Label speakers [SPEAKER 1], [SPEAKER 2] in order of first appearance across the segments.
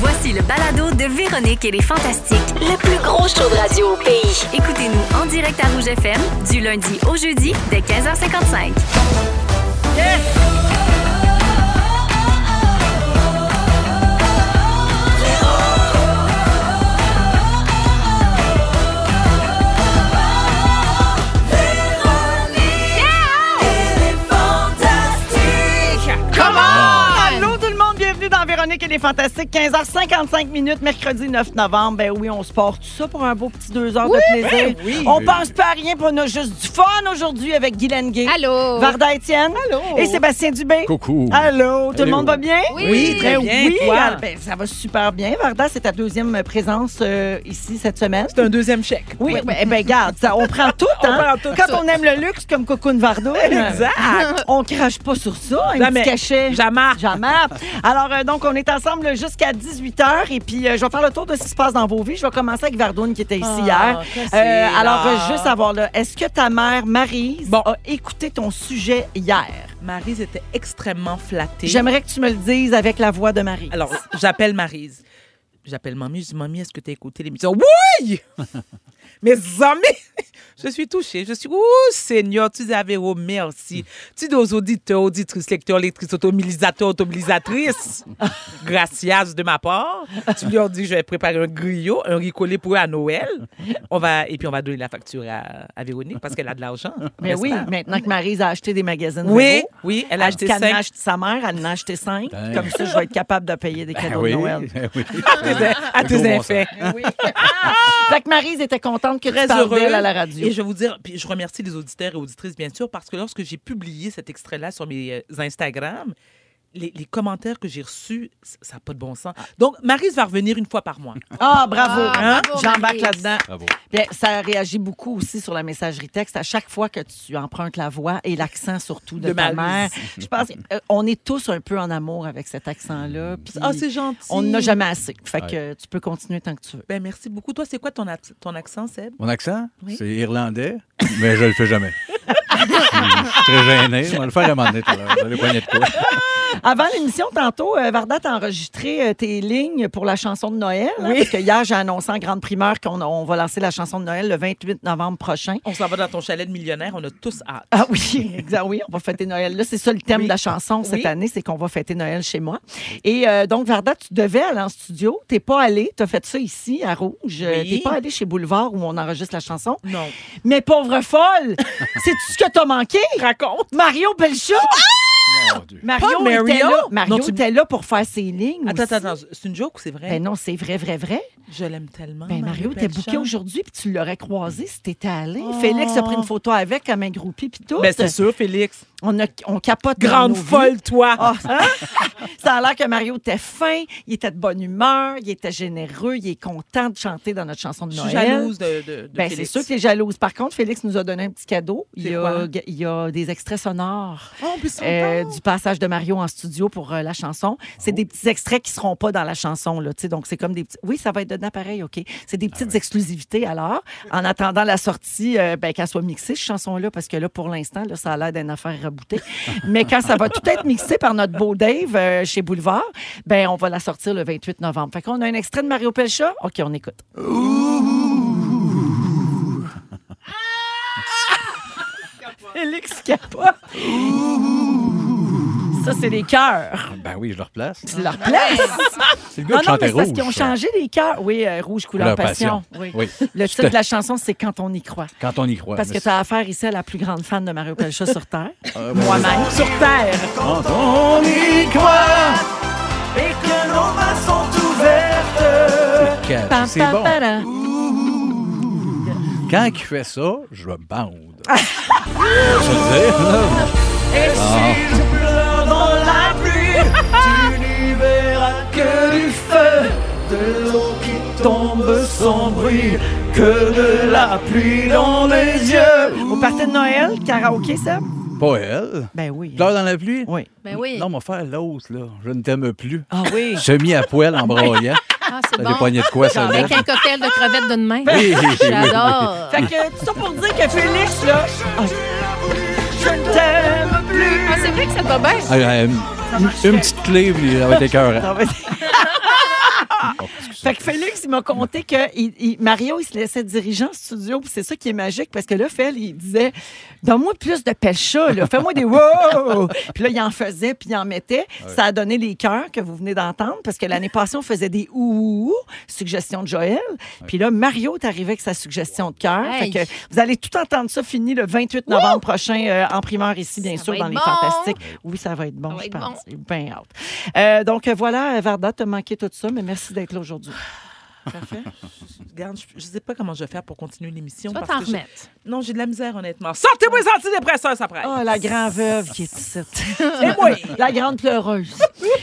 [SPEAKER 1] Voici le balado de Véronique et les Fantastiques.
[SPEAKER 2] Le plus gros show de radio au pays.
[SPEAKER 1] Écoutez-nous en direct à Rouge FM du lundi au jeudi dès 15h55.
[SPEAKER 3] Allô tout le monde, bienvenue dans Véronique et les Fantastiques. 15h55 minutes, mercredi 9 novembre. Ben oui, on se porte tout ça pour un beau petit deux heures
[SPEAKER 4] ben
[SPEAKER 3] de plaisir. On pense pas à rien, puis on a juste du fun aujourd'hui avec Guylaine Gay.
[SPEAKER 5] Allô?
[SPEAKER 3] Varda Étienne. Et Sébastien Dubé.
[SPEAKER 6] Coucou.
[SPEAKER 3] Allô, tout Ah, le monde va bien?
[SPEAKER 5] Oui. Oui,
[SPEAKER 3] très
[SPEAKER 4] bien,
[SPEAKER 3] Oui,
[SPEAKER 4] toi?
[SPEAKER 3] ah, ben, ça va super bien. Varda, c'est ta deuxième présence euh, ici cette semaine.
[SPEAKER 4] C'est un deuxième chèque.
[SPEAKER 3] Oui, ben, eh ben, regarde, ça, on prend tout, hein?
[SPEAKER 4] prend tout.
[SPEAKER 3] Quand on aime le luxe, comme Cocoon Vardo, on crache pas sur ça, un
[SPEAKER 4] Jamais.
[SPEAKER 3] petit cachet.
[SPEAKER 4] Jamais.
[SPEAKER 3] Jamais. Alors, euh, donc, on est ensemble jusqu'à 18h et puis euh, je vais faire le tour de ce qui se passe dans vos vies. Je vais commencer avec Vardoune qui était ici
[SPEAKER 4] Ah,
[SPEAKER 3] hier. Euh, alors, euh, juste savoir, là, est-ce que ta mère, Marie,
[SPEAKER 4] Bon.
[SPEAKER 3] a écouté ton sujet hier?
[SPEAKER 4] Marise était extrêmement flattée.
[SPEAKER 3] J'aimerais que tu me le dises avec la voix de Marie.
[SPEAKER 4] Alors, j'appelle Marise. J'appelle mamie, je dis mamie, est-ce que t'as écouté l'émission Oui Mes amis, je suis touchée. Je suis ouh Seigneur, tu avais oh merci. Tu dis aux auditeurs, auditrices, lecteurs, lectrices, automobilisateurs, automobilisatrices, gracias de ma part. Tu leur dis je vais préparer un griot, un ricolé pour eux à Noël. On va et puis on va donner la facture à, à Véronique parce qu'elle a de l'argent.
[SPEAKER 3] Mais
[SPEAKER 4] n'est-ce
[SPEAKER 3] oui,
[SPEAKER 4] pas?
[SPEAKER 3] maintenant que Marie a acheté des magazines.
[SPEAKER 4] Oui,
[SPEAKER 3] Véro,
[SPEAKER 4] oui, elle
[SPEAKER 3] Elle
[SPEAKER 4] a acheté
[SPEAKER 3] qu'elle en a
[SPEAKER 4] cinq.
[SPEAKER 3] acheté- sa mère, elle en a acheté cinq.
[SPEAKER 6] Dingue.
[SPEAKER 3] Comme ça, je vais être capable de payer des
[SPEAKER 6] Ben
[SPEAKER 3] cadeaux
[SPEAKER 6] oui,
[SPEAKER 3] de Noël.
[SPEAKER 6] ben oui.
[SPEAKER 3] Ah.
[SPEAKER 4] à
[SPEAKER 6] gros
[SPEAKER 4] tes
[SPEAKER 6] bon
[SPEAKER 4] effets.
[SPEAKER 3] Fait que Maryse était contente que tu
[SPEAKER 4] Très
[SPEAKER 3] parles
[SPEAKER 4] heureux.
[SPEAKER 3] d'elle à la radio.
[SPEAKER 4] Et je vais vous dire, puis je remercie les auditeurs et auditrices, bien sûr, parce que lorsque j'ai publié cet extrait-là sur mes euh, Instagram, les, les commentaires que j'ai reçus, c- ça n'a pas de bon sens. Donc, Marise va revenir une fois par mois.
[SPEAKER 3] Ah, bravo.
[SPEAKER 4] Ah,
[SPEAKER 3] hein?
[SPEAKER 5] bravo,
[SPEAKER 3] J'embarque
[SPEAKER 5] Maryse.
[SPEAKER 3] là-dedans.
[SPEAKER 6] Bravo.
[SPEAKER 3] Bien, ça réagit beaucoup aussi sur la messagerie texte. À chaque fois que tu empruntes la voix et l'accent surtout de,
[SPEAKER 4] De
[SPEAKER 3] ta
[SPEAKER 4] Maryse.
[SPEAKER 3] mère, je pense qu'on est tous un peu en amour avec cet accent-là. puis
[SPEAKER 4] Ah, c'est gentil.
[SPEAKER 3] on n'a jamais assez. Fait
[SPEAKER 6] Mm. Ouais.
[SPEAKER 3] que tu peux continuer tant que tu veux.
[SPEAKER 4] Ben, merci beaucoup. Toi, c'est quoi ton, ac- ton accent, Seb?
[SPEAKER 6] Mon accent,
[SPEAKER 4] Oui.
[SPEAKER 6] c'est irlandais, mais je le fais jamais. je suis très gêné. On va le faire à un moment donné, tout à l'heure. Vous allez poigner de quoi.
[SPEAKER 3] Avant l'émission, tantôt, euh, Varda, t'as enregistré euh, tes lignes pour la chanson de Noël. hein, parce que hier, j'ai annoncé en grande primeur qu'on on va lancer la chanson de Noël le 28 novembre prochain.
[SPEAKER 4] On s'en va dans ton chalet de millionnaire, on a tous hâte.
[SPEAKER 3] Ah oui, exact, oui, on va fêter Noël. Là, c'est ça le thème
[SPEAKER 4] Oui.
[SPEAKER 3] de la chanson cette
[SPEAKER 4] Oui.
[SPEAKER 3] année, c'est qu'on va fêter Noël chez moi. Et euh, donc, Varda, tu devais aller en studio. T'es pas allée. T'as fait ça ici, à Rouge. Euh,
[SPEAKER 4] Oui.
[SPEAKER 3] T'es pas allée chez Boulevard où on enregistre la chanson.
[SPEAKER 4] Non.
[SPEAKER 3] Mais pauvre folle, sais-tu ce que t'as manqué?
[SPEAKER 4] Raconte.
[SPEAKER 3] Mario Pelcha!
[SPEAKER 6] Ah! Mon Dieu.
[SPEAKER 3] Mario,
[SPEAKER 4] Pas Mario.
[SPEAKER 3] était là. Mario
[SPEAKER 4] Non, tu-
[SPEAKER 3] était là pour faire ses lignes.
[SPEAKER 4] Attends,
[SPEAKER 3] aussi.
[SPEAKER 4] attends, attends. C'est une joke ou c'est vrai?
[SPEAKER 3] Ben non, c'est vrai, vrai, vrai.
[SPEAKER 4] Je l'aime tellement.
[SPEAKER 3] Ben Mario, t'es
[SPEAKER 4] Pelchat.
[SPEAKER 3] bouqué aujourd'hui, puis tu l'aurais croisé si t'étais allé.
[SPEAKER 4] Oh.
[SPEAKER 3] Félix a pris une photo avec comme un groupie, puis tout.
[SPEAKER 4] Ben, c'est sûr, Félix.
[SPEAKER 3] on, a, on capote. dans
[SPEAKER 4] Grande
[SPEAKER 3] nos vies.
[SPEAKER 4] folle, toi.
[SPEAKER 3] Ah, hein? Ça a l'air que Mario était fin, il était de bonne humeur, il était généreux, il est content de chanter dans notre chanson de
[SPEAKER 4] Je
[SPEAKER 3] Noël.
[SPEAKER 4] suis jalouse de, de, de
[SPEAKER 3] Ben, c'est
[SPEAKER 4] Félix.
[SPEAKER 3] sûr qu'il est jalouse. Par contre, Félix nous a donné un petit cadeau. Il
[SPEAKER 4] C'est
[SPEAKER 3] y a,
[SPEAKER 4] quoi?
[SPEAKER 3] il y a des extraits sonores
[SPEAKER 4] Oh, on peut s'entendre.
[SPEAKER 3] euh, du passage de Mario en studio pour euh, la chanson. C'est des petits extraits qui seront pas dans la chanson. Là, tu sais. donc, c'est comme des petits... Oui, ça va être dedans pareil, OK. C'est des petites exclusivités, alors. En attendant la sortie, euh, ben, qu'elle soit mixée, cette chanson-là, parce que là, pour l'instant, là, ça a l'air d'une affaire raboutée. Mais quand ça va tout être mixé par notre beau Dave euh, chez Boulevard, ben, on va la sortir le 28 novembre. Fait qu'on a un extrait de Mario Pelcha. OK, on écoute. Félix capote. Ça, c'est des cœurs.
[SPEAKER 6] Ben oui, je le replace.
[SPEAKER 3] Tu leur places.
[SPEAKER 6] C'est le
[SPEAKER 3] Non, non,
[SPEAKER 6] gars qui
[SPEAKER 3] mais
[SPEAKER 6] chantait
[SPEAKER 3] c'est parce
[SPEAKER 6] rouge.
[SPEAKER 3] qu'ils ont
[SPEAKER 6] ça.
[SPEAKER 3] changé les cœurs. Oui, euh, rouge, couleur,
[SPEAKER 6] Couleur
[SPEAKER 3] passion.
[SPEAKER 6] passion.
[SPEAKER 3] Oui.
[SPEAKER 6] Oui.
[SPEAKER 3] Le
[SPEAKER 6] Tout
[SPEAKER 3] titre
[SPEAKER 6] à-
[SPEAKER 3] de la chanson, c'est Quand on y croit.
[SPEAKER 6] Quand on y croit.
[SPEAKER 3] Parce que
[SPEAKER 6] mais
[SPEAKER 3] tu as affaire ici à la plus grande fan de Mario Pelcha sur Terre.
[SPEAKER 6] Ah, ben
[SPEAKER 3] Moi-même. Sur Terre.
[SPEAKER 6] c'est- Quand on y croit
[SPEAKER 3] Et que nos mains sont ouvertes.
[SPEAKER 6] Catch, C'est bon. Quand il fait ça, je bande. je veux dire, là,
[SPEAKER 3] dans la pluie, tu n'y verras que du feu, de l'eau qui tombe sans bruit, que de la pluie dans les yeux. Au party de Noël, karaoké, ça?
[SPEAKER 6] pas elle.
[SPEAKER 3] Ben oui.
[SPEAKER 6] Pleure dans la pluie?
[SPEAKER 3] Oui.
[SPEAKER 5] Ben oui.
[SPEAKER 6] Non, mon frère, l'autre, là. Je ne t'aime plus.
[SPEAKER 3] Ah oui.
[SPEAKER 6] Semi à poil en broyant.
[SPEAKER 5] Ah, c'est
[SPEAKER 6] T'as
[SPEAKER 5] bon.
[SPEAKER 6] des poignées de quoi, ça, là?
[SPEAKER 5] Avec un cocktail de crevettes d'une main.
[SPEAKER 6] Oui, oui, oui.
[SPEAKER 5] J'adore.
[SPEAKER 3] Fait que tout ça pour dire que Félix, là. Ah. Je ne t'aime plus.
[SPEAKER 5] Ah, c'est vrai que ça va bien.
[SPEAKER 6] euh, Ah, euh, une petite clé, puis ça va être écœurant.
[SPEAKER 3] Ça va être- Fait que Félix, il m'a conté que il- il- Mario, il se laissait diriger en studio. Puis c'est ça qui est magique parce que là, Fel, il disait Donne-moi plus de pécha, là. Fais-moi des wow. Puis là, il en faisait, puis il en mettait. Ça a donné les cœurs que vous venez d'entendre parce que l'année passée, on faisait des ouh, suggestion de Joël. Puis là, Mario est arrivé avec sa suggestion de cœur.
[SPEAKER 5] Hey.
[SPEAKER 3] Fait que vous allez tout entendre ça fini le 28 novembre prochain euh, en primeur ici, bien
[SPEAKER 5] Ça
[SPEAKER 3] sûr,
[SPEAKER 5] va
[SPEAKER 3] dans
[SPEAKER 5] être
[SPEAKER 3] les
[SPEAKER 5] bon.
[SPEAKER 3] Fantastiques. Oui, ça va être bon,
[SPEAKER 5] Ça va
[SPEAKER 3] je
[SPEAKER 5] être bon.
[SPEAKER 3] pense. J'ai bien hâte. Euh, donc euh, voilà, euh, Varda, t'as manqué tout ça, mais merci d'être là aujourd'hui.
[SPEAKER 4] Parfait. Regarde, je ne sais pas comment je vais faire pour continuer l'émission.
[SPEAKER 5] Tu vas
[SPEAKER 4] parce
[SPEAKER 5] t'en
[SPEAKER 4] que j'ai-
[SPEAKER 5] remettre.
[SPEAKER 4] Non, j'ai de la misère, honnêtement. Sortez-moi les antidépresseurs, ça prête.
[SPEAKER 3] Oh, la grande veuve qui est ici. Et moi, la grande pleureuse.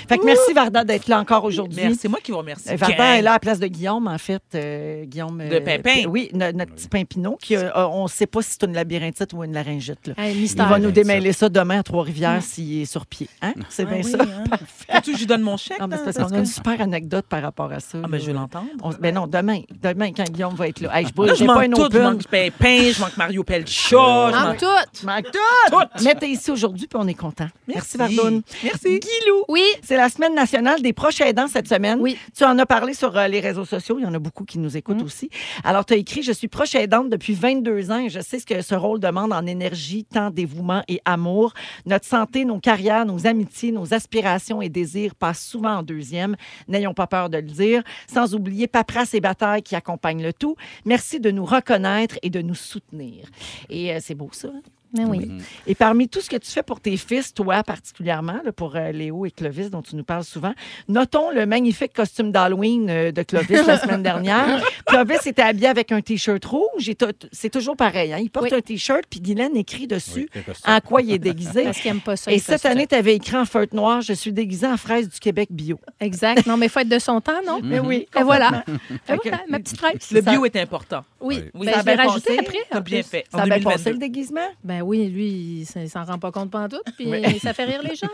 [SPEAKER 3] Fait que merci, Varda, d'être là encore aujourd'hui.
[SPEAKER 4] Merci, c'est moi qui vous remercie.
[SPEAKER 3] Euh, Varda est là à la place de Guillaume, en fait. euh, Guillaume. euh,
[SPEAKER 4] De Pimpin.
[SPEAKER 3] Oui, no- notre petit Pimpinot, qui, euh, a- on ne sait pas si c'est une labyrinthite ou une laryngite. là.
[SPEAKER 5] Hey,
[SPEAKER 3] Il va
[SPEAKER 5] mystère.
[SPEAKER 3] nous démêler ça demain à Trois-Rivières s'il est sur pied. Hein? C'est
[SPEAKER 4] Ah
[SPEAKER 3] bien ça.
[SPEAKER 4] Faut-tu que je lui donne mon chèque?
[SPEAKER 3] Non, mais c'est parce
[SPEAKER 4] dans-
[SPEAKER 3] qu'on a une super anecdote par rapport à ça.
[SPEAKER 4] Ah, mais je
[SPEAKER 3] là.
[SPEAKER 4] vais l'entendre.
[SPEAKER 3] On- ben non, demain. Demain, quand Guillaume va être là. Hey, je bouge,
[SPEAKER 4] Là, je
[SPEAKER 3] j'ai pas
[SPEAKER 4] manque
[SPEAKER 3] une
[SPEAKER 4] tout. Je
[SPEAKER 3] open. Ah,
[SPEAKER 4] manque Pimpin, je manque Mario Pelcha. je
[SPEAKER 5] En
[SPEAKER 4] manque-
[SPEAKER 5] tout.
[SPEAKER 3] Je manque tout. Mais t'es ici aujourd'hui, puis on est content. Merci, Vardoune.
[SPEAKER 4] Merci. Guilou.
[SPEAKER 5] Oui.
[SPEAKER 3] C'est la semaine nationale des proches aidants cette semaine.
[SPEAKER 5] Oui.
[SPEAKER 3] Tu en as parlé sur euh, les réseaux sociaux. Il y en a beaucoup qui nous écoutent aussi. Alors, tu as écrit Je suis proche aidante depuis 22 ans et je sais ce que ce rôle demande en énergie, temps, dévouement et amour. Notre santé, nos carrières, nos amitiés, nos aspirations et désirs passent souvent en deuxième. N'ayons pas peur de le dire. Sans oublier paperasse et bataille qui accompagnent le tout. Merci de nous reconnaître et de nous soutenir. Et euh, c'est beau, ça. hein?
[SPEAKER 5] Mais Ben oui.
[SPEAKER 4] Mm.
[SPEAKER 3] Et parmi tout ce que tu fais pour tes fils, toi particulièrement, là, pour euh, Léo et Clovis, dont tu nous parles souvent, notons le magnifique costume d'Halloween euh, de Clovis la semaine dernière. Clovis était habillé avec un T-shirt rouge. et t'as- t- C'est toujours pareil. hein. Il porte
[SPEAKER 5] Oui.
[SPEAKER 3] un T-shirt, puis Guylaine écrit dessus
[SPEAKER 6] Oui, le costume.
[SPEAKER 3] en quoi il est déguisé.
[SPEAKER 5] Parce qu'il aime pas ça.
[SPEAKER 3] Et
[SPEAKER 5] il fait
[SPEAKER 3] cette
[SPEAKER 5] ça.
[SPEAKER 3] année, tu avais écrit en feutre noire Je suis déguisé en fraise du Québec bio.
[SPEAKER 5] Exact. Non, mais faut être de son temps, non? Ben
[SPEAKER 3] Mais oui.
[SPEAKER 5] Et voilà.
[SPEAKER 3] Fait
[SPEAKER 5] Et voilà,
[SPEAKER 3] que-
[SPEAKER 5] ma petite fraise.
[SPEAKER 4] Mm-hmm. Le bio est important.
[SPEAKER 5] Oui.
[SPEAKER 4] Oui.
[SPEAKER 5] Ben,
[SPEAKER 4] Ça a
[SPEAKER 5] je l'ai
[SPEAKER 4] bien
[SPEAKER 5] rajouté
[SPEAKER 3] passé.
[SPEAKER 5] après.
[SPEAKER 4] T'as
[SPEAKER 5] en
[SPEAKER 4] bien
[SPEAKER 5] plus.
[SPEAKER 4] fait.
[SPEAKER 3] Ça a
[SPEAKER 4] En
[SPEAKER 3] bien passé
[SPEAKER 4] 2022.
[SPEAKER 3] le déguisement?
[SPEAKER 5] Ben oui, lui, il s- il s'en rend pas compte pendant tout. Puis ça fait rire les gens.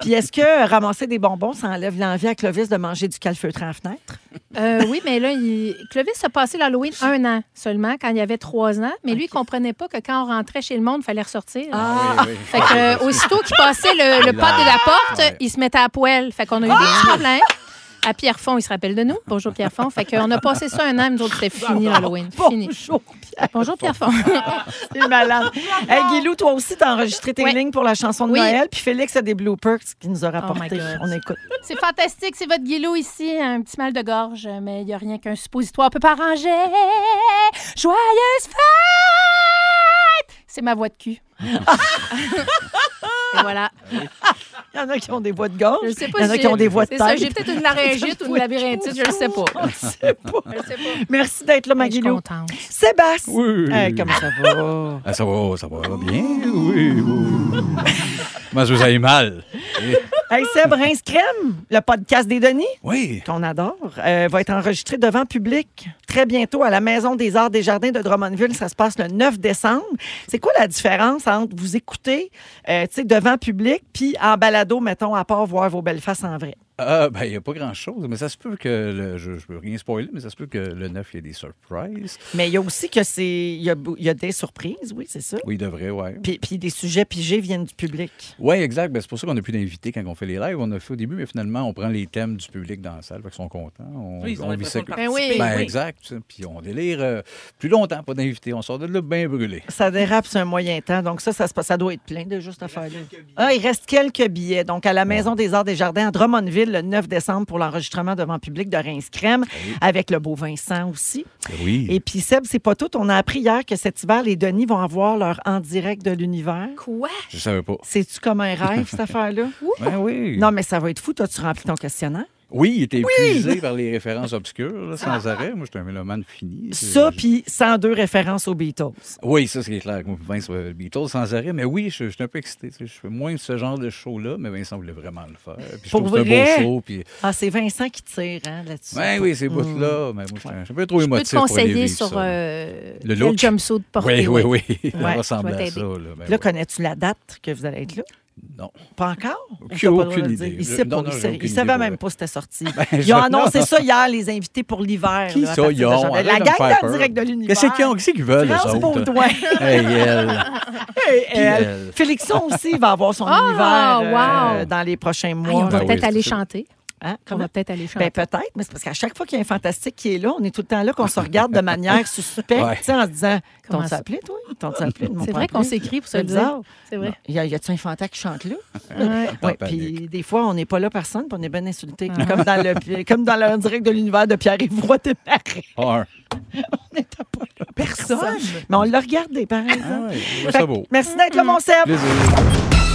[SPEAKER 3] Puis est-ce que euh, ramasser des bonbons, ça enlève l'envie à Clovis de manger du calfeutre en fenêtre?
[SPEAKER 5] Euh, oui, mais là, il... Clovis a passé l'Halloween un an seulement, quand il avait trois ans. Mais lui, il comprenait pas que quand on rentrait chez le monde, il fallait ressortir.
[SPEAKER 6] Ah, oui, oui.
[SPEAKER 5] Fait que, euh, aussitôt qu'il passait le, le pas de la porte,
[SPEAKER 6] Ouais. Ah.
[SPEAKER 5] il se mettait à poêle. Fait qu'on a eu des petits problèmes. À Pierrefonds, il se rappelle de nous. Bonjour Pierrefonds. Fait qu'on a passé ça un an, nous autres, c'était fini Halloween. Fini.
[SPEAKER 3] Bonjour,
[SPEAKER 5] Bonjour Pierrefonds.
[SPEAKER 3] C'est malade. Hey, Guilou, toi aussi, t'as enregistré tes
[SPEAKER 5] Oui.
[SPEAKER 3] lignes pour la chanson de
[SPEAKER 5] Oui. Oh
[SPEAKER 3] Noël. Puis Félix a des bloopers qu'il nous a
[SPEAKER 5] my
[SPEAKER 3] rapportés.
[SPEAKER 5] God.
[SPEAKER 3] On écoute.
[SPEAKER 5] C'est fantastique, c'est votre guilou ici, un petit mal de gorge, mais il n'y a rien qu'un suppositoire peut pas ranger. Joyeuse fête! C'est ma voix de cul. Et voilà.
[SPEAKER 3] Il y en a qui ont des voix de gorge.
[SPEAKER 5] Je sais pas
[SPEAKER 3] Il y en a
[SPEAKER 5] si
[SPEAKER 3] qui ont
[SPEAKER 5] j'ai-
[SPEAKER 3] des voix de
[SPEAKER 5] C'est ça, j'ai
[SPEAKER 3] tête.
[SPEAKER 5] peut-être une laryngite ou une labyrinthite, je ne sais pas.
[SPEAKER 3] On sait pas.
[SPEAKER 5] Je le sais pas. Ben,
[SPEAKER 3] Merci d'être là, ma
[SPEAKER 5] Je suis
[SPEAKER 3] Guilou.
[SPEAKER 5] contente.
[SPEAKER 3] Sébastien.
[SPEAKER 6] Oui.
[SPEAKER 3] Hey, comment ça va?
[SPEAKER 6] Ah, ça va, ça va bien, oui. oui. Comment est-ce que vous allez mal? Eh,
[SPEAKER 3] hey, Seb Rince Crème, le podcast des Denis,
[SPEAKER 6] Oui.
[SPEAKER 3] qu'on adore, euh, va être enregistré devant public très bientôt à la Maison des Arts des Jardins de Drummondville. Ça se passe le 9 décembre. C'est quoi la différence entre vous écouter euh, tu sais, devant public puis en balado, mettons, à part voir vos belles faces en vrai?
[SPEAKER 6] Ah, ben, il n'y a pas grand-chose, mais ça se peut que. le- je ne peux rien spoiler, mais ça se peut que le 9, il y ait des surprises.
[SPEAKER 3] Mais il y a aussi que c'est. Il y a, il y a des surprises, oui, c'est ça.
[SPEAKER 6] Oui, il devrait, ouais.
[SPEAKER 3] Puis, puis des sujets pigés viennent du public.
[SPEAKER 6] Oui, exact. Ben, c'est pour ça qu'on n'a plus d'invités quand on fait les lives. On a fait au début, mais finalement, on prend les thèmes du public dans la salle. Fait qu'ils sont contents. On,
[SPEAKER 4] Oui, ils ont
[SPEAKER 6] on
[SPEAKER 4] l'impression de
[SPEAKER 6] ça-
[SPEAKER 5] Ben oui.
[SPEAKER 4] participer.
[SPEAKER 6] Ben, exact. tu sais. Puis on délire euh, plus longtemps, pas d'invités. On sort de là bien brûlé.
[SPEAKER 3] Ça dérape sur un moyen temps. Donc, ça, ça, se passe- ça doit être plein de juste affaires-là. Ah, il reste quelques billets. Donc, à la Maison des Arts des Jardins à Drummondville, le 9 décembre, pour l'enregistrement devant public de Reims Crème, avec le beau Vincent aussi.
[SPEAKER 6] Oui.
[SPEAKER 3] Et puis, Seb, c'est pas tout. On a appris hier que cet hiver, les Denis vont avoir leur en direct de l'univers.
[SPEAKER 5] Quoi?
[SPEAKER 6] Je savais pas.
[SPEAKER 3] C'est-tu comme un rêve, cette affaire-là?
[SPEAKER 6] Ben oui.
[SPEAKER 3] Non, mais ça va être fou. Toi, tu remplis ton questionnaire.
[SPEAKER 6] Oui, il était épuisé par les références obscures, là, sans
[SPEAKER 5] Ah.
[SPEAKER 6] arrêt. Moi, j'étais un mélomane fini.
[SPEAKER 3] Ça,
[SPEAKER 6] Je-
[SPEAKER 3] puis 102 références aux Beatles.
[SPEAKER 6] Oui, ça, c'est clair. que Moi, Vincent euh, Beatles, sans arrêt. Mais oui, je, je suis un peu excité. tu sais. Je fais moins de ce genre de show-là, mais Vincent voulait vraiment le faire. Puis je
[SPEAKER 3] Pour
[SPEAKER 6] trouve que
[SPEAKER 3] vrai?
[SPEAKER 6] c'est un beau show. Puis...
[SPEAKER 3] Ah, c'est Vincent qui tire hein, là-dessus.
[SPEAKER 6] Ben oui, ces bouts-là. Mais moi, je suis un- je suis un peu trop
[SPEAKER 5] Hmm. Je peux
[SPEAKER 6] émotif
[SPEAKER 5] te
[SPEAKER 6] pour les
[SPEAKER 5] conseiller
[SPEAKER 6] vivre,
[SPEAKER 5] sur
[SPEAKER 6] ça.
[SPEAKER 5] euh,
[SPEAKER 6] Le
[SPEAKER 5] le
[SPEAKER 6] look.
[SPEAKER 5] jumpsuit porté.
[SPEAKER 6] oui, oui, oui.
[SPEAKER 3] Ouais,
[SPEAKER 6] Ça ressemble
[SPEAKER 5] je vais
[SPEAKER 6] à
[SPEAKER 5] t'aider.
[SPEAKER 6] ça. Là, Ben
[SPEAKER 3] Là,
[SPEAKER 6] ouais.
[SPEAKER 3] connais-tu la date que vous allez être là?
[SPEAKER 6] Non.
[SPEAKER 3] Pas encore? Ou t'as
[SPEAKER 6] Aucune
[SPEAKER 3] pas le droit de le
[SPEAKER 6] idée.
[SPEAKER 3] dire? Il
[SPEAKER 6] Je-
[SPEAKER 3] sait pas,
[SPEAKER 6] non, non,
[SPEAKER 3] il
[SPEAKER 6] j'ai
[SPEAKER 3] sait-
[SPEAKER 6] aucune
[SPEAKER 3] il
[SPEAKER 6] idée
[SPEAKER 3] savait
[SPEAKER 6] pour
[SPEAKER 3] même
[SPEAKER 6] vrai.
[SPEAKER 3] pas c'était sorti.
[SPEAKER 6] Ben,
[SPEAKER 3] Ils ont
[SPEAKER 6] je-
[SPEAKER 3] annoncé ça hier, les invités pour l'hiver.
[SPEAKER 6] Qui
[SPEAKER 3] là, à
[SPEAKER 6] ça,
[SPEAKER 3] partir de
[SPEAKER 6] ils ont?
[SPEAKER 3] janvier.
[SPEAKER 6] Arrête
[SPEAKER 3] La
[SPEAKER 6] de me
[SPEAKER 3] gang
[SPEAKER 6] faire
[SPEAKER 3] en
[SPEAKER 6] peur.
[SPEAKER 3] direct de l'univers.
[SPEAKER 6] Qu'est-ce qu'ils ont? Qu'est-ce qu'ils veulent,
[SPEAKER 3] France
[SPEAKER 6] eux autres?
[SPEAKER 3] Baudouin.
[SPEAKER 6] Hey, elle.
[SPEAKER 3] Hey, elle.
[SPEAKER 6] elle.
[SPEAKER 3] Félixon aussi va avoir son
[SPEAKER 5] Ah,
[SPEAKER 3] univers euh,
[SPEAKER 5] wow.
[SPEAKER 3] dans les prochains
[SPEAKER 5] Hey, on
[SPEAKER 3] mois.
[SPEAKER 5] va
[SPEAKER 6] Ben oui,
[SPEAKER 5] peut-être
[SPEAKER 6] c'est
[SPEAKER 5] aller
[SPEAKER 6] ça.
[SPEAKER 5] chanter.
[SPEAKER 3] Hein?
[SPEAKER 5] On
[SPEAKER 3] Comment-
[SPEAKER 5] va peut-être aller
[SPEAKER 3] Ben,
[SPEAKER 5] chanter.
[SPEAKER 3] peut-être, mais c'est parce qu'à chaque fois qu'il y a un fantastique qui est là, on est tout le temps là qu'on se regarde de manière suspecte,
[SPEAKER 6] Ouais.
[SPEAKER 3] tu sais, en se disant
[SPEAKER 5] Comment
[SPEAKER 3] T'as-tu
[SPEAKER 5] ça?
[SPEAKER 3] appelé, toi T'as-tu appelé Ils m'ont
[SPEAKER 5] C'est
[SPEAKER 3] pas
[SPEAKER 5] vrai qu'on
[SPEAKER 3] appelé.
[SPEAKER 5] s'écrit pour se
[SPEAKER 3] C'est
[SPEAKER 5] le dire.
[SPEAKER 3] bizarre.
[SPEAKER 5] C'est vrai.
[SPEAKER 3] Y, a, t il un fantasme qui chante là
[SPEAKER 5] Ouais.
[SPEAKER 6] Dans
[SPEAKER 3] Oui,
[SPEAKER 6] la panique.
[SPEAKER 3] puis des fois, on n'est pas là personne, puis on est bien insulté.
[SPEAKER 5] Ah.
[SPEAKER 3] Comme dans le comme dans le direct de l'univers de Pierre-Yvroy Desmarais.
[SPEAKER 6] Ah, un.
[SPEAKER 3] On n'était pas là
[SPEAKER 4] Personne.
[SPEAKER 3] Mais on l'a regardé, par exemple.
[SPEAKER 6] Ah, ouais,
[SPEAKER 3] hein.
[SPEAKER 6] je trouve
[SPEAKER 3] Fait
[SPEAKER 6] ça
[SPEAKER 3] que
[SPEAKER 6] beau.
[SPEAKER 3] Merci d'être là, mon Seb.
[SPEAKER 6] Plaisir.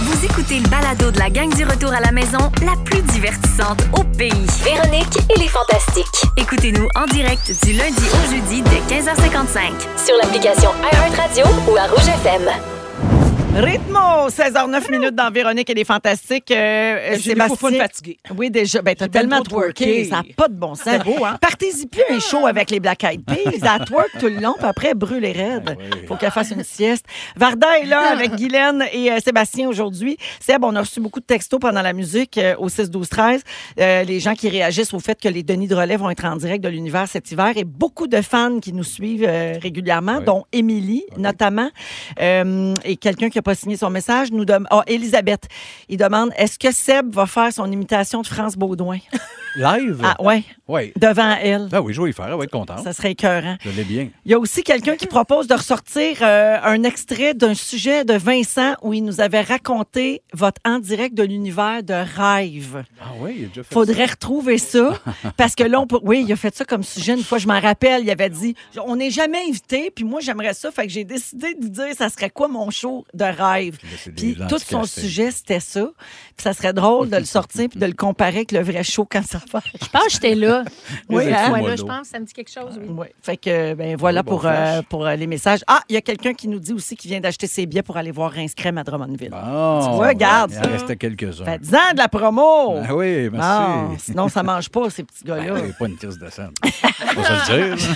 [SPEAKER 1] Vous écoutez le balado de la gang du retour à la maison, la plus divertissante au pays.
[SPEAKER 2] Véronique et les Fantastiques.
[SPEAKER 1] Écoutez-nous en direct du lundi au jeudi dès 15h55.
[SPEAKER 2] Sur l'application iHeartRadio ou à Rouge FM.
[SPEAKER 3] Rythmo, 16h09 minutes dans Véronique et les Fantastiques. Euh,
[SPEAKER 4] J'ai des faux
[SPEAKER 3] Sébastien.
[SPEAKER 4] fatigué.
[SPEAKER 3] Oui, déjà. Ben, t'as
[SPEAKER 4] J'ai bien
[SPEAKER 3] tellement
[SPEAKER 4] trop twerké.
[SPEAKER 3] twerké, ça n'a pas de bon sens.
[SPEAKER 4] C'est beau, hein?
[SPEAKER 3] Partez-y plus un
[SPEAKER 6] Ah.
[SPEAKER 3] show avec les Black Eyed Peas. Elle twerk tout le long, puis après, elle brûle les raides.
[SPEAKER 6] Ah oui. Ah.
[SPEAKER 3] Faut qu'elle fasse une sieste. Varda est là avec Guylaine et euh, Sébastien aujourd'hui. Seb, on a reçu beaucoup de textos pendant la musique euh, au 6-12-13. Euh, les gens qui réagissent au fait que les Denis de relais vont être en direct de l'univers cet hiver et beaucoup de fans qui nous suivent euh, régulièrement,
[SPEAKER 6] Oui.
[SPEAKER 3] dont Émilie notamment, euh, et quelqu'un qui n'a pas signé son message. Nous dem- ah, Elisabeth, il demande, est-ce que Seb va faire son imitation de France Baudouin?
[SPEAKER 6] Live?
[SPEAKER 3] Ah ouais,
[SPEAKER 6] Oui.
[SPEAKER 3] devant elle.
[SPEAKER 6] Ah oui, je vais y faire. Elle va être contente.
[SPEAKER 3] Ça serait écœurant.
[SPEAKER 6] Je l'ai bien.
[SPEAKER 3] Il y a aussi quelqu'un qui propose de ressortir euh, un extrait d'un sujet de Vincent où il nous avait raconté votre en direct de l'univers de rêve.
[SPEAKER 6] Ah oui, il a déjà fait
[SPEAKER 3] Faudrait retrouver ça parce que là on peut... oui, il a fait ça comme sujet une fois, je m'en rappelle, il avait dit on n'est jamais invité puis moi j'aimerais ça fait que j'ai décidé de dire ça serait quoi mon show de rêve.
[SPEAKER 6] Puis là, c'est des
[SPEAKER 3] Puis
[SPEAKER 6] gens
[SPEAKER 3] tout
[SPEAKER 6] qui
[SPEAKER 3] son
[SPEAKER 6] cassaient.
[SPEAKER 3] sujet c'était ça. Puis ça serait drôle de le sortir puis de le comparer avec le vrai show quand ça va.
[SPEAKER 5] Je pense que j'étais là.
[SPEAKER 6] Oui,
[SPEAKER 5] Ouais,
[SPEAKER 6] hein?
[SPEAKER 5] là, je pense, ça me dit quelque chose. oui.
[SPEAKER 3] Ouais. Fait que, ben voilà
[SPEAKER 6] Oui, bon
[SPEAKER 3] pour,
[SPEAKER 6] flash.
[SPEAKER 3] euh, pour euh, les messages. Ah, il y a quelqu'un qui nous dit aussi qu'il vient d'acheter ses billets pour aller voir Rinscrème à Drummondville.
[SPEAKER 6] Bon, ben,
[SPEAKER 3] Tu vois, regarde.
[SPEAKER 6] Il en restait quelques-uns.
[SPEAKER 3] Faites-en de la promo!
[SPEAKER 6] Ah
[SPEAKER 3] Non,
[SPEAKER 6] oui, merci.
[SPEAKER 3] sinon, ça mange pas, ces petits
[SPEAKER 6] Ben,
[SPEAKER 3] gars-là.
[SPEAKER 6] oui, pas une tierce de scène. On va se le dire.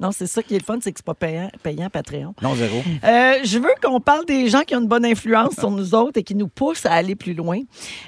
[SPEAKER 3] Non, c'est ça qui est le fun, c'est que c'est pas payant, payant Patreon.
[SPEAKER 6] Non, zéro.
[SPEAKER 3] Euh, je veux qu'on parle des gens qui ont une bonne influence sur nous autres et qui nous poussent à aller plus loin.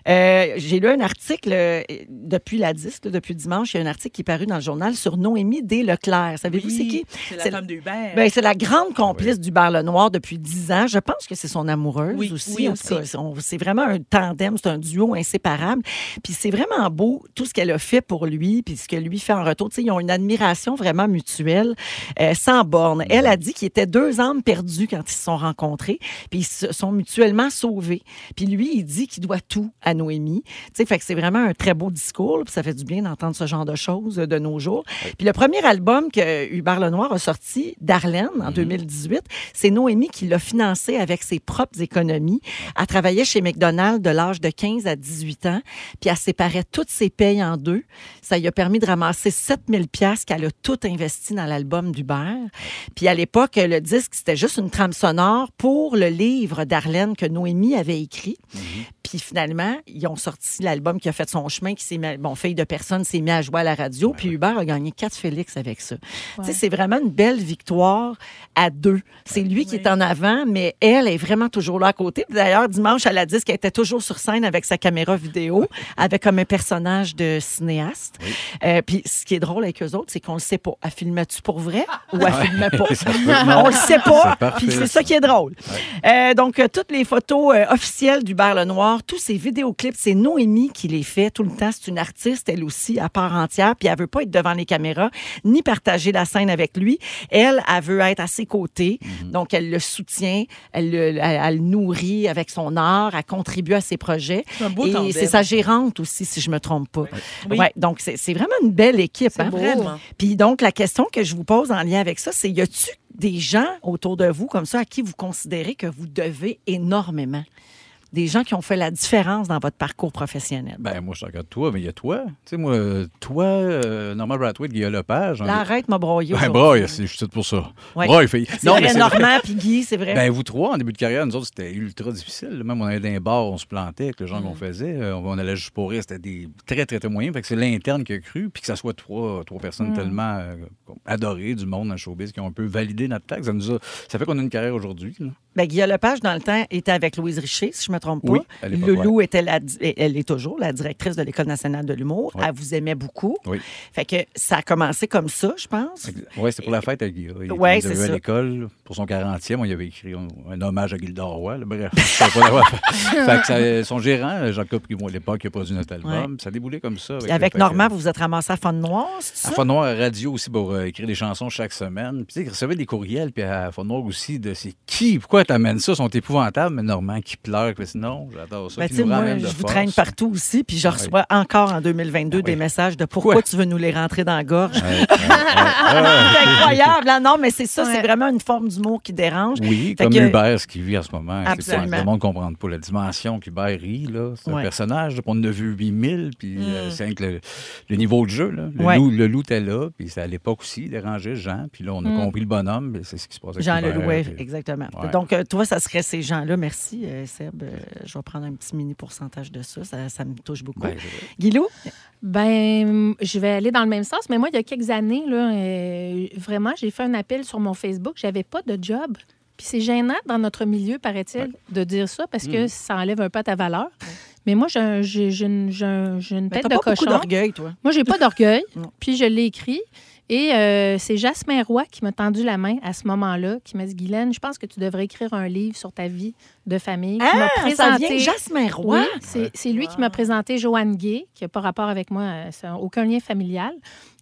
[SPEAKER 3] Euh, J'ai lu un article euh, depuis la disque, là, depuis dimanche, il y a un article qui est paru dans le journal sur Noémie D. Leclerc. Savez-vous c'est qui?
[SPEAKER 4] C'est la
[SPEAKER 3] C'est-
[SPEAKER 4] femme d'Hubert.
[SPEAKER 3] Ben, c'est la grande complice du bar Le Noir depuis 10 ans. Je pense que c'est son amoureuse
[SPEAKER 4] Oui,
[SPEAKER 3] aussi.
[SPEAKER 4] oui,
[SPEAKER 3] En tout cas, on- c'est vraiment un tandem, c'est un duo inséparable. Puis c'est vraiment beau tout ce qu'elle a fait pour lui, puis ce que lui fait en retour. Tu sais, ils ont une admiration vraiment mutuelle, euh, sans borne. Elle a dit qu'ils étaient deux âmes perdues quand ils se sont rencontrés, puis ils se sont mutuellement sauvés. Puis lui, il dit qu'il doit tout à Noémie. Tu sais, fait que c'est vraiment un très beau discours, là, puis ça fait du bien d'entendre ce genre de choses euh, de nos jours. Puis le premier album que Hubert Lenoir a sorti, Darlene, en 2018, c'est Noémie qui l'a financé avec ses propres économies. Elle travaillait chez McDonald's de l'âge de 15 à 18 ans, puis elle séparait toutes ses payes en deux. Ça lui a permis de ramasser 7000 pièces qu'elle a tout investi dans l'album d'Hubert. Puis à l'époque, le disque, c'était juste une trame sonore pour le livre d'Arlène que Noémie avait écrit. Puis finalement, ils ont sorti l'album qui a fait son chemin, qui s'est mis, à- bon, Fille de personne s'est mis à jouer à la radio, puis Hubert a gagné quatre Félix avec ça. Tu sais, c'est vraiment une belle victoire à deux. C'est lui qui est en avant, mais elle est vraiment toujours là à côté. Puis D'ailleurs, dimanche à la disque, elle était toujours sur scène avec sa caméra vidéo, avec comme un personnage de cinéaste. Euh, puis ce qui est drôle avec eux autres, c'est qu'on le sait pas. Elle filmait-tu pour vrai ou elle filmait pas?
[SPEAKER 6] Ça se peut, non.
[SPEAKER 3] On le sait
[SPEAKER 6] C'est
[SPEAKER 3] pas.
[SPEAKER 6] parfait,
[SPEAKER 3] Puis c'est
[SPEAKER 6] ça.
[SPEAKER 3] ça qui est drôle. Euh, donc, euh, toutes les photos euh, officielles d'Hubert Lenoir, tous ces vidéoclips, c'est Noémie qui les fait tout le temps. C'est une artiste, elle aussi, à part entière. Puis elle veut pas être devant les caméras, ni partager la scène avec lui. Elle, elle veut être à ses côtés.
[SPEAKER 6] Mhm.
[SPEAKER 3] Donc, elle le soutient, elle le elle- elle le nourrit avec son art, elle contribue à ses projets.
[SPEAKER 4] C'est un beau
[SPEAKER 3] Et
[SPEAKER 4] tandem.
[SPEAKER 3] c'est sa gérante aussi, si je me trompe pas.
[SPEAKER 4] Oui.
[SPEAKER 3] Ouais, donc, c'est c'est vraiment une belle équipe.
[SPEAKER 4] C'est
[SPEAKER 3] hein?
[SPEAKER 4] beau. Vraiment.
[SPEAKER 3] Puis donc, la question que je vous pose en lien avec ça, c'est y a-tu des gens autour de vous comme ça à qui vous considérez que vous devez énormément? Des gens qui ont fait la différence dans votre parcours professionnel.
[SPEAKER 6] Ben, moi, je te regarde toi, mais il y a toi. Tu sais, moi, euh, toi, euh, Norman Bradwick, Guillaume Lepage. on
[SPEAKER 3] Là,
[SPEAKER 6] est-
[SPEAKER 3] arrête, m'a broyé.
[SPEAKER 6] Ben,
[SPEAKER 3] aujourd'hui.
[SPEAKER 6] Broy, c'est juste pour ça.
[SPEAKER 3] Ouais.
[SPEAKER 6] Broy, fait-
[SPEAKER 3] C'est vrai,
[SPEAKER 6] c'est-
[SPEAKER 3] Normand puis Guy, c'est vrai.
[SPEAKER 6] Ben, vous trois, en début de carrière, nous autres, c'était ultra difficile. Même on allait dans les bars, on se plantait avec le
[SPEAKER 3] Mm-hmm.
[SPEAKER 6] genre qu'on faisait. Euh, On allait juste pour rire, c'était des très, très, très moyens. Fait que c'est l'interne qui a cru, puis que ça soit trois, trois
[SPEAKER 3] Mm.
[SPEAKER 6] personnes tellement euh, adorées du monde dans le showbiz qui ont un peu validé notre texte. Ça, nous a- ça fait qu'on a une carrière aujourd'hui. là.
[SPEAKER 3] Ben, Guillaume Lepage, dans le temps, était avec Louise Richer, si je ne me trompe pas.
[SPEAKER 6] Oui, à l'époque,
[SPEAKER 3] Loulou était la, di- elle est toujours la directrice de l'École nationale de l'humour.
[SPEAKER 6] Ouais.
[SPEAKER 3] Elle vous aimait beaucoup.
[SPEAKER 6] Oui.
[SPEAKER 3] Fait que ça a commencé comme ça, je pense.
[SPEAKER 6] Oui, c'était pour la fête à Guy. Il
[SPEAKER 3] Ouais,
[SPEAKER 6] était
[SPEAKER 3] c'est
[SPEAKER 6] venu à
[SPEAKER 3] ça.
[SPEAKER 6] l'école pour son 40e. On y avait écrit un, un hommage à Gilda Roy. là. Bref, ça va pas l'avoir fait. Fait que ça- son gérant, Jacob Primo, à l'époque, qui a produit notre album, ça déboulait comme ça.
[SPEAKER 3] Puis avec
[SPEAKER 6] le paquet.
[SPEAKER 3] Normand, vous vous êtes ramassé à Fond Noir, c'est ça?
[SPEAKER 6] À Fond Noir à radio aussi pour euh, écrire des chansons chaque semaine. Puis tu sais, ils recevaient des courriels, puis à Fond Noir aussi, de c'est qui, pourquoi t'amènes ça, ils sont épouvantables, mais Normand qui pleure, puis sinon, j'adore ça.
[SPEAKER 3] Ben,
[SPEAKER 6] qui
[SPEAKER 3] tu sais,
[SPEAKER 6] nous
[SPEAKER 3] moi,
[SPEAKER 6] ramène
[SPEAKER 3] je
[SPEAKER 6] de
[SPEAKER 3] vous
[SPEAKER 6] force. Ah
[SPEAKER 3] traîne partout aussi, puis je reçois encore en 2022 des messages de pourquoi
[SPEAKER 6] Ouais.
[SPEAKER 3] tu veux nous les rentrer dans la gorge.
[SPEAKER 6] Ouais, ouais, Ah ouais, ouais.
[SPEAKER 3] C'est incroyable. hein? Non, mais c'est ça, c'est
[SPEAKER 5] Ouais.
[SPEAKER 3] vraiment une forme d'humour qui dérange.
[SPEAKER 6] Oui,
[SPEAKER 3] Fait
[SPEAKER 6] comme
[SPEAKER 3] que-
[SPEAKER 6] Hubert, ce qu'il vit en ce moment. hein, c'est pas-
[SPEAKER 3] Absolument.
[SPEAKER 6] Le monde ne comprend pas la dimension qu'Hubert rit. là. C'est
[SPEAKER 3] Ouais. Hmm.
[SPEAKER 6] un personnage. là, puis On en a vu 8000, puis euh, c'est rien que le, le niveau de jeu. Là. Le,
[SPEAKER 3] Ouais.
[SPEAKER 6] loup, le loup était là, puis c'est à l'époque aussi, il dérangeait Jean. Puis là, on a compris le bonhomme, puis c'est ce qui se passe avec
[SPEAKER 3] Hmm. Jean
[SPEAKER 6] Hubert,
[SPEAKER 3] Leloup, oui,
[SPEAKER 6] puis-
[SPEAKER 3] exactement.
[SPEAKER 6] Ouais.
[SPEAKER 3] Donc, euh, toi, ça serait ces gens-là. Merci, euh, Seb. Euh, je vais prendre un petit mini pourcentage de ça. Ça, ça me touche beaucoup.
[SPEAKER 6] Ben, c'est vrai.
[SPEAKER 3] Guilou?
[SPEAKER 5] Ben, je vais aller dans le même sens, mais moi, il y a quelques années, là, euh, vraiment, j'ai fait un appel sur mon Facebook. J'avais pas de job. Puis c'est gênant dans notre milieu, paraît-il, de dire ça parce
[SPEAKER 3] Mm.
[SPEAKER 5] que ça enlève un peu à ta valeur. Mais moi, j'ai un- j'ai j'ai une, j'ai un- j'ai une
[SPEAKER 3] Ben,
[SPEAKER 5] tête
[SPEAKER 3] t'as
[SPEAKER 5] de
[SPEAKER 3] pas beaucoup
[SPEAKER 5] cochon.
[SPEAKER 3] d'orgueil, toi.
[SPEAKER 5] Moi, j'ai pas d'orgueil.
[SPEAKER 3] Non.
[SPEAKER 5] puis je l'ai écrit. Et euh, c'est Jasmin Roy qui m'a tendu la main à ce moment-là, qui m'a dit Guylaine, je pense que tu devrais écrire un livre sur ta vie de famille. Qui m'a
[SPEAKER 3] Ah, ça vient de Jasmin Roy.
[SPEAKER 5] oui, c'est c'est lui qui m'a présenté Joanne Gay, qui n'a pas rapport avec moi, euh, ça n'a aucun lien familial,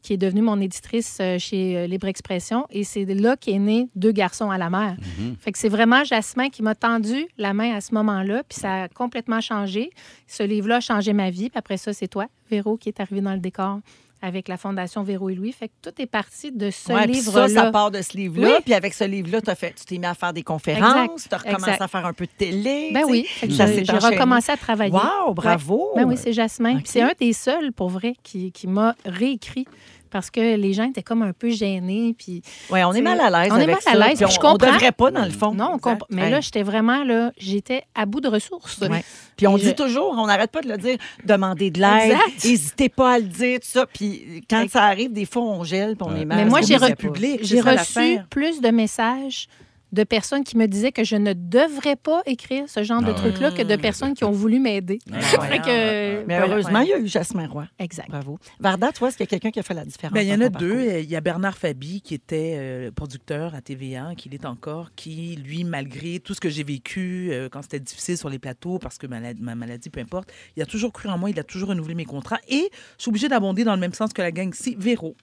[SPEAKER 5] qui est devenue mon éditrice euh, chez euh, Libre Expression. Et c'est de là qu'est né Deux garçons à la mer.
[SPEAKER 3] Mhm.
[SPEAKER 5] Fait que c'est vraiment Jasmin qui m'a tendu la main à ce moment-là, puis ça a complètement changé. Ce livre-là a changé ma vie. Puis après ça, c'est toi, Véro, qui est arrivé dans le décor avec la Fondation Véro et Louis. Fait que tout est parti de ce
[SPEAKER 3] Ouais, puis ça,
[SPEAKER 5] livre-là.
[SPEAKER 3] ça part de ce livre-là.
[SPEAKER 5] Oui.
[SPEAKER 3] Puis avec ce livre-là, t'as fait- tu t'es mis à faire des conférences, tu as recommencé
[SPEAKER 5] exact.
[SPEAKER 3] à faire un peu de télé.
[SPEAKER 5] Ben
[SPEAKER 3] tu sais.
[SPEAKER 5] oui, Fait que
[SPEAKER 3] Ça
[SPEAKER 5] j'ai
[SPEAKER 3] s'est
[SPEAKER 5] j'ai
[SPEAKER 3] enchaîné.
[SPEAKER 5] recommencé à travailler.
[SPEAKER 3] Wow,
[SPEAKER 5] Ouais.
[SPEAKER 3] bravo!
[SPEAKER 5] Ben oui, c'est Jasmin.
[SPEAKER 3] Oh, Ok.
[SPEAKER 5] C'est un des seuls, pour vrai, qui, qui m'a réécrit parce que les gens étaient comme un peu gênés. Puis...
[SPEAKER 3] Ouais, on est
[SPEAKER 5] c'est-
[SPEAKER 3] mal à l'aise
[SPEAKER 5] on est mal
[SPEAKER 3] avec
[SPEAKER 5] à
[SPEAKER 3] ça,
[SPEAKER 5] l'aise,
[SPEAKER 3] puis
[SPEAKER 5] puis je
[SPEAKER 3] on, on
[SPEAKER 5] comprends.
[SPEAKER 3] devrait pas, dans le fond.
[SPEAKER 5] Non, on
[SPEAKER 3] Exact.
[SPEAKER 5] comp- mais
[SPEAKER 3] Ouais.
[SPEAKER 5] là, j'étais vraiment, là, j'étais à bout de ressources.
[SPEAKER 3] Ouais. Puis on
[SPEAKER 5] Et
[SPEAKER 3] dit
[SPEAKER 5] je-
[SPEAKER 3] toujours, on n'arrête pas de le dire, demandez de l'aide,
[SPEAKER 5] Exact.
[SPEAKER 3] n'hésitez pas à le dire, tout ça. Puis quand
[SPEAKER 5] Ex-
[SPEAKER 3] ça arrive, des fois, on gèle, puis on
[SPEAKER 6] Ouais.
[SPEAKER 3] est mal.
[SPEAKER 5] Mais
[SPEAKER 3] parce
[SPEAKER 5] moi,
[SPEAKER 3] qu'on
[SPEAKER 5] j'ai
[SPEAKER 3] sait
[SPEAKER 5] re-
[SPEAKER 3] pas.
[SPEAKER 4] public,
[SPEAKER 5] J'ai
[SPEAKER 4] c'est ça
[SPEAKER 5] reçu
[SPEAKER 4] l'affaire.
[SPEAKER 5] plus de messages de personnes qui me disaient que je ne devrais pas écrire ce genre de
[SPEAKER 6] Ah ouais.
[SPEAKER 5] truc-là que de personnes qui ont voulu m'aider. Fait que-
[SPEAKER 3] Mais
[SPEAKER 5] voilà.
[SPEAKER 3] heureusement, il y a eu Jasmin Roy.
[SPEAKER 5] Exact.
[SPEAKER 3] Bravo. Varda, tu vois, est-ce qu'il y a quelqu'un qui a fait la différence?
[SPEAKER 4] Ben, il y en
[SPEAKER 3] dans
[SPEAKER 4] a
[SPEAKER 3] ton
[SPEAKER 4] deux.
[SPEAKER 3] parcours?
[SPEAKER 4] Euh, Il y a Bernard Fabi, qui était euh, producteur à TVA, qui l'est encore, qui, lui, malgré tout ce que j'ai vécu euh, quand c'était difficile sur les plateaux, parce que malade- ma maladie, peu importe, il a toujours cru en moi, il a toujours renouvelé mes contrats. Et je suis obligée d'abonder dans le même sens que la gang ici, Véro.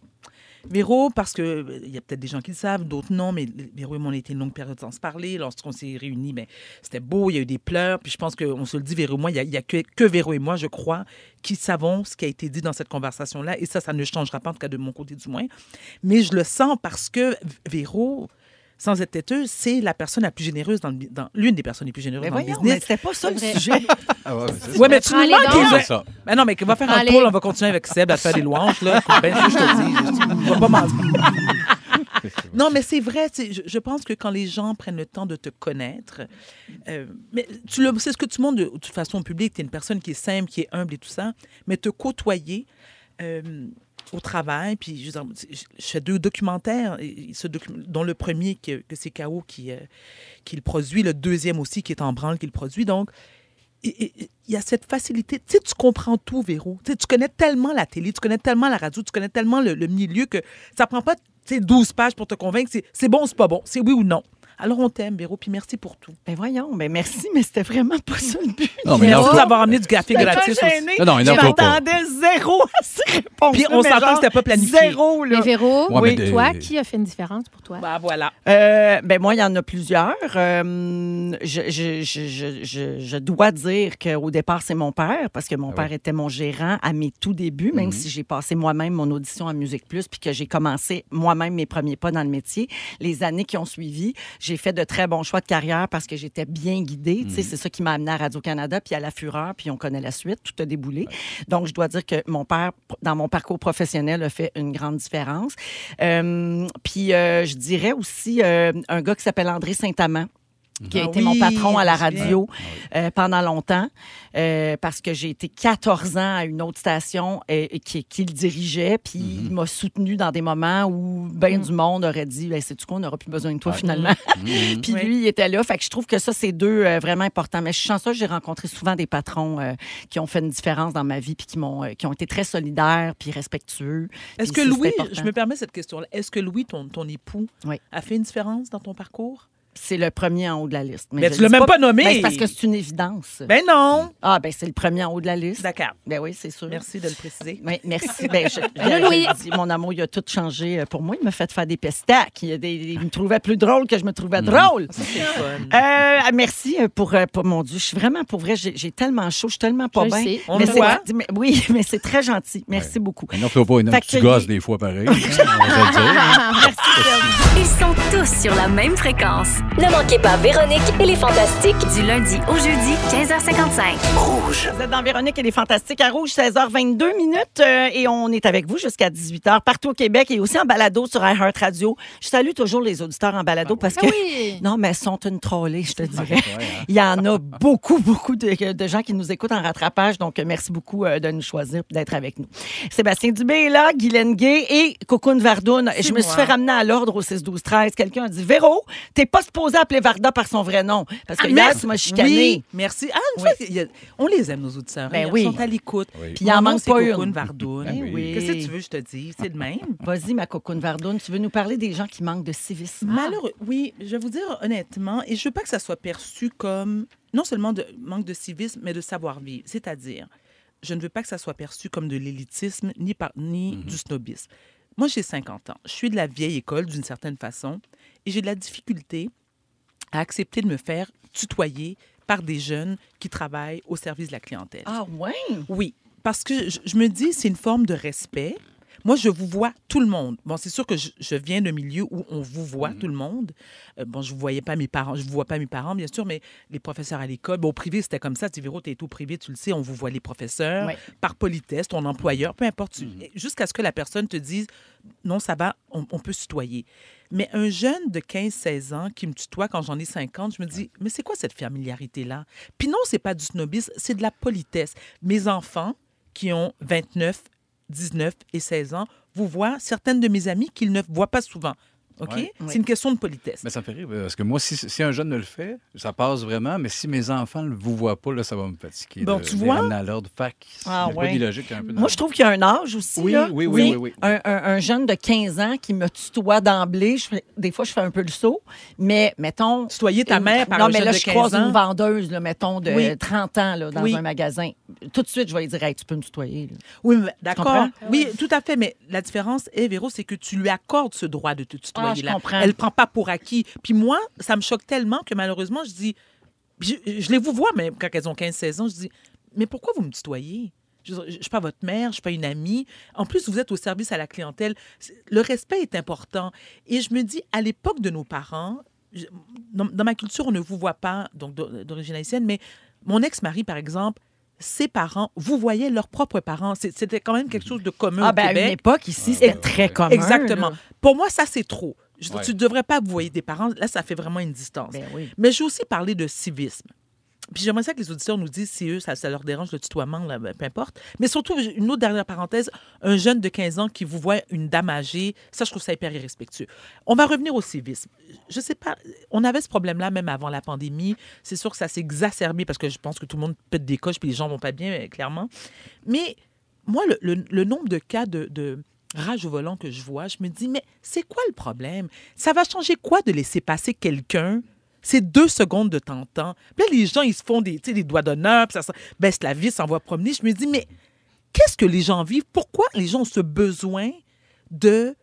[SPEAKER 4] Véro, parce que euh, il y a peut-être des gens qui le savent, d'autres non, mais Véro et moi, on a été une longue période sans se parler. Lorsqu'on s'est réunis, ben, c'était beau, il y a eu des pleurs. Puis je pense qu'on se le dit, Véro et moi, il n'y a, que, que Véro et moi, je crois, qui savons ce qui a été dit dans cette conversation-là. Et ça, ça ne changera pas, en tout cas de mon côté du moins. Mais je le sens parce que Véro, sans être têteuse, c'est la personne la plus généreuse dans le bi- dans- l'une des personnes les plus généreuses
[SPEAKER 3] Mais
[SPEAKER 4] dans le
[SPEAKER 3] voyons, mais
[SPEAKER 4] business.
[SPEAKER 3] c'était pas ça le
[SPEAKER 5] C'est vrai.
[SPEAKER 3] sujet.
[SPEAKER 6] Ah ouais, c'est ça. Ah,
[SPEAKER 4] Ouais, mais tu nous
[SPEAKER 5] Allez
[SPEAKER 4] manques,
[SPEAKER 5] donc.
[SPEAKER 4] les gens.
[SPEAKER 6] C'est ça.
[SPEAKER 4] Mais non, mais qu'on va faire un
[SPEAKER 5] Allez.
[SPEAKER 4] tour, là, on va continuer avec Seb à te faire des louanges, là. Ben, je te dis, je- on va pas mentir. Non, mais c'est vrai, tu sais, je, je pense que quand les gens prennent le temps de te connaître, euh, mais tu le, c'est ce que tu montres de, de toute façon au public, tu es une personne qui est simple, qui est humble et tout ça, mais te côtoyer euh, au travail, puis je, veux dire, je- je fais deux documentaires, et- et ce docu- dont le premier que, que c'est K.O. qui, euh, qui le produit, le deuxième aussi qui est en branle qui le produit, donc et- et- et il y a cette facilité. Tu sais, tu comprends tout, Véro. Tu sais, tu connais tellement la télé, tu connais tellement la radio, tu connais tellement le, le milieu que ça prend pas tu sais, 12 pages pour te convaincre. C'est- C'est bon ou c'est pas bon. C'est oui ou non. Alors, on t'aime, Véro, puis merci pour tout.
[SPEAKER 3] Ben voyons, ben merci, mais c'était vraiment pas ça le but.
[SPEAKER 6] Non, mais
[SPEAKER 4] merci
[SPEAKER 6] non,
[SPEAKER 4] d'avoir amené du café
[SPEAKER 3] J'étais
[SPEAKER 4] gratuit. aussi.
[SPEAKER 3] gênée.
[SPEAKER 6] Non, non, il
[SPEAKER 3] Je
[SPEAKER 6] n'en faut pas.
[SPEAKER 3] m'attendais zéro à ces réponses.
[SPEAKER 4] Puis on s'entend que c'était pas planifié.
[SPEAKER 3] Zéro, là.
[SPEAKER 5] Mais Véro,
[SPEAKER 6] Ouais, mais de-
[SPEAKER 5] toi, qui a fait une différence pour toi?
[SPEAKER 4] Bah, voilà.
[SPEAKER 3] Euh, ben moi, il y en a plusieurs. Euh, je, je, je, je, je, je dois dire qu'au départ, c'est mon père, parce que mon père était mon gérant à mes tout débuts, même si j'ai passé moi-même mon audition à Musique Plus, puis que j'ai commencé moi-même mes premiers pas dans le métier. Les années qui ont suivi, j'ai fait de très bons choix de carrière parce que j'étais bien guidée. Tu sais, C'est ça qui m'a amené à Radio-Canada, puis à La Fureur, puis on connaît la suite, tout a déboulé. Donc, je dois dire que mon père, dans mon parcours professionnel, a fait une grande différence. Euh, puis euh, je dirais aussi euh, un gars qui s'appelle André Saint-Amand qui a
[SPEAKER 4] Ah
[SPEAKER 3] été
[SPEAKER 4] oui,
[SPEAKER 3] mon patron à la
[SPEAKER 4] je Ah me souviens.
[SPEAKER 3] radio euh, pendant longtemps, euh, parce que j'ai été 14 ans à une autre station euh, et qui, qui le dirigeait, puis
[SPEAKER 4] Mhm.
[SPEAKER 3] il m'a soutenu dans des moments où bien du monde aurait dit ben, « Sais-tu quoi, on n'aura plus besoin de toi
[SPEAKER 4] Ah,
[SPEAKER 6] Ouais.
[SPEAKER 3] finalement?
[SPEAKER 6] Mhm.
[SPEAKER 3] Puis
[SPEAKER 4] Oui.
[SPEAKER 3] lui, il était là. Fait que je trouve que ça, c'est deux euh, vraiment importants. Mais je suis chanceuse, j'ai rencontré souvent des patrons euh, qui ont fait une différence dans ma vie puis qui, m'ont, euh, qui ont été très solidaires puis respectueux.
[SPEAKER 4] Est-ce que
[SPEAKER 3] Puis ça, c'est
[SPEAKER 4] Louis,
[SPEAKER 3] important.
[SPEAKER 4] je me permets cette question-là, est-ce que Louis, ton, ton époux,
[SPEAKER 3] Oui.
[SPEAKER 4] a fait une différence dans ton parcours?
[SPEAKER 3] C'est le premier en haut de la liste.
[SPEAKER 4] Mais
[SPEAKER 3] je
[SPEAKER 4] tu
[SPEAKER 3] le
[SPEAKER 4] l'as
[SPEAKER 3] dis
[SPEAKER 4] même pas nommé.
[SPEAKER 3] Ben, c'est parce que c'est une évidence.
[SPEAKER 4] Ben non!
[SPEAKER 3] Ah, ben c'est le premier en haut de la liste.
[SPEAKER 4] D'accord.
[SPEAKER 3] Ben oui, c'est sûr.
[SPEAKER 4] Merci de le préciser.
[SPEAKER 3] Oui, merci. Ben, je-
[SPEAKER 5] Allô,
[SPEAKER 3] je-
[SPEAKER 5] Louis.
[SPEAKER 3] je dis, mon amour, il a tout changé euh, pour moi. Il m'a fait faire des pestacs. Il, y a des- il me trouvait plus drôle que je me trouvais
[SPEAKER 4] Mm.
[SPEAKER 3] drôle.
[SPEAKER 4] Ça, c'est le fun.
[SPEAKER 3] Euh, merci pour, euh, pour mon Dieu. Je suis vraiment pour vrai. J'ai j'ai tellement chaud. Je suis tellement pas
[SPEAKER 5] Je
[SPEAKER 3] bien.
[SPEAKER 5] sais.
[SPEAKER 4] On
[SPEAKER 3] Mais
[SPEAKER 4] le
[SPEAKER 3] c'est-
[SPEAKER 4] voit.
[SPEAKER 3] mais- oui, mais c'est très gentil. Merci beaucoup.
[SPEAKER 6] Mais Non, fais pas une
[SPEAKER 3] Fait
[SPEAKER 6] tu
[SPEAKER 3] que-
[SPEAKER 6] gosses des fois pareil. hein, on va se le dire. hein.
[SPEAKER 1] Ils sont tous sur la même fréquence.
[SPEAKER 2] Ne manquez pas Véronique et les Fantastiques.
[SPEAKER 1] Du lundi au jeudi, 15h55.
[SPEAKER 3] Vous êtes dans Véronique et les Fantastiques à Rouge, 16h22 minutes. euh, et on est avec vous jusqu'à 18h partout au Québec et aussi en balado sur iHeartRadio. Je salue toujours les auditeurs en balado parce que.
[SPEAKER 5] oui.
[SPEAKER 3] Non, mais elles sont une trollée, je te dirais.
[SPEAKER 6] Ouais, hein.
[SPEAKER 3] Il y en a beaucoup, beaucoup de, de gens qui nous écoutent en rattrapage. Donc, euh, merci beaucoup euh, de nous choisir et d'être avec nous. Sébastien Dubé est là, Guylaine Gay et Cocoon Vardoun. Je me
[SPEAKER 4] moi.
[SPEAKER 3] suis fait ramener à l'ordre au 6-12-13. Quelqu'un a dit Véro, t'es pas supposé appeler Varda par son vrai nom. Parce que hier,
[SPEAKER 4] merci.
[SPEAKER 3] tu m'as chicané.
[SPEAKER 4] Ah, Oui, merci. Ah, une fois, il y a- on les aime, nos auditeurs. hein.
[SPEAKER 3] Ben
[SPEAKER 4] ils
[SPEAKER 3] oui.
[SPEAKER 4] sont à l'écoute.
[SPEAKER 6] Oui.
[SPEAKER 3] Puis il en
[SPEAKER 4] Mon nom,
[SPEAKER 3] manque
[SPEAKER 4] c'est
[SPEAKER 3] pas une.
[SPEAKER 4] Cocoon Vardoune.
[SPEAKER 6] Ben oui.
[SPEAKER 4] Qu'est-ce que tu veux, que je te dis? C'est le même.
[SPEAKER 3] Vas-y, ma cocoon Vardoune, tu veux nous parler des gens qui manquent de civisme.
[SPEAKER 4] Malheureux, oui, je vais vous dire honnêtement, et je veux pas que ça soit perçu comme non seulement de manque de civisme, mais de savoir-vivre. C'est-à-dire, je ne veux pas que ça soit perçu comme de l'élitisme ni, par, ni du snobisme. Moi, j'ai 50 ans. Je suis de la vieille école d'une certaine façon, et j'ai de la difficulté à accepter de me faire tutoyer par des jeunes qui travaillent au service de la clientèle.
[SPEAKER 3] Ah ouais?
[SPEAKER 4] Mm. Oui, parce que je, je me dis, c'est une forme de respect. Moi, je vous vois tout le monde. Bon, c'est sûr que je, je viens d'un milieu où on vous voit tout le monde. Euh, bon, je ne voyais pas mes parents, je vous vois pas mes parents, bien sûr, mais les professeurs à l'école, bon, au privé, c'était comme ça. Tu Véro, tu es tout privé, tu le sais, on vous voit les professeurs,
[SPEAKER 3] Ouais.
[SPEAKER 4] par politesse, ton employeur, peu importe. tu- Jusqu'à ce que la personne te dise, non, ça va, on, on peut se tutoyer. Mais un jeune de 15-16 ans qui me tutoie quand j'en ai 50, je me dis, mais c'est quoi cette familiarité-là? Puis non, c'est pas du snobisme, c'est de la politesse. Mes enfants qui ont 29, 19 et 16 ans vous voient certaines de mes amies qu'ils ne voient pas souvent. OK?
[SPEAKER 6] Ouais.
[SPEAKER 3] Oui.
[SPEAKER 4] C'est une question de politesse.
[SPEAKER 6] Mais ça me fait rire, parce que moi, si, si un jeune me le fait, ça passe vraiment, mais si mes enfants ne vous voient pas, là, ça va me fatiguer.
[SPEAKER 4] Bon,
[SPEAKER 6] de-
[SPEAKER 4] tu
[SPEAKER 6] de les
[SPEAKER 4] vois?
[SPEAKER 6] ramener à l'ordre, fac.
[SPEAKER 3] Ah, ouais.
[SPEAKER 6] logique un peu. dans-
[SPEAKER 3] Moi, je trouve qu'il y a un âge aussi.
[SPEAKER 6] Oui,
[SPEAKER 3] là.
[SPEAKER 6] oui, oui, oui, oui.
[SPEAKER 3] Un, un- un jeune de 15 ans qui me tutoie d'emblée, je fais- des fois, je fais un peu le saut, mais mettons.
[SPEAKER 4] Tutoyer ta
[SPEAKER 3] une-
[SPEAKER 4] mère par
[SPEAKER 3] Non,
[SPEAKER 4] un
[SPEAKER 3] mais
[SPEAKER 4] jeune
[SPEAKER 3] là,
[SPEAKER 4] de
[SPEAKER 3] je croise
[SPEAKER 4] 15 ans.
[SPEAKER 3] une vendeuse, là, mettons, de
[SPEAKER 4] Oui.
[SPEAKER 3] 30 ans là, dans
[SPEAKER 4] Oui.
[SPEAKER 3] un magasin. Tout de suite, je vais lui dire Hey, tu peux me tutoyer. là.
[SPEAKER 4] Oui, mais d'accord.
[SPEAKER 3] comprends?
[SPEAKER 4] Oui, tout à fait. Mais la différence, eh, Véro, c'est que tu lui accordes ce droit de te tutoyer.
[SPEAKER 3] Ah, je
[SPEAKER 4] là.
[SPEAKER 3] comprends.
[SPEAKER 4] Elle ne prend pas pour acquis. Puis moi, ça me choque tellement que malheureusement, je dis, je, je les vous vois même quand elles ont 15-16 ans, je dis, mais pourquoi vous me tutoyez? Je ne suis pas votre mère, je ne suis pas une amie. En plus, vous êtes au service à la clientèle. C'est- Le respect est important. Et je me dis, à l'époque de nos parents, je- dans, dans ma culture, on ne vous voit pas, donc d'o- d'origine haïtienne, mais mon ex-mari, par exemple, ses parents, vous voyez leurs propres parents. C'est- C'était quand même quelque chose de commun
[SPEAKER 3] Ah,
[SPEAKER 4] au
[SPEAKER 3] ben, à une
[SPEAKER 4] Québec.
[SPEAKER 3] époque, ici, c'était
[SPEAKER 6] Ah,
[SPEAKER 3] très commun.
[SPEAKER 4] Exactement.
[SPEAKER 3] là.
[SPEAKER 4] Pour moi, ça, c'est trop. Je-
[SPEAKER 6] Ouais.
[SPEAKER 4] Tu ne devrais pas vous voyez des parents. Là, ça fait vraiment une distance.
[SPEAKER 3] Ben oui.
[SPEAKER 4] Mais j'ai aussi parlé de civisme. Puis j'aimerais ça que les auditeurs nous disent si eux, ça, ça leur dérange le tutoiement, là, ben, peu importe. Mais surtout, j'ai une autre dernière parenthèse, un jeune de 15 ans qui vous voit une dame âgée, ça, je trouve ça hyper irrespectueux. On va revenir au civisme. Je sais pas, on avait ce problème-là même avant la pandémie. C'est sûr que ça s'est exacerbé parce que je pense que tout le monde pète des coches puis les gens vont pas bien, euh, clairement. Mais moi, le, le- le nombre de cas de, de rage au volant que je vois, je me dis, mais c'est quoi le problème? Ça va changer quoi de laisser passer quelqu'un? C'est deux secondes de temps en temps. Puis là, les gens, ils se font des, tu sais, des doigts d'honneur, puis ça, ça baisse la vie, s'envoie promener. Je me dis, mais qu'est-ce que les gens vivent? Pourquoi les gens ont ce besoin de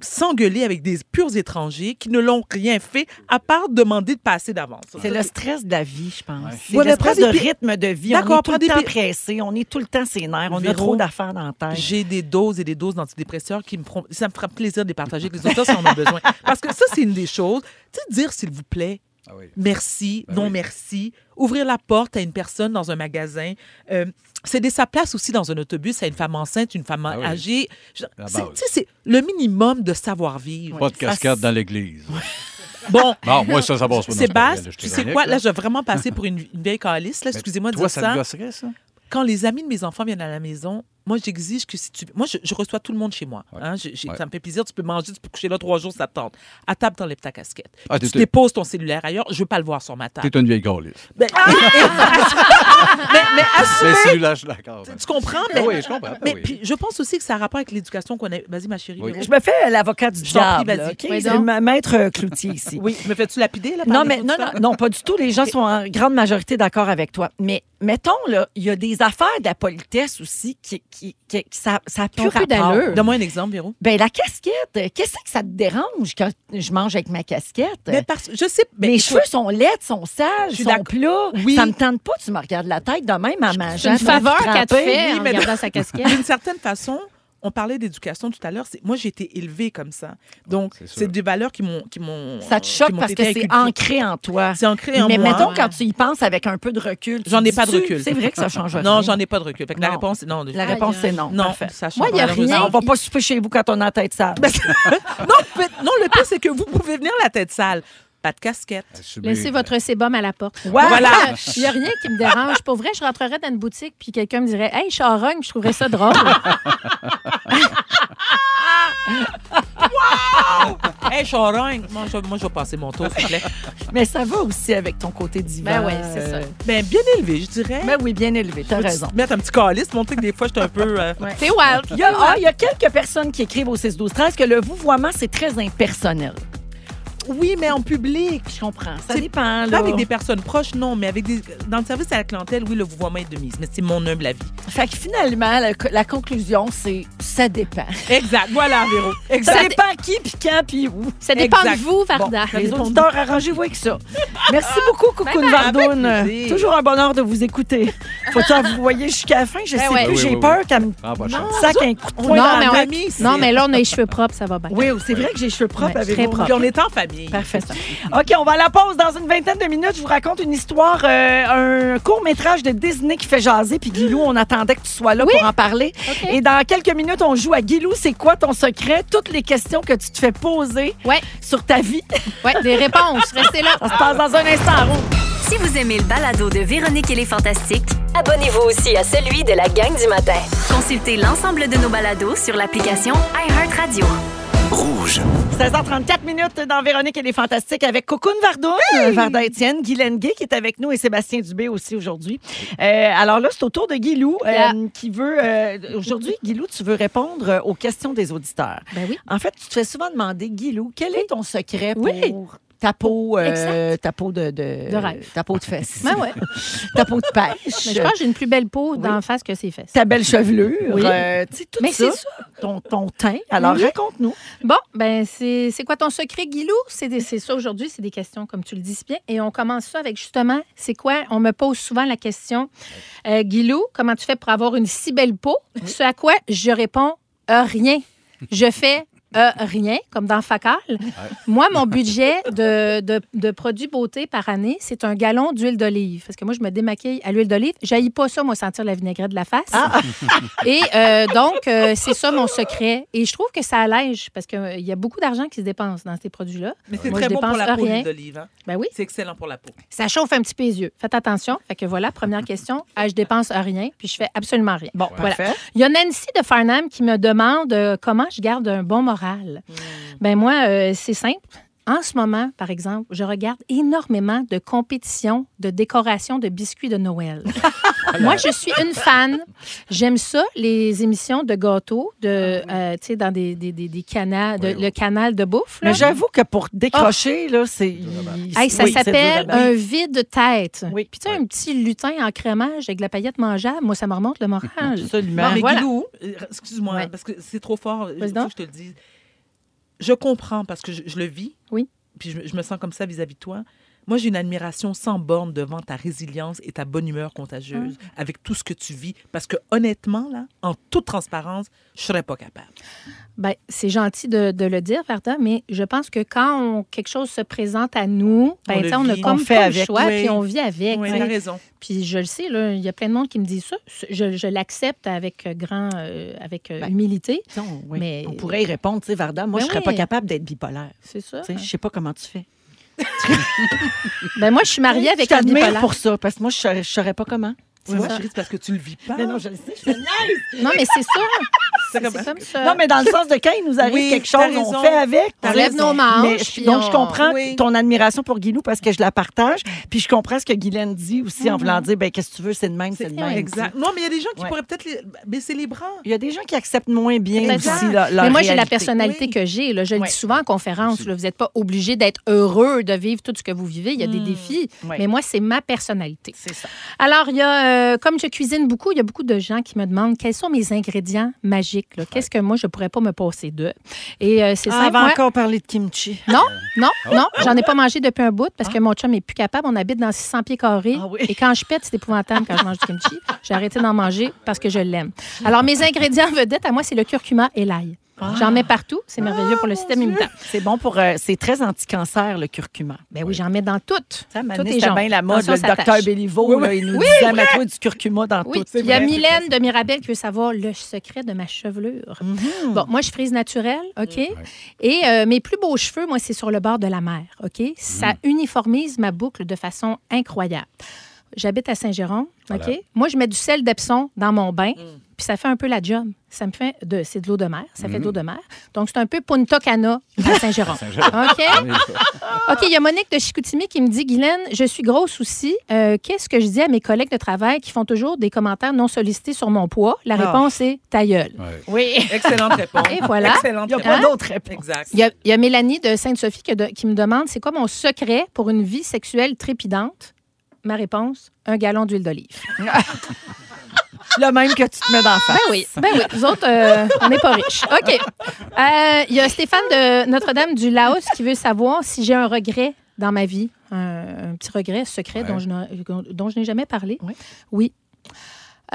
[SPEAKER 4] s'engueuler avec des purs étrangers qui ne l'ont rien fait à part demander de passer d'avance?
[SPEAKER 3] C'est le stress de la vie, je pense.
[SPEAKER 6] Ouais.
[SPEAKER 3] C'est
[SPEAKER 4] Ouais, mais
[SPEAKER 3] l'espèce de
[SPEAKER 4] prends des pi-
[SPEAKER 3] rythme de vie. On
[SPEAKER 4] D'accord,
[SPEAKER 3] est tout
[SPEAKER 4] prends
[SPEAKER 3] le
[SPEAKER 4] des
[SPEAKER 3] temps
[SPEAKER 4] pi-
[SPEAKER 3] pressé, on est tout le temps sénère, on a
[SPEAKER 4] Véro,
[SPEAKER 3] trop d'affaires dans la tête.
[SPEAKER 4] J'ai des doses et des doses d'antidépresseurs qui me feront. Ça me fera plaisir de les partager avec les auteurs si on en a besoin. Parce que ça, c'est une des choses. Tu sais, dire s'il vous plaît,
[SPEAKER 6] Ah oui.
[SPEAKER 4] merci,
[SPEAKER 6] Ben
[SPEAKER 4] non
[SPEAKER 6] oui.
[SPEAKER 4] merci, ouvrir la porte à une personne dans un magasin, euh, céder sa place aussi dans un autobus à une femme enceinte, une femme
[SPEAKER 6] Ah oui.
[SPEAKER 4] âgée. Je-
[SPEAKER 6] La
[SPEAKER 4] c'est-
[SPEAKER 6] base.
[SPEAKER 4] Tu sais, c'est le minimum de savoir-vivre.
[SPEAKER 6] Pas de
[SPEAKER 3] Ça,
[SPEAKER 6] cascade
[SPEAKER 3] c'est-
[SPEAKER 6] dans l'église.
[SPEAKER 4] Bon,
[SPEAKER 6] Non, moi, ça, ça passe pas. Non, pas vrai,
[SPEAKER 4] Sébastien,
[SPEAKER 6] là, je te
[SPEAKER 4] tu sais
[SPEAKER 6] connais,
[SPEAKER 4] quoi? Là, je vais vraiment passer pour une, une vieille calice. là. Excusez-moi de
[SPEAKER 6] Toi,
[SPEAKER 4] dire
[SPEAKER 6] ça
[SPEAKER 4] ça.
[SPEAKER 6] te gosserait, ça?
[SPEAKER 4] Quand les amis de mes enfants viennent à la maison, moi, j'exige que si tu. Moi, je, je reçois tout le monde chez moi.
[SPEAKER 6] Ouais.
[SPEAKER 4] hein. Je- j'ai-
[SPEAKER 6] Ouais.
[SPEAKER 4] Ça me fait plaisir. Tu peux manger, tu peux coucher là trois jours, ça te tente. À table, t'enlèves ta casquette.
[SPEAKER 6] Ah,
[SPEAKER 4] tu
[SPEAKER 6] t'es-
[SPEAKER 4] déposes ton cellulaire ailleurs. Je veux pas le voir sur ma table.
[SPEAKER 6] T'es une vieille gaulliste.
[SPEAKER 4] Ben- mais, mais assume-
[SPEAKER 6] Mais c'est là, je suis d'accord.
[SPEAKER 4] Tu comprends?
[SPEAKER 6] Ah
[SPEAKER 4] Mais,
[SPEAKER 6] oui, je comprends. Ah
[SPEAKER 4] mais
[SPEAKER 6] oui.
[SPEAKER 4] puis, je pense aussi que ça a rapport avec l'éducation qu'on a. Vas-y, ma chérie.
[SPEAKER 6] Oui.
[SPEAKER 4] Véro.
[SPEAKER 3] Je me fais euh, l'avocat du
[SPEAKER 4] Je t'en prie,
[SPEAKER 3] diable.
[SPEAKER 4] vas-y.
[SPEAKER 3] OK?
[SPEAKER 5] Oui,
[SPEAKER 3] C'est
[SPEAKER 5] donc.
[SPEAKER 3] ma- Maître euh, Cloutier ici.
[SPEAKER 4] Oui, me fais-tu lapider, là? par
[SPEAKER 3] Non,
[SPEAKER 4] les
[SPEAKER 3] mais
[SPEAKER 4] autres
[SPEAKER 3] non,
[SPEAKER 4] femmes?
[SPEAKER 3] non, non, pas du tout. Les gens sont en grande majorité d'accord avec toi. Mais mettons, là, il y a des affaires de la politesse aussi qui, qui, qui- qui- ça, ça a
[SPEAKER 5] Qui
[SPEAKER 3] plus
[SPEAKER 5] ont plus
[SPEAKER 3] rapport.
[SPEAKER 5] d'allure.
[SPEAKER 4] Donne-moi un exemple, Véro.
[SPEAKER 3] Ben, la casquette, euh, qu'est-ce que ça te dérange quand je mange avec ma casquette?
[SPEAKER 4] Mais parce... Je sais. mais
[SPEAKER 3] Mes
[SPEAKER 4] écoute,
[SPEAKER 3] cheveux sont laides, sont sales,
[SPEAKER 4] Je suis
[SPEAKER 3] sont
[SPEAKER 4] d'accord.
[SPEAKER 3] plats.
[SPEAKER 4] Oui.
[SPEAKER 3] Ça me tente pas, tu me regardes la tête de même à manger.
[SPEAKER 5] C'est une faveur qu'elle te fait
[SPEAKER 4] oui,
[SPEAKER 5] en
[SPEAKER 4] mais-
[SPEAKER 5] gardant sa casquette.
[SPEAKER 4] D'une certaine façon, on parlait d'éducation tout à l'heure. c'est- Moi, j'ai été élevée comme ça. Donc,
[SPEAKER 6] c'est sûr.
[SPEAKER 4] c'est des valeurs qui m'ont. qui m'ont-
[SPEAKER 3] Ça te
[SPEAKER 4] qui
[SPEAKER 3] choque
[SPEAKER 4] m'ont
[SPEAKER 3] parce que
[SPEAKER 4] été
[SPEAKER 3] c'est
[SPEAKER 4] inculquées.
[SPEAKER 3] ancré en toi.
[SPEAKER 4] C'est ancré en
[SPEAKER 3] mais
[SPEAKER 4] moi.
[SPEAKER 3] mettons, quand tu y penses avec un peu de recul. tu
[SPEAKER 4] J'en ai
[SPEAKER 3] dis
[SPEAKER 4] pas de
[SPEAKER 3] tu,
[SPEAKER 4] recul.
[SPEAKER 3] C'est vrai que ça change rien.
[SPEAKER 4] Non, j'en ai pas de recul. Fait que la
[SPEAKER 3] Non.
[SPEAKER 4] réponse, non.
[SPEAKER 3] La
[SPEAKER 5] Aïe,
[SPEAKER 3] réponse, c'est
[SPEAKER 5] aïe.
[SPEAKER 3] non.
[SPEAKER 4] Non,
[SPEAKER 3] Parfait.
[SPEAKER 4] ça change Ben,
[SPEAKER 3] Moi, il n'y a
[SPEAKER 4] pas,
[SPEAKER 3] rien.
[SPEAKER 4] malheureusement.
[SPEAKER 3] On va pas souper chez vous quand on a la tête sale.
[SPEAKER 4] non, mais- non, le pire, c'est que vous pouvez venir la tête sale. Pas de casquette.
[SPEAKER 5] Laissez votre sébum à la porte.
[SPEAKER 4] Voilà.
[SPEAKER 5] Il n'y a rien qui me dérange. Pour vrai, je rentrerais dans une boutique puis quelqu'un me dirait Hey, charogne, je trouverais ça drôle.
[SPEAKER 4] Hé, charogne. Moi, je, moi, je vais passer mon tour, s'il vous plaît.
[SPEAKER 3] Mais ça va aussi avec ton côté divin.
[SPEAKER 5] Ben ouais, c'est ça.
[SPEAKER 4] Ben, bien élevé, je dirais.
[SPEAKER 3] Mais oui, bien élevé, t'as
[SPEAKER 4] Peux-tu
[SPEAKER 3] raison.
[SPEAKER 4] te Mettre un petit calice, montrer que des fois, je suis un peu. euh,
[SPEAKER 5] C'est wild.
[SPEAKER 3] Il y, a, ah, il y a quelques personnes qui écrivent au 6-12-13 que le vouvoiement, c'est très impersonnel.
[SPEAKER 4] Oui, mais en public.
[SPEAKER 3] Je comprends. Ça
[SPEAKER 4] C'est
[SPEAKER 3] dépend,
[SPEAKER 4] Pas
[SPEAKER 3] là.
[SPEAKER 4] avec des personnes proches, non, mais avec des... dans le service à la clientèle, oui, le vouvoiement est de mise, mais c'est mon humble avis.
[SPEAKER 3] Fait que finalement, la, la conclusion, c'est ça dépend.
[SPEAKER 4] Exact, voilà, Véro.
[SPEAKER 3] Ça,
[SPEAKER 4] Exact.
[SPEAKER 3] dépend qui, puis quand, puis où.
[SPEAKER 5] Ça dépend
[SPEAKER 4] Exact.
[SPEAKER 5] de vous, Varda. Ah,
[SPEAKER 3] Les auditeurs, arrangez-vous avec ça. Merci beaucoup, Cocoon Vardoune.
[SPEAKER 6] Ah,
[SPEAKER 3] Euh,
[SPEAKER 4] Avec plaisir.
[SPEAKER 3] Toujours un bonheur de vous écouter. Faut-tu en vous voyez jusqu'à la fin? Je sais
[SPEAKER 5] Ben ouais.
[SPEAKER 3] plus,
[SPEAKER 6] Oui,
[SPEAKER 3] j'ai
[SPEAKER 6] oui, oui.
[SPEAKER 3] peur qu'elle me
[SPEAKER 6] Ah, pas de chance.
[SPEAKER 3] sac un coup de poing
[SPEAKER 5] Non
[SPEAKER 3] dans
[SPEAKER 5] mais,
[SPEAKER 3] la
[SPEAKER 5] on-
[SPEAKER 3] main.
[SPEAKER 4] famille, c'est-
[SPEAKER 5] non, mais là, on a les cheveux propres, ça va bien.
[SPEAKER 3] Oui, c'est vrai que j'ai les cheveux propres
[SPEAKER 5] Ouais,
[SPEAKER 3] avec
[SPEAKER 5] très
[SPEAKER 3] vous.
[SPEAKER 5] propre.
[SPEAKER 4] Puis on est en famille.
[SPEAKER 3] Parfait. ça. OK, on va à la pause. Dans une vingtaine de minutes, je vous raconte une histoire, euh, un court-métrage de Disney qui fait jaser. Puis Guilou, on attendait que tu sois là pour en parler.
[SPEAKER 5] OK.
[SPEAKER 3] Et dans quelques minutes, on joue à Guilou, c'est quoi ton secret? Toutes les questions que tu te fais poser
[SPEAKER 5] Ouais.
[SPEAKER 3] sur ta vie.
[SPEAKER 5] Ouais, des réponses. Restez là.
[SPEAKER 3] Ça se passe dans un instant, en route.
[SPEAKER 1] Si vous aimez le balado de Véronique et les Fantastiques,
[SPEAKER 2] Abonnez-vous aussi à celui de la gang du matin.
[SPEAKER 1] consultez l'ensemble de nos balados sur l'application iHeartRadio.
[SPEAKER 3] 16h34 minutes dans Véronique et les Fantastiques avec Cocoon Vardoune, euh, Varda Étienne, Guy Lenguet qui est avec nous et Sébastien Dubé aussi aujourd'hui. Euh, alors là, c'est au tour de Guilou euh,
[SPEAKER 5] Yeah.
[SPEAKER 3] qui veut... euh, aujourd'hui, Guilou, tu veux répondre euh, aux questions des auditeurs.
[SPEAKER 5] Ben oui.
[SPEAKER 3] En fait, tu te fais souvent demander, Guilou, quel est ton secret pour...
[SPEAKER 5] Oui.
[SPEAKER 3] Ta peau, euh,
[SPEAKER 5] Exact.
[SPEAKER 3] ta peau de, de,
[SPEAKER 5] De rêve.
[SPEAKER 3] Ta peau de fesse.
[SPEAKER 5] Ben ouais.
[SPEAKER 3] ta peau de pêche.
[SPEAKER 5] Mais je pense que j'ai une plus belle peau
[SPEAKER 3] Oui.
[SPEAKER 5] d'en face que ses fesses.
[SPEAKER 3] ta belle chevelure.
[SPEAKER 5] Oui.
[SPEAKER 3] euh, tu sais, tout
[SPEAKER 5] Mais c'est
[SPEAKER 3] ça.
[SPEAKER 5] ça.
[SPEAKER 3] Ton, ton teint. Alors, raconte-nous.
[SPEAKER 5] Bon, ben c'est c'est quoi ton secret, Guilou? C'est des- c'est ça aujourd'hui, c'est des questions, comme tu le dis si bien. Et on commence ça avec justement, c'est quoi? On me pose souvent la question, euh, Guilou, comment tu fais pour avoir une si belle peau? Ce à quoi je réponds, euh, rien. Je fais euh, rien, comme dans Facal. Moi, mon budget de, de, de produits beauté par année, c'est un gallon d'huile d'olive. Parce que moi, je me démaquille à l'huile d'olive. J'haïs pas ça, moi, sentir la vinaigrette de la face. Et euh, donc, euh, c'est ça mon secret. Et je trouve que ça allège parce qu'il y a beaucoup d'argent qui se dépense dans ces produits-là.
[SPEAKER 4] Mais c'est
[SPEAKER 5] Moi,
[SPEAKER 4] très
[SPEAKER 5] je
[SPEAKER 4] bon pour
[SPEAKER 5] dépense
[SPEAKER 4] la peau,
[SPEAKER 5] rien.
[SPEAKER 4] l'huile d'olive. hein.
[SPEAKER 5] Ben oui,
[SPEAKER 4] C'est excellent pour la peau.
[SPEAKER 5] ça chauffe un petit peu les yeux. Faites attention. Fait que voilà, première question. Ah, je dépense rien, puis je fais absolument rien.
[SPEAKER 3] Bon,
[SPEAKER 5] Voilà.
[SPEAKER 3] parfait.
[SPEAKER 5] Il y a Nancy de Farnham qui me demande euh, comment je garde un bon moral.
[SPEAKER 3] Hmm.
[SPEAKER 5] Ben moi, euh, c'est simple. En ce moment, par exemple, je regarde énormément de compétitions de décoration de biscuits de Noël. moi, je suis une fan. J'aime ça, les émissions de gâteaux, de,
[SPEAKER 3] Ah
[SPEAKER 5] euh, tu sais, dans des, des, des, des canals, de-
[SPEAKER 6] Oui, oui.
[SPEAKER 5] le canal de bouffe. là.
[SPEAKER 3] Mais j'avoue que pour décrocher, là, c'est. il-
[SPEAKER 5] Ah. Hey, ça
[SPEAKER 3] oui, c'est
[SPEAKER 5] s'appelle
[SPEAKER 3] dur à battre.
[SPEAKER 5] un vide-tête.
[SPEAKER 3] Oui.
[SPEAKER 5] Puis tu sais, un petit lutin en crémage avec de la paillette mangeable, moi, ça me remonte le moral.
[SPEAKER 3] Absolument.
[SPEAKER 4] Non, mais
[SPEAKER 5] voilà.
[SPEAKER 4] Guilou, euh, excuse-moi,
[SPEAKER 5] Ouais.
[SPEAKER 4] parce que c'est trop fort, il faut
[SPEAKER 5] donc.
[SPEAKER 4] que je te le dise. Je comprends parce que je, je le vis.
[SPEAKER 5] Oui.
[SPEAKER 4] Puis je, je me sens comme ça vis-à-vis de toi. Moi, j'ai une admiration sans borne devant ta résilience et ta bonne humeur contagieuse avec tout ce que tu vis. Parce que honnêtement, là, en toute transparence, je serais pas capable.
[SPEAKER 5] Ben, c'est gentil de, de le dire, Varda, mais je pense que quand on- quelque chose se présente à nous, ben,
[SPEAKER 4] On
[SPEAKER 5] tu sais,
[SPEAKER 4] le
[SPEAKER 5] on a
[SPEAKER 4] vit.
[SPEAKER 5] comme
[SPEAKER 3] On fait
[SPEAKER 5] pas le
[SPEAKER 3] avec,
[SPEAKER 5] choix,
[SPEAKER 4] oui.
[SPEAKER 5] puis on vit avec.
[SPEAKER 4] Oui,
[SPEAKER 5] tu sais.
[SPEAKER 4] t'as raison.
[SPEAKER 5] Puis je le sais, là, il y a plein de monde qui me dit ça. Je, je l'accepte avec euh, grand, euh, avec euh,
[SPEAKER 3] Ben,
[SPEAKER 5] humilité.
[SPEAKER 3] Disons, oui.
[SPEAKER 5] Mais-
[SPEAKER 3] On pourrait y répondre, tu sais, Varda. Moi,
[SPEAKER 5] Ben
[SPEAKER 3] je serais
[SPEAKER 5] oui. Ah.
[SPEAKER 3] pas capable d'être bipolaire.
[SPEAKER 5] C'est ça.
[SPEAKER 3] Tu sais, Je sais pas comment tu fais.
[SPEAKER 5] Ben moi, je suis mariée
[SPEAKER 3] Je
[SPEAKER 5] avec un
[SPEAKER 3] t'admire
[SPEAKER 5] bipolaire.
[SPEAKER 3] pour ça, parce que moi, je saurais- je saurais pas comment.
[SPEAKER 4] Tu
[SPEAKER 5] Oui,
[SPEAKER 4] vois,
[SPEAKER 5] ça.
[SPEAKER 4] chérie, c'est parce que tu le vis pas.
[SPEAKER 3] Mais non, je le sais. je-
[SPEAKER 5] Non, mais c'est ça.
[SPEAKER 4] C'est
[SPEAKER 5] C'est
[SPEAKER 4] comme-
[SPEAKER 5] comme ça.
[SPEAKER 3] Non, mais dans le sens de quand il nous arrive
[SPEAKER 4] Oui,
[SPEAKER 3] quelque chose,
[SPEAKER 4] t'as
[SPEAKER 3] on
[SPEAKER 4] raison.
[SPEAKER 3] fait avec.
[SPEAKER 5] on lève nos manches.
[SPEAKER 3] Mais je-
[SPEAKER 5] puis
[SPEAKER 3] donc,
[SPEAKER 5] on-
[SPEAKER 3] je comprends
[SPEAKER 4] Oui.
[SPEAKER 3] ton admiration pour Guilou parce que je la partage. Puis, je comprends ce que Guylaine dit aussi en voulant dire ben, qu'est-ce que tu veux, c'est de même, c'est de
[SPEAKER 5] Mm-hmm. C'est-
[SPEAKER 3] même.
[SPEAKER 4] Exact. Non, mais il y a des gens qui
[SPEAKER 3] Ouais.
[SPEAKER 4] pourraient peut-être les- baisser les bras.
[SPEAKER 3] Il y a des gens qui acceptent moins bien
[SPEAKER 5] Exact.
[SPEAKER 3] aussi leur, leur
[SPEAKER 5] Mais moi, j'ai la
[SPEAKER 3] réalité.
[SPEAKER 5] personnalité
[SPEAKER 4] Oui.
[SPEAKER 5] que j'ai. là. Je le
[SPEAKER 3] Ouais.
[SPEAKER 5] dis souvent en conférence. là. Vous n'êtes pas obligé d'être heureux de vivre tout ce que vous vivez. Il y a des
[SPEAKER 3] Hmm.
[SPEAKER 5] défis.
[SPEAKER 3] Ouais.
[SPEAKER 5] Mais moi, c'est ma personnalité.
[SPEAKER 3] C'est ça.
[SPEAKER 5] Alors, il y a, euh, comme je cuisine beaucoup, il y a beaucoup de gens qui me demandent quels sont mes ingrédients magiques. là. Qu'est-ce que moi, je ne pourrais pas me passer d'eux. Et euh, c'est
[SPEAKER 3] Ah, Oh. on
[SPEAKER 5] simple.
[SPEAKER 3] va
[SPEAKER 5] moi-
[SPEAKER 3] encore parler de kimchi.
[SPEAKER 5] Non, non, non. J'en ai pas mangé depuis un bout parce que mon chum est plus capable. On habite dans 600 pieds carrés.
[SPEAKER 3] Ah oui.
[SPEAKER 5] Et quand je pète, c'est épouvantable quand je mange du kimchi. J'ai arrêté d'en manger parce que je l'aime. Alors, mes ingrédients vedettes à moi, c'est le curcuma et l'ail.
[SPEAKER 3] Ah.
[SPEAKER 5] J'en mets partout. C'est merveilleux pour le système immunitaire.
[SPEAKER 3] C'est bon pour. euh, c'est très anti-cancer, le curcuma.
[SPEAKER 5] Ben oui, j'en mets dans tout. Tout
[SPEAKER 3] Ça,
[SPEAKER 5] est
[SPEAKER 3] Mané, c'était
[SPEAKER 5] jaune.
[SPEAKER 3] bien la mode.
[SPEAKER 5] Attention,
[SPEAKER 3] Le
[SPEAKER 5] ça
[SPEAKER 3] docteur
[SPEAKER 5] tache.
[SPEAKER 3] Béliveau,
[SPEAKER 4] Oui, oui.
[SPEAKER 3] là, il nous disait mets-toi du curcuma dans
[SPEAKER 5] Oui,
[SPEAKER 3] tout.
[SPEAKER 5] il y a Mylène de Mirabel qui veut savoir le secret de ma chevelure.
[SPEAKER 3] Mm-hmm.
[SPEAKER 5] Bon, moi, je frise naturelle, OK? Et euh, mes plus beaux cheveux, moi, c'est sur le bord de la mer, OK?
[SPEAKER 3] Mm.
[SPEAKER 5] Ça uniformise ma boucle de façon incroyable. J'habite à Saint-Géron,
[SPEAKER 6] Voilà.
[SPEAKER 5] OK? Moi, je mets du sel d'Epsom dans mon bain,
[SPEAKER 3] Mm.
[SPEAKER 5] puis ça fait un peu la job. Ça me fait de... C'est de l'eau de mer, ça fait de
[SPEAKER 3] Mm.
[SPEAKER 5] l'eau de mer. Donc, c'est un peu Punta Cana à Saint-Géron, OK? OK, il y a Monique de Chicoutimi qui me dit Guylaine, je suis grosse aussi. Euh, Qu'est-ce que je dis à mes collègues de travail qui font toujours des commentaires non sollicités sur mon poids La
[SPEAKER 3] Ah.
[SPEAKER 5] réponse est ta gueule.
[SPEAKER 6] Ouais.
[SPEAKER 3] Oui.
[SPEAKER 4] Excellente réponse.
[SPEAKER 5] Et voilà.
[SPEAKER 4] Excellente
[SPEAKER 3] Il n'y a pas
[SPEAKER 4] réponse.
[SPEAKER 3] d'autre réponse.
[SPEAKER 4] Exact.
[SPEAKER 5] Il y a, il y a Mélanie de Sainte-Sophie que de- qui me demande c'est quoi mon secret pour une vie sexuelle trépidante Ma réponse un gallon d'huile d'olive.
[SPEAKER 3] Le même que tu te mets dans la face.
[SPEAKER 5] Ben oui, ben oui. Nous autres, euh, on n'est pas riches. OK. Euh, Il y a Stéphane de Notre-Dame du Laos qui veut savoir si j'ai un regret dans ma vie, un, un petit regret secret
[SPEAKER 6] Ouais.
[SPEAKER 5] dont je n'ai- dont je n'ai jamais parlé.
[SPEAKER 3] Oui.
[SPEAKER 5] Oui.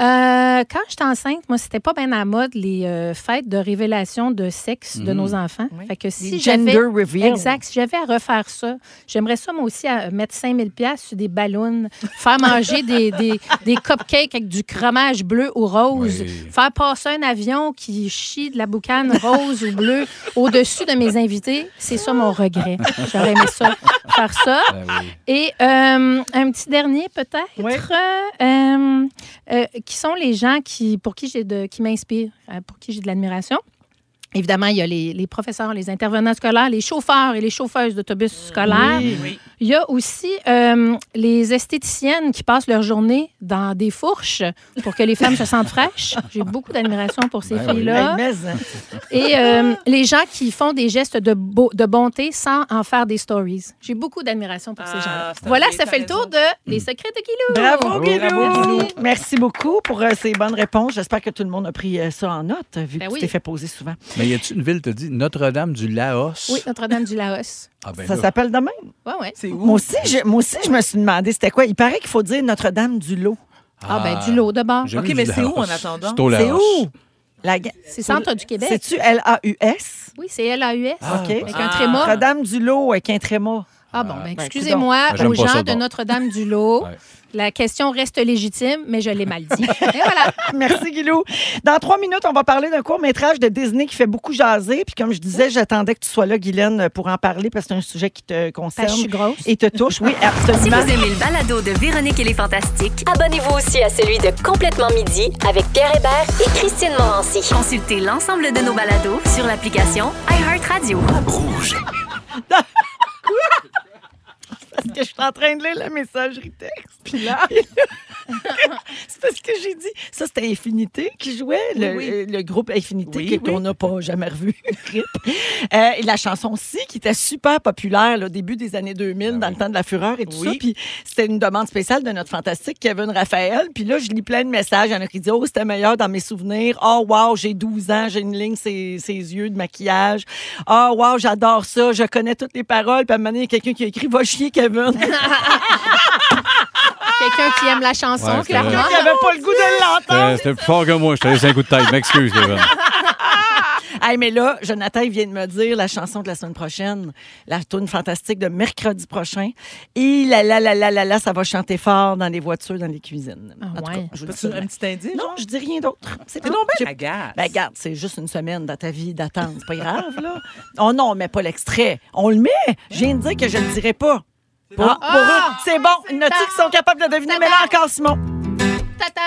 [SPEAKER 5] Euh, quand j'étais enceinte, moi, c'était pas bien à la mode les euh, fêtes de révélation de sexe de
[SPEAKER 6] Mhm.
[SPEAKER 5] nos enfants.
[SPEAKER 3] Oui.
[SPEAKER 5] Fait que
[SPEAKER 3] Si
[SPEAKER 5] si j'avais
[SPEAKER 3] gender reveal.
[SPEAKER 5] Exact. Si j'avais à refaire ça, j'aimerais ça, moi aussi, à mettre 5000 pièces sur des ballons, faire manger des, des, des cupcakes avec du fromage bleu ou rose,
[SPEAKER 6] Oui.
[SPEAKER 5] faire passer un avion qui chie de la boucane rose ou bleue au-dessus de mes invités. C'est ça mon regret. J'aurais aimé ça, faire ça.
[SPEAKER 6] Ben oui.
[SPEAKER 5] Et euh, un petit dernier, peut-être,
[SPEAKER 3] Ouais.
[SPEAKER 5] Euh, euh, qui sont les gens qui, pour qui j'ai de, qui m'inspirent, euh, pour qui j'ai de l'admiration. Évidemment, il y a les, les professeurs, les intervenants scolaires, les chauffeurs et les chauffeuses d'autobus scolaires.
[SPEAKER 4] Oui.
[SPEAKER 5] Il y a aussi euh, les esthéticiennes qui passent leur journée dans des fourches pour que les femmes se sentent fraîches. J'ai beaucoup d'admiration pour ces
[SPEAKER 6] Ben oui.
[SPEAKER 5] filles-là.
[SPEAKER 3] Hey, mais, hein.
[SPEAKER 5] Et euh, les gens qui font des gestes de, beau- de bonté sans en faire des stories. J'ai beaucoup d'admiration pour ces
[SPEAKER 4] Ah,
[SPEAKER 5] gens-là.
[SPEAKER 4] c'est
[SPEAKER 5] Voilà,
[SPEAKER 4] vrai,
[SPEAKER 5] ça
[SPEAKER 4] t'as
[SPEAKER 5] fait le tour
[SPEAKER 4] raison.
[SPEAKER 5] de Les secrets de Guilou.
[SPEAKER 3] Bravo,
[SPEAKER 4] Bravo,
[SPEAKER 3] Guilou.
[SPEAKER 4] Guilou.
[SPEAKER 3] Merci beaucoup pour euh, ces bonnes réponses. J'espère que tout le monde a pris euh, ça en note, vu
[SPEAKER 5] Ben
[SPEAKER 3] que
[SPEAKER 5] oui.
[SPEAKER 3] tu t'es fait poser souvent.
[SPEAKER 6] Mais y a-tu une ville, t'as dit Notre-Dame du Laos?
[SPEAKER 5] Oui, Notre-Dame du Laos.
[SPEAKER 6] Ah, ben
[SPEAKER 3] ça
[SPEAKER 6] là,
[SPEAKER 3] s'appelle demain.
[SPEAKER 5] Ouais, ouais.
[SPEAKER 4] C'est
[SPEAKER 3] Moi
[SPEAKER 4] où?
[SPEAKER 3] aussi, je, moi aussi, je me suis demandé c'était quoi. Il paraît qu'il faut dire Notre-Dame du Lot.
[SPEAKER 5] Ah, ben du lot de bord.
[SPEAKER 6] j'ai
[SPEAKER 4] Ok,
[SPEAKER 6] mis
[SPEAKER 4] mais
[SPEAKER 6] du
[SPEAKER 4] c'est où,
[SPEAKER 6] Laos.
[SPEAKER 4] en attendant?
[SPEAKER 6] C'est au
[SPEAKER 3] C'est
[SPEAKER 6] Laos. Euh,
[SPEAKER 3] où? La... ga-
[SPEAKER 5] C'est centre du Québec.
[SPEAKER 3] C'est-tu L-A-U-S?
[SPEAKER 5] Oui, c'est LAUS.
[SPEAKER 6] Ah,
[SPEAKER 3] OK.
[SPEAKER 5] Avec un
[SPEAKER 4] Ah.
[SPEAKER 5] tréma.
[SPEAKER 3] Notre-Dame du Lot avec un tréma.
[SPEAKER 5] Ah bon, ben,
[SPEAKER 3] Ben,
[SPEAKER 5] excusez-moi
[SPEAKER 6] coudonc. J'aime
[SPEAKER 5] aux
[SPEAKER 6] pas
[SPEAKER 5] gens
[SPEAKER 6] ça,
[SPEAKER 5] de
[SPEAKER 6] bon.
[SPEAKER 5] Notre-Dame du Lot.
[SPEAKER 6] Ouais.
[SPEAKER 5] La question reste légitime, mais je l'ai mal dit. Et voilà.
[SPEAKER 3] Ah, Merci, Guilou. Dans trois minutes, on va parler d'un court-métrage de Disney qui fait beaucoup jaser. Puis comme je disais, j'attendais que tu sois là, Guylaine, pour en parler parce que c'est un sujet qui te
[SPEAKER 5] Parce que je
[SPEAKER 3] concerne
[SPEAKER 5] suis grosse.
[SPEAKER 3] et te touche. Oui,
[SPEAKER 1] Si
[SPEAKER 3] absolument.
[SPEAKER 1] vous aimez le balado de Véronique et les Fantastiques,
[SPEAKER 2] Abonnez-vous aussi à celui de Complètement Midi avec Pierre Hébert et Christine Morancy.
[SPEAKER 1] consultez l'ensemble de nos balados sur l'application iHeartRadio.
[SPEAKER 3] parce que je suis en train de lire la messagerie texte. Puis là, c'est parce que j'ai dit, ça c'était Infinité qui jouait, le, euh,
[SPEAKER 4] Oui,
[SPEAKER 3] le groupe Infinité
[SPEAKER 4] Oui,
[SPEAKER 3] que-
[SPEAKER 4] oui.
[SPEAKER 3] qu'on n'a pas jamais revu. Rip. Euh, et la chanson Si qui était super populaire là, au début des années 2000, dans le temps de la fureur et tout
[SPEAKER 4] Ben Oui.
[SPEAKER 3] ça. Puis c'était une demande spéciale de notre fantastique Kevin Raphaël. Puis là, je lis plein de messages. Il y en a qui disent, oh, c'était meilleur dans mes souvenirs. Oh, wow, j'ai 12 ans, j'ai une ligne, ses, ses yeux de maquillage. Oh, wow, j'adore ça, je connais toutes les paroles. Puis à un moment donné, il y a quelqu'un qui a écrit, va chier, Kevin.
[SPEAKER 5] Quelqu'un qui aime la chanson,
[SPEAKER 6] Ouais, c'est
[SPEAKER 5] clairement.
[SPEAKER 3] Quelqu'un qui n'avait pas le goût de l'entendre.
[SPEAKER 6] Euh, C'était plus fort que moi, je t'ai laissé un coup de tête. M'excuse, Kevin.
[SPEAKER 3] Hey, mais là, Jonathan, il vient de me dire la chanson de la semaine prochaine, la tourne fantastique de mercredi prochain. Et là, là, là, là, là, là, ça va chanter fort dans les voitures, dans les cuisines.
[SPEAKER 5] Ah
[SPEAKER 3] En tout
[SPEAKER 5] ouais.
[SPEAKER 3] cas, je vous dis
[SPEAKER 4] Peux-tu
[SPEAKER 3] ça
[SPEAKER 4] un
[SPEAKER 3] demain.
[SPEAKER 4] petit indice?
[SPEAKER 3] Non,
[SPEAKER 4] genre?
[SPEAKER 3] je dis rien d'autre. C'est
[SPEAKER 4] T'es
[SPEAKER 3] tout.
[SPEAKER 4] donc
[SPEAKER 3] J'ai-
[SPEAKER 6] Ah,
[SPEAKER 4] bien agace.
[SPEAKER 3] Ben, garde, c'est juste une semaine dans ta vie d'attente. C'est pas grave, là. Oh non, on met pas l'extrait. On le met. Je viens de dire que je le dirai pas. Pour, pour
[SPEAKER 5] Ah!
[SPEAKER 3] eux, c'est bon. Il y en a-t-il qui sont capables de deviner? Mais là encore, Simon.
[SPEAKER 5] Tata!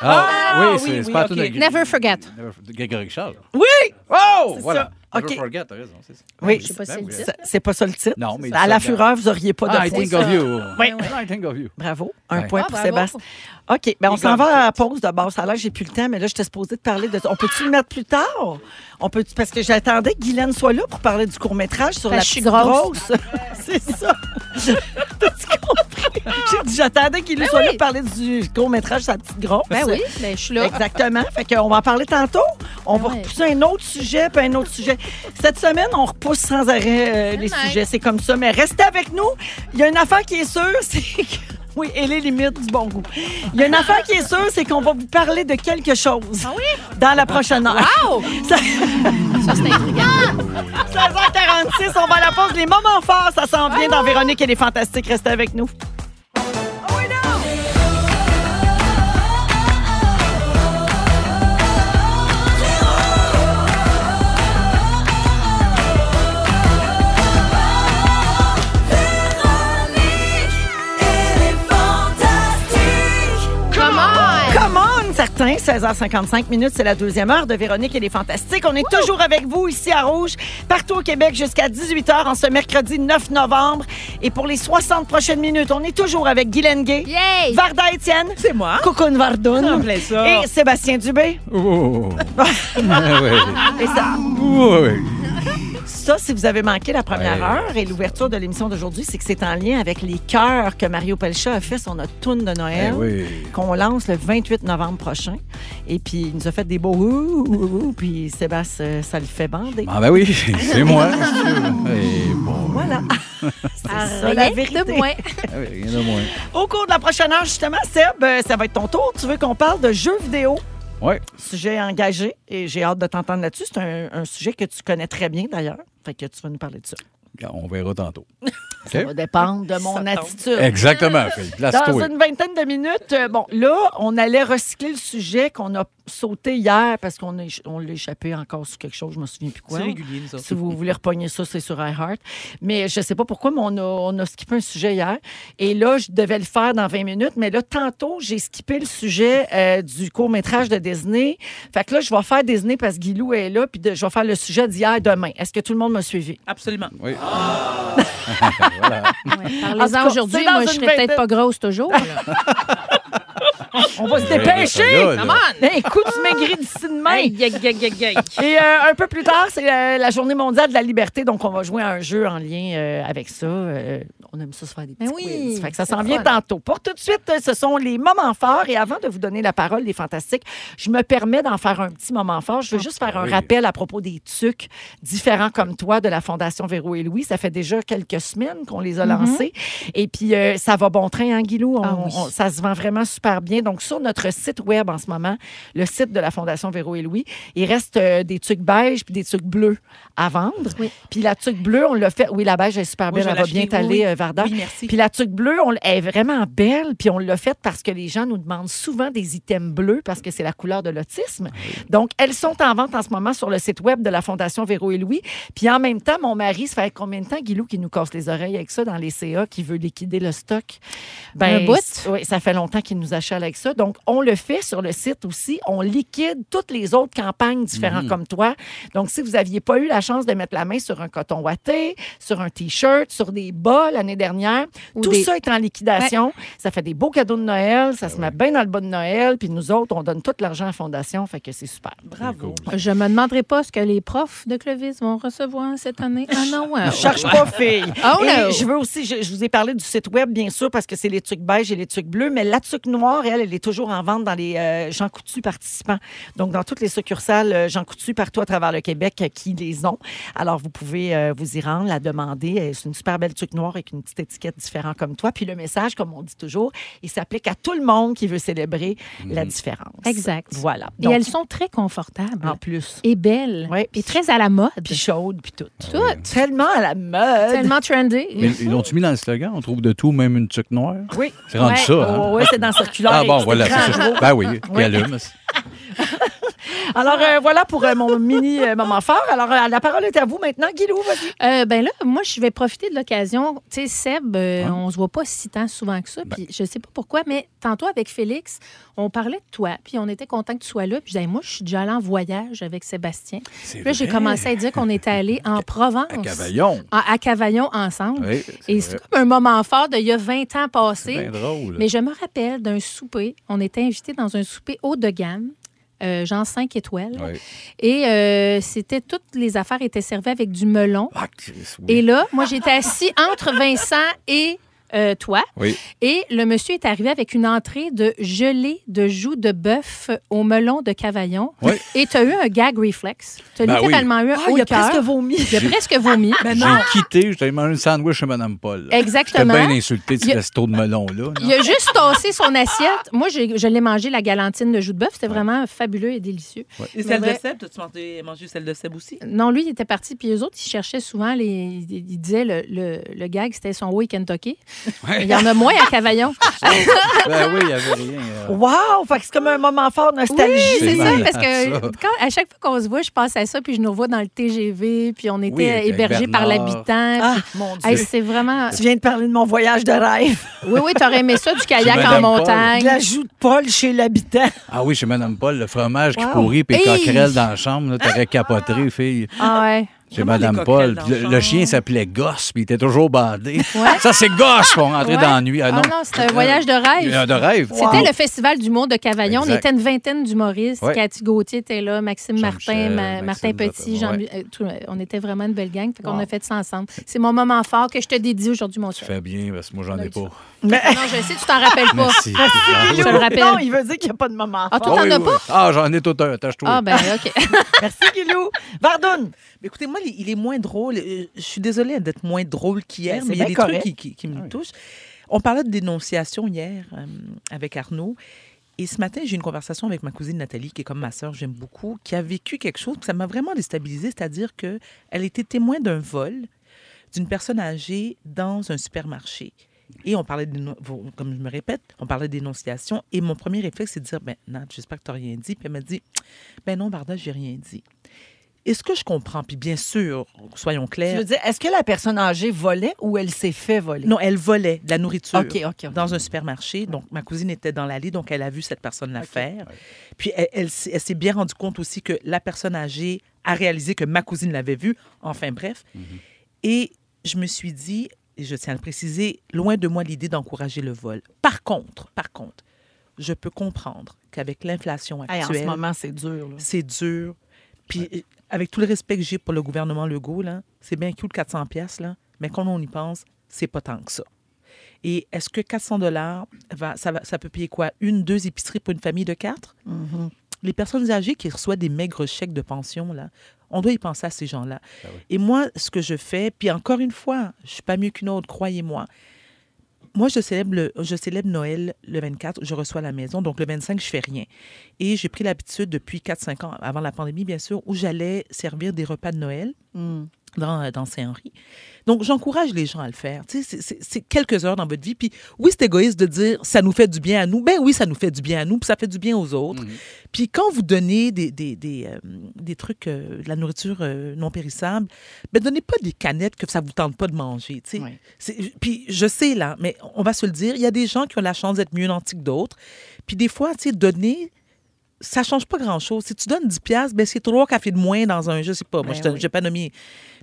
[SPEAKER 6] Ah,
[SPEAKER 4] oui,
[SPEAKER 6] oui, c'est
[SPEAKER 4] oui,
[SPEAKER 6] c'est pas
[SPEAKER 4] ok.
[SPEAKER 6] tout notre-
[SPEAKER 5] Never forget.
[SPEAKER 6] Never forget. Grégory Charles.
[SPEAKER 4] Oui!
[SPEAKER 6] Oh, voilà.
[SPEAKER 3] ça.
[SPEAKER 6] Never
[SPEAKER 3] Ok.
[SPEAKER 6] forget, t'as raison, c'est ça. Ben
[SPEAKER 3] Oui,
[SPEAKER 5] Je sais pas si c'est le
[SPEAKER 6] oui.
[SPEAKER 5] titre.
[SPEAKER 3] c'est- c'est pas ça le titre.
[SPEAKER 6] Non, mais
[SPEAKER 3] À
[SPEAKER 6] ça,
[SPEAKER 3] la
[SPEAKER 6] dans-
[SPEAKER 3] fureur, vous auriez pas de
[SPEAKER 6] Ah, I
[SPEAKER 3] point.
[SPEAKER 6] think of you.
[SPEAKER 3] Oui.
[SPEAKER 6] I think of you.
[SPEAKER 3] Bravo. Un
[SPEAKER 6] Ouais.
[SPEAKER 3] point
[SPEAKER 5] Ah,
[SPEAKER 3] pour
[SPEAKER 5] bravo.
[SPEAKER 3] Sébastien. OK. Ben on
[SPEAKER 6] Les
[SPEAKER 3] s'en va
[SPEAKER 6] gars,
[SPEAKER 3] à la pause de base. Ça a l'air que j'ai plus le temps, mais là, j'étais supposée de parler de. On peut-tu le mettre plus tard? On peut Parce que j'attendais que Guylaine soit là pour parler du court-métrage sur
[SPEAKER 5] Parce
[SPEAKER 3] la
[SPEAKER 5] que je suis
[SPEAKER 3] petite
[SPEAKER 5] grosse.
[SPEAKER 3] C'est ça. T'as-tu compris? J'ai dit, j'attendais qu'il soit là pour parler du court-métrage sur la petite grosse.
[SPEAKER 5] Ben oui, ben, je suis là.
[SPEAKER 3] Exactement. Fait qu'on va en parler tantôt. On
[SPEAKER 5] Ben
[SPEAKER 3] va
[SPEAKER 5] ouais.
[SPEAKER 3] repousser un autre sujet, puis un autre sujet. Cette semaine, on repousse sans arrêt euh, les
[SPEAKER 5] Tonight.
[SPEAKER 3] sujets. C'est comme ça. Mais restez avec nous. Il y a une affaire qui est sûre, c'est que... Oui, et les limites du bon goût. Il y a une affaire qui est sûre, c'est qu'on va vous parler de quelque chose. Dans la prochaine heure.
[SPEAKER 5] Ah Wow!
[SPEAKER 3] Ça-
[SPEAKER 5] Ça, c'est intriguant.
[SPEAKER 3] 16h46, on va à la pause. Les moments forts, ça s'en vient dans Véronique et les Fantastiques. Restez avec nous. Come on, certains, 16h55 minutes, c'est la deuxième heure de Véronique et les Fantastiques. On est toujours avec vous ici à Rouge, partout au Québec jusqu'à 18h en ce mercredi 9 novembre. Et pour les 60 prochaines minutes, on est toujours avec Guylaine Gay,
[SPEAKER 5] Yay!
[SPEAKER 3] Varda Étienne,
[SPEAKER 4] C'est moi.
[SPEAKER 3] Cocoon
[SPEAKER 4] Ça me
[SPEAKER 3] Vardoun
[SPEAKER 4] plaît, ça.
[SPEAKER 3] et Sébastien Dubé.
[SPEAKER 6] Oh, oh, oh. Ah, ouais.
[SPEAKER 3] Et ça,
[SPEAKER 6] Oh, ouais.
[SPEAKER 3] ça, si vous avez manqué la première
[SPEAKER 6] Ouais.
[SPEAKER 3] heure et l'ouverture de l'émission d'aujourd'hui, c'est que c'est en lien avec les cœurs que Mario Pelcha a fait sur notre toune de
[SPEAKER 6] Eh
[SPEAKER 3] Noël.
[SPEAKER 6] oui.
[SPEAKER 3] qu'on lance le 28 novembre prochain. Et puis, il nous a fait des beaux ouh, ouh, ouh, puis Sébastien, euh, ça le fait bander.
[SPEAKER 6] Ah ben oui, c'est moi. c'est sûr. Et bon,
[SPEAKER 3] Voilà. C'est ça, la vérité.
[SPEAKER 5] de moins.
[SPEAKER 6] ah oui, rien de moins.
[SPEAKER 3] Au cours de la prochaine heure, justement, Seb, euh, ça va être ton tour. Tu veux qu'on parle de jeux vidéo?
[SPEAKER 6] Ouais.
[SPEAKER 3] Sujet engagé, et j'ai hâte de t'entendre là-dessus. C'est un, un sujet que tu connais très bien, d'ailleurs. Fait que tu vas nous parler de ça.
[SPEAKER 6] On verra tantôt.
[SPEAKER 3] Ça va dépendre de mon
[SPEAKER 4] tombe.
[SPEAKER 3] attitude.
[SPEAKER 6] Eh, Exactement, Phil.
[SPEAKER 3] Euh. Dans
[SPEAKER 6] Place-toi.
[SPEAKER 3] une vingtaine de minutes, euh, bon, là, on allait recycler le sujet qu'on a sauté hier parce qu'on est- on l'a échappé encore sur quelque chose, je me souviens plus quoi.
[SPEAKER 4] C'est régulier, nous autres.
[SPEAKER 3] Si vous voulez repogner ça, c'est sur iHeart. Mais je ne sais pas pourquoi, mais on a, on a skippé un sujet hier. Et là, je devais le faire dans 20 minutes. Mais là, tantôt, j'ai skippé le sujet euh, du court-métrage de Disney. Fait que là, je vais faire Disney parce que Guilou est là. Puis de- je vais faire le sujet d'hier demain. Est-ce que tout le monde m'a suivi?
[SPEAKER 4] Absolument.
[SPEAKER 6] Oui.
[SPEAKER 5] Ah! Ouais,
[SPEAKER 3] En tout cas,
[SPEAKER 5] Parlez-en aujourd'hui.
[SPEAKER 3] c'est dans
[SPEAKER 5] Moi, je
[SPEAKER 3] une
[SPEAKER 5] serais peut-être pas grosse toujours. là.
[SPEAKER 3] On va se
[SPEAKER 6] Ouais,
[SPEAKER 3] dépêcher!
[SPEAKER 6] là, là.
[SPEAKER 3] Écoute, tu maigris d'ici demain.
[SPEAKER 5] Hey, yay, yay, yay, yay.
[SPEAKER 3] Et euh, un peu plus tard, c'est euh, la Journée mondiale de la liberté, donc on va jouer à un jeu en lien euh, avec ça. Euh, on aime ça se faire des petits
[SPEAKER 5] Ben oui,
[SPEAKER 3] quiz. Fait que ça
[SPEAKER 5] c'est
[SPEAKER 3] s'en
[SPEAKER 5] le
[SPEAKER 3] vient
[SPEAKER 5] fun.
[SPEAKER 3] tantôt. Pour tout de suite, euh, ce sont les moments forts. Et avant de vous donner la parole, les fantastiques, je me permets d'en faire un petit moment fort.
[SPEAKER 5] Ah,
[SPEAKER 3] Je veux juste
[SPEAKER 5] ben
[SPEAKER 3] faire un
[SPEAKER 6] oui.
[SPEAKER 3] rappel à propos des trucs différents comme toi de la Fondation Véro et Louis. Ça fait déjà quelques semaines qu'on les a
[SPEAKER 5] Mm-hmm.
[SPEAKER 3] lancés. Et puis, euh, ça va bon train, hein, Guilou? On-
[SPEAKER 5] Ah oui.
[SPEAKER 3] on- ça se vend vraiment super bien. Donc, sur notre site web en ce moment, le site de la Fondation Véro et Louis, il reste euh, des trucs beige puis des trucs bleus à vendre.
[SPEAKER 5] Oui.
[SPEAKER 3] Puis la tuque bleue, on l'a fait. Oui, la beige est super
[SPEAKER 4] Oui,
[SPEAKER 3] belle.
[SPEAKER 4] je
[SPEAKER 3] Elle
[SPEAKER 4] l'ai
[SPEAKER 3] va bien
[SPEAKER 4] achetée, oui,
[SPEAKER 3] t'aller,
[SPEAKER 4] oui.
[SPEAKER 3] euh, Varda.
[SPEAKER 4] Oui, merci.
[SPEAKER 3] Puis la tuque bleue, on, l- elle est vraiment belle. Puis on l'a faite parce que les gens nous demandent souvent des items bleus parce que c'est la couleur de l'autisme. Donc, elles sont en vente en ce moment sur le site web de la Fondation Véro et Louis. Puis en même temps, mon mari, ça fait combien de temps, Guilou, qui nous casse les oreilles avec ça dans les CA, qui veut liquider le stock? Ben,
[SPEAKER 5] Un bout.
[SPEAKER 3] c- Oui, ça fait longtemps qu'il nous achète avec ça. Donc, on le fait sur le site aussi. On liquide toutes les autres campagnes différentes comme toi. Donc, si vous n'aviez pas eu la chance de mettre la main sur un coton ouaté, sur un T-shirt, sur des bas l'année dernière,
[SPEAKER 5] Ou
[SPEAKER 3] tout
[SPEAKER 5] des-
[SPEAKER 3] ça est en liquidation. Ça fait des beaux cadeaux de Noël. Ça se met bien dans le bas de Noël. Puis nous autres, on donne tout l'argent à la fondation. Fait que c'est super.
[SPEAKER 4] Bravo.
[SPEAKER 5] Je me demanderai pas ce que les profs de Clovis vont recevoir cette année. Ah non, ouais.
[SPEAKER 3] Je cherche pas, fille.
[SPEAKER 5] Oh
[SPEAKER 3] Et
[SPEAKER 5] no.
[SPEAKER 3] je veux aussi, je, je vous ai parlé du site web, bien sûr, parce que c'est les trucs beige et les trucs bleus, mais la tuque noire, elle, elle est toujours en vente dans les euh, Jean Coutu participants. Donc, dans toutes les succursales euh, Jean Coutu partout à travers le Québec euh, qui les ont. Alors, vous pouvez euh, vous y rendre, la demander. Euh, C'est une super belle tuque noire avec une petite étiquette différente comme toi. Puis le message, comme on dit toujours, il s'applique à tout le monde qui veut célébrer la différence.
[SPEAKER 5] Exact.
[SPEAKER 3] Voilà.
[SPEAKER 5] Et
[SPEAKER 3] Donc,
[SPEAKER 5] elles sont très confortables
[SPEAKER 3] en plus.
[SPEAKER 5] et belles
[SPEAKER 3] Ouais.
[SPEAKER 5] et très à la mode.
[SPEAKER 3] Puis chaude, puis tout.
[SPEAKER 5] Toutes.
[SPEAKER 3] Tellement à la mode.
[SPEAKER 5] Tellement trendy.
[SPEAKER 6] Mais ils l'ont-tu mis dans le slogan? On trouve de tout, même une tuque noire?
[SPEAKER 3] Oui. Oh,
[SPEAKER 6] C'est rendu
[SPEAKER 5] Ouais.
[SPEAKER 6] ça, hein?
[SPEAKER 3] Oui, c'est dans circulaire.
[SPEAKER 6] Ah bon,
[SPEAKER 3] C'est
[SPEAKER 6] voilà,
[SPEAKER 3] grand,
[SPEAKER 6] c'est
[SPEAKER 3] gros.
[SPEAKER 6] ça. Ben oui,
[SPEAKER 3] Oui.
[SPEAKER 6] il allume.
[SPEAKER 3] Alors, euh, voilà pour euh, mon mini euh, moment fort. Alors, euh, la parole est à vous maintenant, Guilou, vas-y.
[SPEAKER 5] Euh, ben là, moi, je vais profiter de l'occasion. Tu sais, Seb, euh,
[SPEAKER 6] Ouais. Ben
[SPEAKER 5] on se voit pas si tant souvent que ça. Puis je sais pas pourquoi, mais tantôt avec Félix, on parlait de toi. Puis on était content que tu sois là. Puis je disais, moi, je suis déjà allée en voyage avec Sébastien.
[SPEAKER 6] C'est
[SPEAKER 5] Puis là, j'ai
[SPEAKER 6] vrai.
[SPEAKER 5] commencé à dire qu'on était allé en Provence.
[SPEAKER 6] À Cavaillon.
[SPEAKER 5] en- à Cavaillon ensemble.
[SPEAKER 6] Oui, c'est
[SPEAKER 5] Et
[SPEAKER 6] vrai. Ben,
[SPEAKER 5] c'est comme un moment fort d'il y a 20 ans passés.
[SPEAKER 6] C'est bien drôle.
[SPEAKER 5] Mais je me rappelle d'un souper. On était invités dans un souper haut de gamme, euh, genre 5 étoiles.
[SPEAKER 6] Ouais.
[SPEAKER 5] Et euh, c'était toutes les affaires étaient servies avec du melon.
[SPEAKER 6] Ah, Chris, oui.
[SPEAKER 5] Et là, moi, j'étais assis entre Vincent et euh, toi.
[SPEAKER 6] Oui.
[SPEAKER 5] Et le monsieur est arrivé avec une entrée de gelée de joues de bœuf au melon de Cavaillon.
[SPEAKER 6] Oui.
[SPEAKER 5] Et tu as eu un gag reflex. Tu as
[SPEAKER 6] Ben oui.
[SPEAKER 5] littéralement eu un
[SPEAKER 3] Ah,
[SPEAKER 5] haut de cœur.
[SPEAKER 3] vomi.
[SPEAKER 5] Il a presque vomi.
[SPEAKER 6] J'ai quitté, j'étais allé manger un sandwich chez Mme Paul. là. J'étais
[SPEAKER 5] Exactement.
[SPEAKER 6] bien insulté de
[SPEAKER 5] Il y
[SPEAKER 6] ce
[SPEAKER 5] a-
[SPEAKER 6] resto de melon-là.
[SPEAKER 5] Il a juste tossé son assiette. Moi, j'ai- je l'ai mangé, la galantine de joues de bœuf. C'était vraiment fabuleux et délicieux.
[SPEAKER 4] Et celle
[SPEAKER 5] Mais
[SPEAKER 4] de Seb, tu mangé, mangé celle de Seb aussi?
[SPEAKER 5] Non, lui, il était parti, puis eux autres, ils cherchaient souvent, les, ils ils disaient le, le, le gag, c'était son Oui Kentucky.
[SPEAKER 6] Ouais.
[SPEAKER 5] Il y en a moins à Cavaillon.
[SPEAKER 6] Ben oui, il n'y avait rien. euh.
[SPEAKER 3] Wow! Fait que c'est comme un moment fort nostalgie.
[SPEAKER 5] Oui, c'est
[SPEAKER 6] C'est
[SPEAKER 5] ça,
[SPEAKER 6] malade,
[SPEAKER 5] parce que
[SPEAKER 6] ça.
[SPEAKER 5] quand, à chaque fois qu'on se voit, je passe à ça, puis je nous revois dans le TGV, puis on
[SPEAKER 6] Oui,
[SPEAKER 5] était
[SPEAKER 6] avec
[SPEAKER 5] hébergés par
[SPEAKER 6] Bernard.
[SPEAKER 5] l'habitant.
[SPEAKER 3] Ah,
[SPEAKER 5] puis-
[SPEAKER 3] mon Dieu.
[SPEAKER 5] Hey, c'est vraiment.
[SPEAKER 3] Tu viens de parler de mon voyage de rêve.
[SPEAKER 5] Oui, oui, t'aurais aimé ça, du kayak en
[SPEAKER 6] Madame Paul.
[SPEAKER 5] montagne.
[SPEAKER 3] La joue de Paul chez l'habitant.
[SPEAKER 6] Ah oui, chez Mme Paul, le fromage qui
[SPEAKER 3] Wow.
[SPEAKER 6] pourrit puis les
[SPEAKER 5] Hey!
[SPEAKER 6] coquerelles dans la chambre, là, t'aurais capoté, fille.
[SPEAKER 5] Ah ouais.
[SPEAKER 6] Chez
[SPEAKER 4] Comment les
[SPEAKER 6] Mme Paul.
[SPEAKER 4] coquerelles dans
[SPEAKER 6] Puis
[SPEAKER 4] la
[SPEAKER 6] Le,
[SPEAKER 4] chambre?
[SPEAKER 6] le chien s'appelait Gosse, puis il était toujours bandé.
[SPEAKER 5] Ouais.
[SPEAKER 6] Ça, c'est Gosse qu'on rentrait
[SPEAKER 5] Ouais.
[SPEAKER 6] dans la nuit. Ah non,
[SPEAKER 5] c'était un voyage de rêve.
[SPEAKER 6] Euh, de rêve.
[SPEAKER 5] C'était le Festival du monde de Cavaillon. On
[SPEAKER 6] Exact.
[SPEAKER 5] était une vingtaine d'humoristes.
[SPEAKER 6] Ouais.
[SPEAKER 5] Cathy Gauthier était là, Maxime Martin,
[SPEAKER 6] Jean-Michel,
[SPEAKER 5] Ma-
[SPEAKER 6] Maxime
[SPEAKER 5] Martin Petit, Jean
[SPEAKER 6] Martin, ouais.
[SPEAKER 5] euh, tout- euh, on était vraiment une belle gang. Fait qu'on a fait ça ensemble. C'est mon moment fort que je te dédie aujourd'hui, mon
[SPEAKER 6] Tu
[SPEAKER 5] chef.
[SPEAKER 6] fais bien, parce que moi, j'en ai pas.
[SPEAKER 3] Mais...
[SPEAKER 5] Non, je sais, tu t'en rappelles pas.
[SPEAKER 6] Merci.
[SPEAKER 5] Je te le rappelle.
[SPEAKER 3] Non, il veut dire qu'il n'y a pas de moment
[SPEAKER 5] Ah,
[SPEAKER 3] fort.
[SPEAKER 5] toi, t'en as pas?
[SPEAKER 6] Ah, j'en ai tout un. Attache-toi.
[SPEAKER 5] Ah, ben, OK.
[SPEAKER 3] Merci, Guilou. Vardoun.
[SPEAKER 4] Mais écoutez, moi, il il est moins drôle. Euh, Je suis désolée d'être moins drôle qu'hier,
[SPEAKER 3] Ben, c'est
[SPEAKER 4] mais il y a
[SPEAKER 3] bien
[SPEAKER 4] des
[SPEAKER 3] correct.
[SPEAKER 4] trucs qui, qui- qui me touchent. On parlait de dénonciation hier euh, avec Arnaud. Et ce matin, j'ai eu une conversation avec ma cousine Nathalie, qui est comme ma sœur, j'aime beaucoup, qui a vécu quelque chose que ça m'a vraiment déstabilisée, c'est-à-dire que elle était témoin d'un vol d'une personne âgée dans un supermarché. Et on parlait, de, déno- vo- comme je me répète, on parlait de dénonciation. Et mon premier réflexe, c'est de dire, ben, Nat, j'espère que tu n'as rien dit. Puis elle m'a dit, ben non, Barda, j'ai rien dit. Et ce que je comprends, puis bien sûr, soyons
[SPEAKER 3] Tu
[SPEAKER 4] clairs,
[SPEAKER 3] veux dire, est-ce que la personne âgée volait ou elle s'est fait voler?
[SPEAKER 4] non, elle volait de la nourriture
[SPEAKER 3] OK, OK. ok.
[SPEAKER 4] dans un supermarché. Donc, ma cousine était dans l'allée, donc elle a vu cette personne la faire. Puis, elle, elle s'est elle s'est bien rendue compte aussi que la personne âgée a réalisé que ma cousine l'avait vue. Enfin, bref.
[SPEAKER 3] Mhm.
[SPEAKER 4] Et je me suis dit, et je tiens à le préciser, loin de moi l'idée d'encourager le vol. Par contre, par contre, je peux comprendre qu'avec l'inflation
[SPEAKER 3] Hey,
[SPEAKER 4] actuelle,
[SPEAKER 3] en ce moment, c'est dur. là.
[SPEAKER 4] c'est dur. Puis, euh, avec tout le respect que j'ai pour le gouvernement Legault, là, c'est bien cool, 400 pièces là, mais quand on y pense, c'est pas tant que ça. Et est-ce que 400 dollars, va, ça, va- ça peut payer quoi? Une, deux épiceries pour une famille de quatre? Les personnes âgées qui reçoivent des maigres chèques de pension, là, on doit y penser à ces gens-là. Et moi, ce que je fais, puis encore une fois, je suis pas mieux qu'une autre, croyez-moi. Moi, je célèbre, le- je célèbre Noël le 24, je reçois à la maison, donc le 25, je fais rien. Et j'ai pris l'habitude depuis 4-5 ans, avant la pandémie, bien sûr, où j'allais servir des repas de Noël
[SPEAKER 3] Mm.
[SPEAKER 4] dans, euh, dans Saint-Henri. Donc, j'encourage les gens à le faire. Tu sais, c'est- c'est- c'est quelques heures dans votre vie. Puis, oui, c'est égoïste de dire ça nous fait du bien à nous. Ben oui, ça nous fait du bien à nous, puis ça fait du bien aux autres. Puis, quand vous donnez des, des, des, euh, des trucs, euh, de la nourriture euh, non périssable, ben donnez pas des canettes que ça vous tente pas de manger. tu sais.
[SPEAKER 3] Ouais.
[SPEAKER 4] C'est- Puis, je sais, là, mais on va se le dire, il y a des gens qui ont la chance d'être mieux nantis que d'autres. Puis, des fois, tu sais, donner, ça change pas grand-chose. Si tu donnes 10 piastres, ben c'est trois cafés de moins dans un, je sais pas, moi,
[SPEAKER 3] Ben
[SPEAKER 4] je ne
[SPEAKER 3] oui.
[SPEAKER 4] vais pas nommer.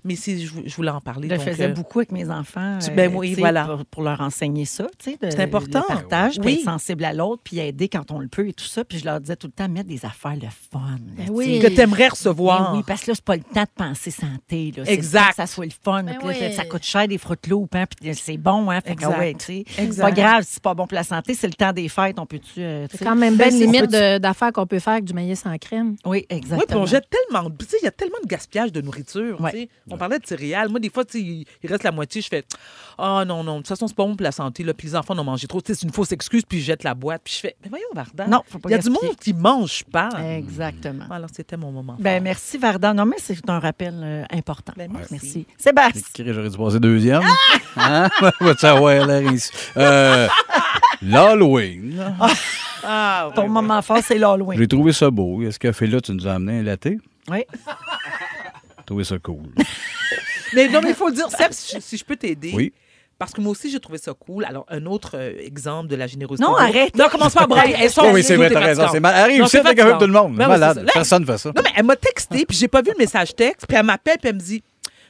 [SPEAKER 4] Mais si je, vou- je voulais en parler.
[SPEAKER 3] Je le
[SPEAKER 4] donc,
[SPEAKER 3] faisais
[SPEAKER 4] euh,
[SPEAKER 3] beaucoup avec mes enfants. euh,
[SPEAKER 4] tu- ben oui,
[SPEAKER 3] tu sais,
[SPEAKER 4] voilà.
[SPEAKER 3] Pour, pour leur enseigner ça, tu sais. de-
[SPEAKER 4] C'est important.
[SPEAKER 3] Le partage, puis
[SPEAKER 4] Oui.
[SPEAKER 3] être sensible à l'autre, puis aider quand on le peut et tout ça. Puis je leur disais tout le temps, mettre des affaires le fun. là,
[SPEAKER 5] Ben oui.
[SPEAKER 3] tu sais.
[SPEAKER 4] Que t'aimerais recevoir.
[SPEAKER 3] Ben oui, parce que là, c'est pas le temps de penser santé. Là. C'est
[SPEAKER 4] Exact.
[SPEAKER 3] le temps Que ça soit le fun.
[SPEAKER 5] Ben
[SPEAKER 3] Puis là,
[SPEAKER 5] oui.
[SPEAKER 3] Ça coûte cher des frottes loupes, hein, puis c'est bon. Hein, fait que,
[SPEAKER 4] Exact.
[SPEAKER 3] ouais, tu sais, c'est
[SPEAKER 4] Exact.
[SPEAKER 3] pas grave si c'est pas bon pour la santé. C'est le temps des fêtes. On peut-tu. euh, tu
[SPEAKER 5] C'est
[SPEAKER 3] sais,
[SPEAKER 5] quand même belle
[SPEAKER 3] on
[SPEAKER 5] limite
[SPEAKER 3] peut-tu-
[SPEAKER 5] de- d'affaires qu'on peut faire avec du maïs en crème.
[SPEAKER 3] Oui,
[SPEAKER 4] Oui, puis
[SPEAKER 3] exactement.
[SPEAKER 4] on jette tellement. Tu sais, il y a tellement de gaspillage de nourriture.
[SPEAKER 3] Ouais.
[SPEAKER 4] tu sais. On parlait de céréales. Moi, des fois, tu sais, il il reste la moitié. Je fais Ah non, non, de toute façon, c'est pas bon pour la santé. Là, puis les enfants en ont mangé trop. Tu sais, C'est une fausse excuse. Puis je jette la boîte. Puis je fais Mais voyons, Varda.
[SPEAKER 3] Non, faut pas
[SPEAKER 4] Il y a du
[SPEAKER 3] gaspiller.
[SPEAKER 4] monde qui mange pas. Ah,
[SPEAKER 3] Exactement.
[SPEAKER 4] Alors, c'était mon moment.
[SPEAKER 3] Ben,
[SPEAKER 4] fort.
[SPEAKER 3] merci, Vardan. Non, mais c'est un rappel euh, important.
[SPEAKER 4] Ben, merci.
[SPEAKER 3] merci. Sébastien.
[SPEAKER 6] Écrit, J'aurais dû passer deuxième.
[SPEAKER 5] Ah!
[SPEAKER 6] Hein? Va-tu avoir l'air ici? Euh, L'Halloween.
[SPEAKER 4] Ah,
[SPEAKER 3] Ton moment fort, c'est l'Halloween.
[SPEAKER 6] J'ai trouvé ça beau. Est-ce que là, tu nous as amené un latte?
[SPEAKER 3] Oui.
[SPEAKER 6] J'ai trouvé ça cool.
[SPEAKER 4] Mais non, mais il faut le dire, Seb, si, si je peux t'aider.
[SPEAKER 6] Oui.
[SPEAKER 4] Parce que moi aussi, j'ai trouvé ça cool. Alors, un autre euh, exemple de la générosité.
[SPEAKER 3] Non,
[SPEAKER 4] de l'autre.
[SPEAKER 3] arrête.
[SPEAKER 4] Non, commence pas à brailler. Elles sont
[SPEAKER 6] Oh oui, c'est vrai,
[SPEAKER 4] t'es
[SPEAKER 6] t'as raison.
[SPEAKER 4] fatigante.
[SPEAKER 6] C'est mal. Arrive,
[SPEAKER 4] Non,
[SPEAKER 6] c'est
[SPEAKER 4] t'es
[SPEAKER 6] avec
[SPEAKER 4] fatigante.
[SPEAKER 6] tout le monde.
[SPEAKER 4] Ben oui, c'est
[SPEAKER 6] Malade.
[SPEAKER 4] ça. Là,
[SPEAKER 6] Personne ne fait ça.
[SPEAKER 4] Non, mais elle m'a texté, puis j'ai pas vu le message texte. Puis elle m'appelle, puis elle me dit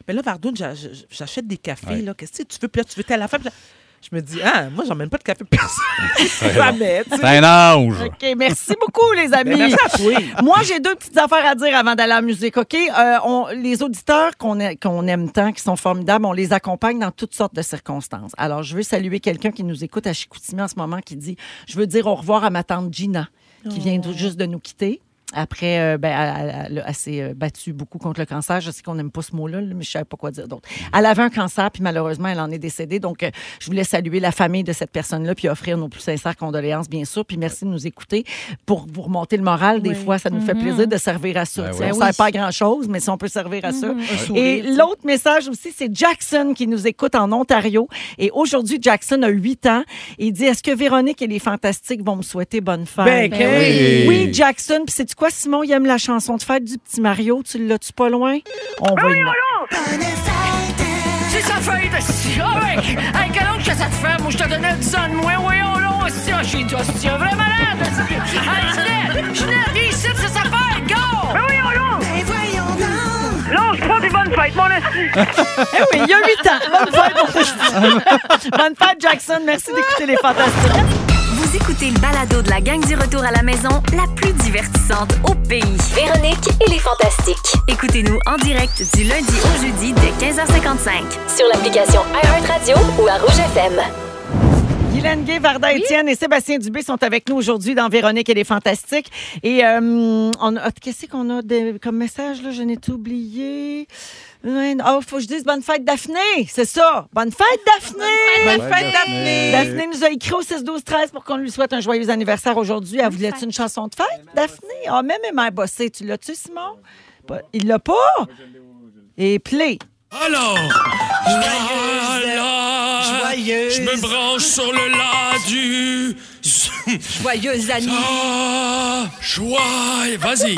[SPEAKER 4] Mais là, Vardoune, j'a- j'a- j'achète des cafés,
[SPEAKER 6] Ouais.
[SPEAKER 4] là. Qu'est-ce que tu veux Puis là, tu veux telle affaire. Puis là, je me dis Ah, moi, j'emmène pas de café, personne. Jamais, tu sais.
[SPEAKER 6] T'es un ange.
[SPEAKER 3] OK, merci beaucoup, les amis.
[SPEAKER 4] Ben, merci à toi.
[SPEAKER 3] Moi, j'ai deux petites affaires à dire avant d'aller à la musique, OK? Euh, on- les auditeurs qu'on a- qu'on aime tant, qui sont formidables, on les accompagne dans toutes sortes de circonstances. Alors, je veux saluer quelqu'un qui nous écoute à Chicoutimi en ce moment qui dit « Je veux dire au revoir à ma tante Gina, qui vient tout juste de nous quitter. » Après, euh, ben, elle, elle- elle- elle s'est euh, battue beaucoup contre le cancer. Je sais qu'on n'aime pas ce mot-là, là, mais je ne savais pas quoi dire d'autre. Elle avait un cancer, puis malheureusement, elle en est décédée. Donc, euh, je voulais saluer la famille de cette personne-là, puis offrir nos plus sincères condoléances, bien sûr. Puis merci de nous écouter pour vous remonter le moral. Des
[SPEAKER 5] Oui.
[SPEAKER 3] fois, ça nous
[SPEAKER 4] Mm-hmm.
[SPEAKER 3] fait plaisir de servir à ça.
[SPEAKER 6] Ben
[SPEAKER 3] Tu sais,
[SPEAKER 6] oui.
[SPEAKER 3] On ne
[SPEAKER 5] Ben oui.
[SPEAKER 3] sert pas à grand-chose, mais si on peut servir à ça. Et
[SPEAKER 4] Mm-hmm. sourire, tu sais.
[SPEAKER 3] l'autre message aussi, c'est Jackson qui nous écoute en Ontario. Et aujourd'hui, Jackson a 8 ans. Il dit, est-ce que Véronique et les Fantastiques vont me souhaiter bonne fête?
[SPEAKER 4] Ben,
[SPEAKER 5] Ben oui.
[SPEAKER 6] Hey.
[SPEAKER 3] Oui, Jackson. Puis c'est quoi, Simon? Il aime la chanson de fête du petit Mario. Tu l'as-tu pas loin? On va y mettre.
[SPEAKER 7] C'est sa fête, hostie. Ah ouais! Hey, quel oncle que ça te fait? Moi, je te donnais 10 ans de moins. Voyons, là, hostie. Ah, j'ai dit, hostie, un vrai malade, hostie. Hey, Ginette! Ginette, viens ici, c'est sa fête, go! Ben voyons, là! Ben voyons, là! Là, je prends des bonnes fêtes, mon hostie.
[SPEAKER 3] Eh oui, il y a 8 ans. Bonne fête, mon petit. Bonne fête, Jackson. Merci d'écouter les Fantastiques.
[SPEAKER 1] Vous écoutez le balado de la gang du retour à la maison, la plus divertissante au pays.
[SPEAKER 2] Véronique et les Fantastiques.
[SPEAKER 1] Écoutez-nous en direct du lundi au jeudi dès 15h55.
[SPEAKER 2] Sur l'application iHeartRadio ou à Rouge FM.
[SPEAKER 3] Guylaine Gay, Varda Étienne et Sébastien Dubé sont avec nous aujourd'hui dans Véronique et les Fantastiques. Et euh, on a- qu'est-ce qu'on a de- comme message? Là? Je n'ai tout oublié. Ouais, Ah, faut que je dise bonne fête, Daphné. C'est ça. Bonne fête, Daphné.
[SPEAKER 4] Bonne fête, Daphné.
[SPEAKER 3] Daphné nous a écrit au 6-12-13 pour qu'on lui souhaite un joyeux anniversaire aujourd'hui. Elle voulait-tu une chanson de fête, Daphné? Ah, même mère bossée. Tu l'as-tu, Simon? Pas- Il l'a pas? Et play.
[SPEAKER 8] Alors, là, là, je me branche sur le la du.
[SPEAKER 7] Joyeux
[SPEAKER 8] Ah, joie, et vas-y.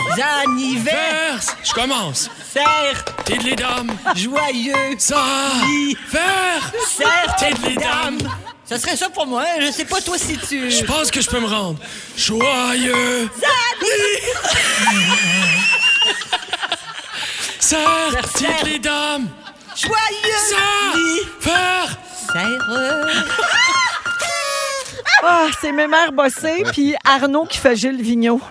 [SPEAKER 8] Verse, je commence. Tide les dames,
[SPEAKER 7] Joyeux
[SPEAKER 8] ça. Faire, tide les dames.
[SPEAKER 7] Ça serait ça pour moi. Je sais pas toi si tu...
[SPEAKER 8] Je pense que je peux me rendre. Joyeux. Serre, tide les dames.
[SPEAKER 7] Joyeux
[SPEAKER 8] Serre, faire.
[SPEAKER 3] Ah, c'est mes mères bossées, puis Arnaud qui fait Gilles Vigneault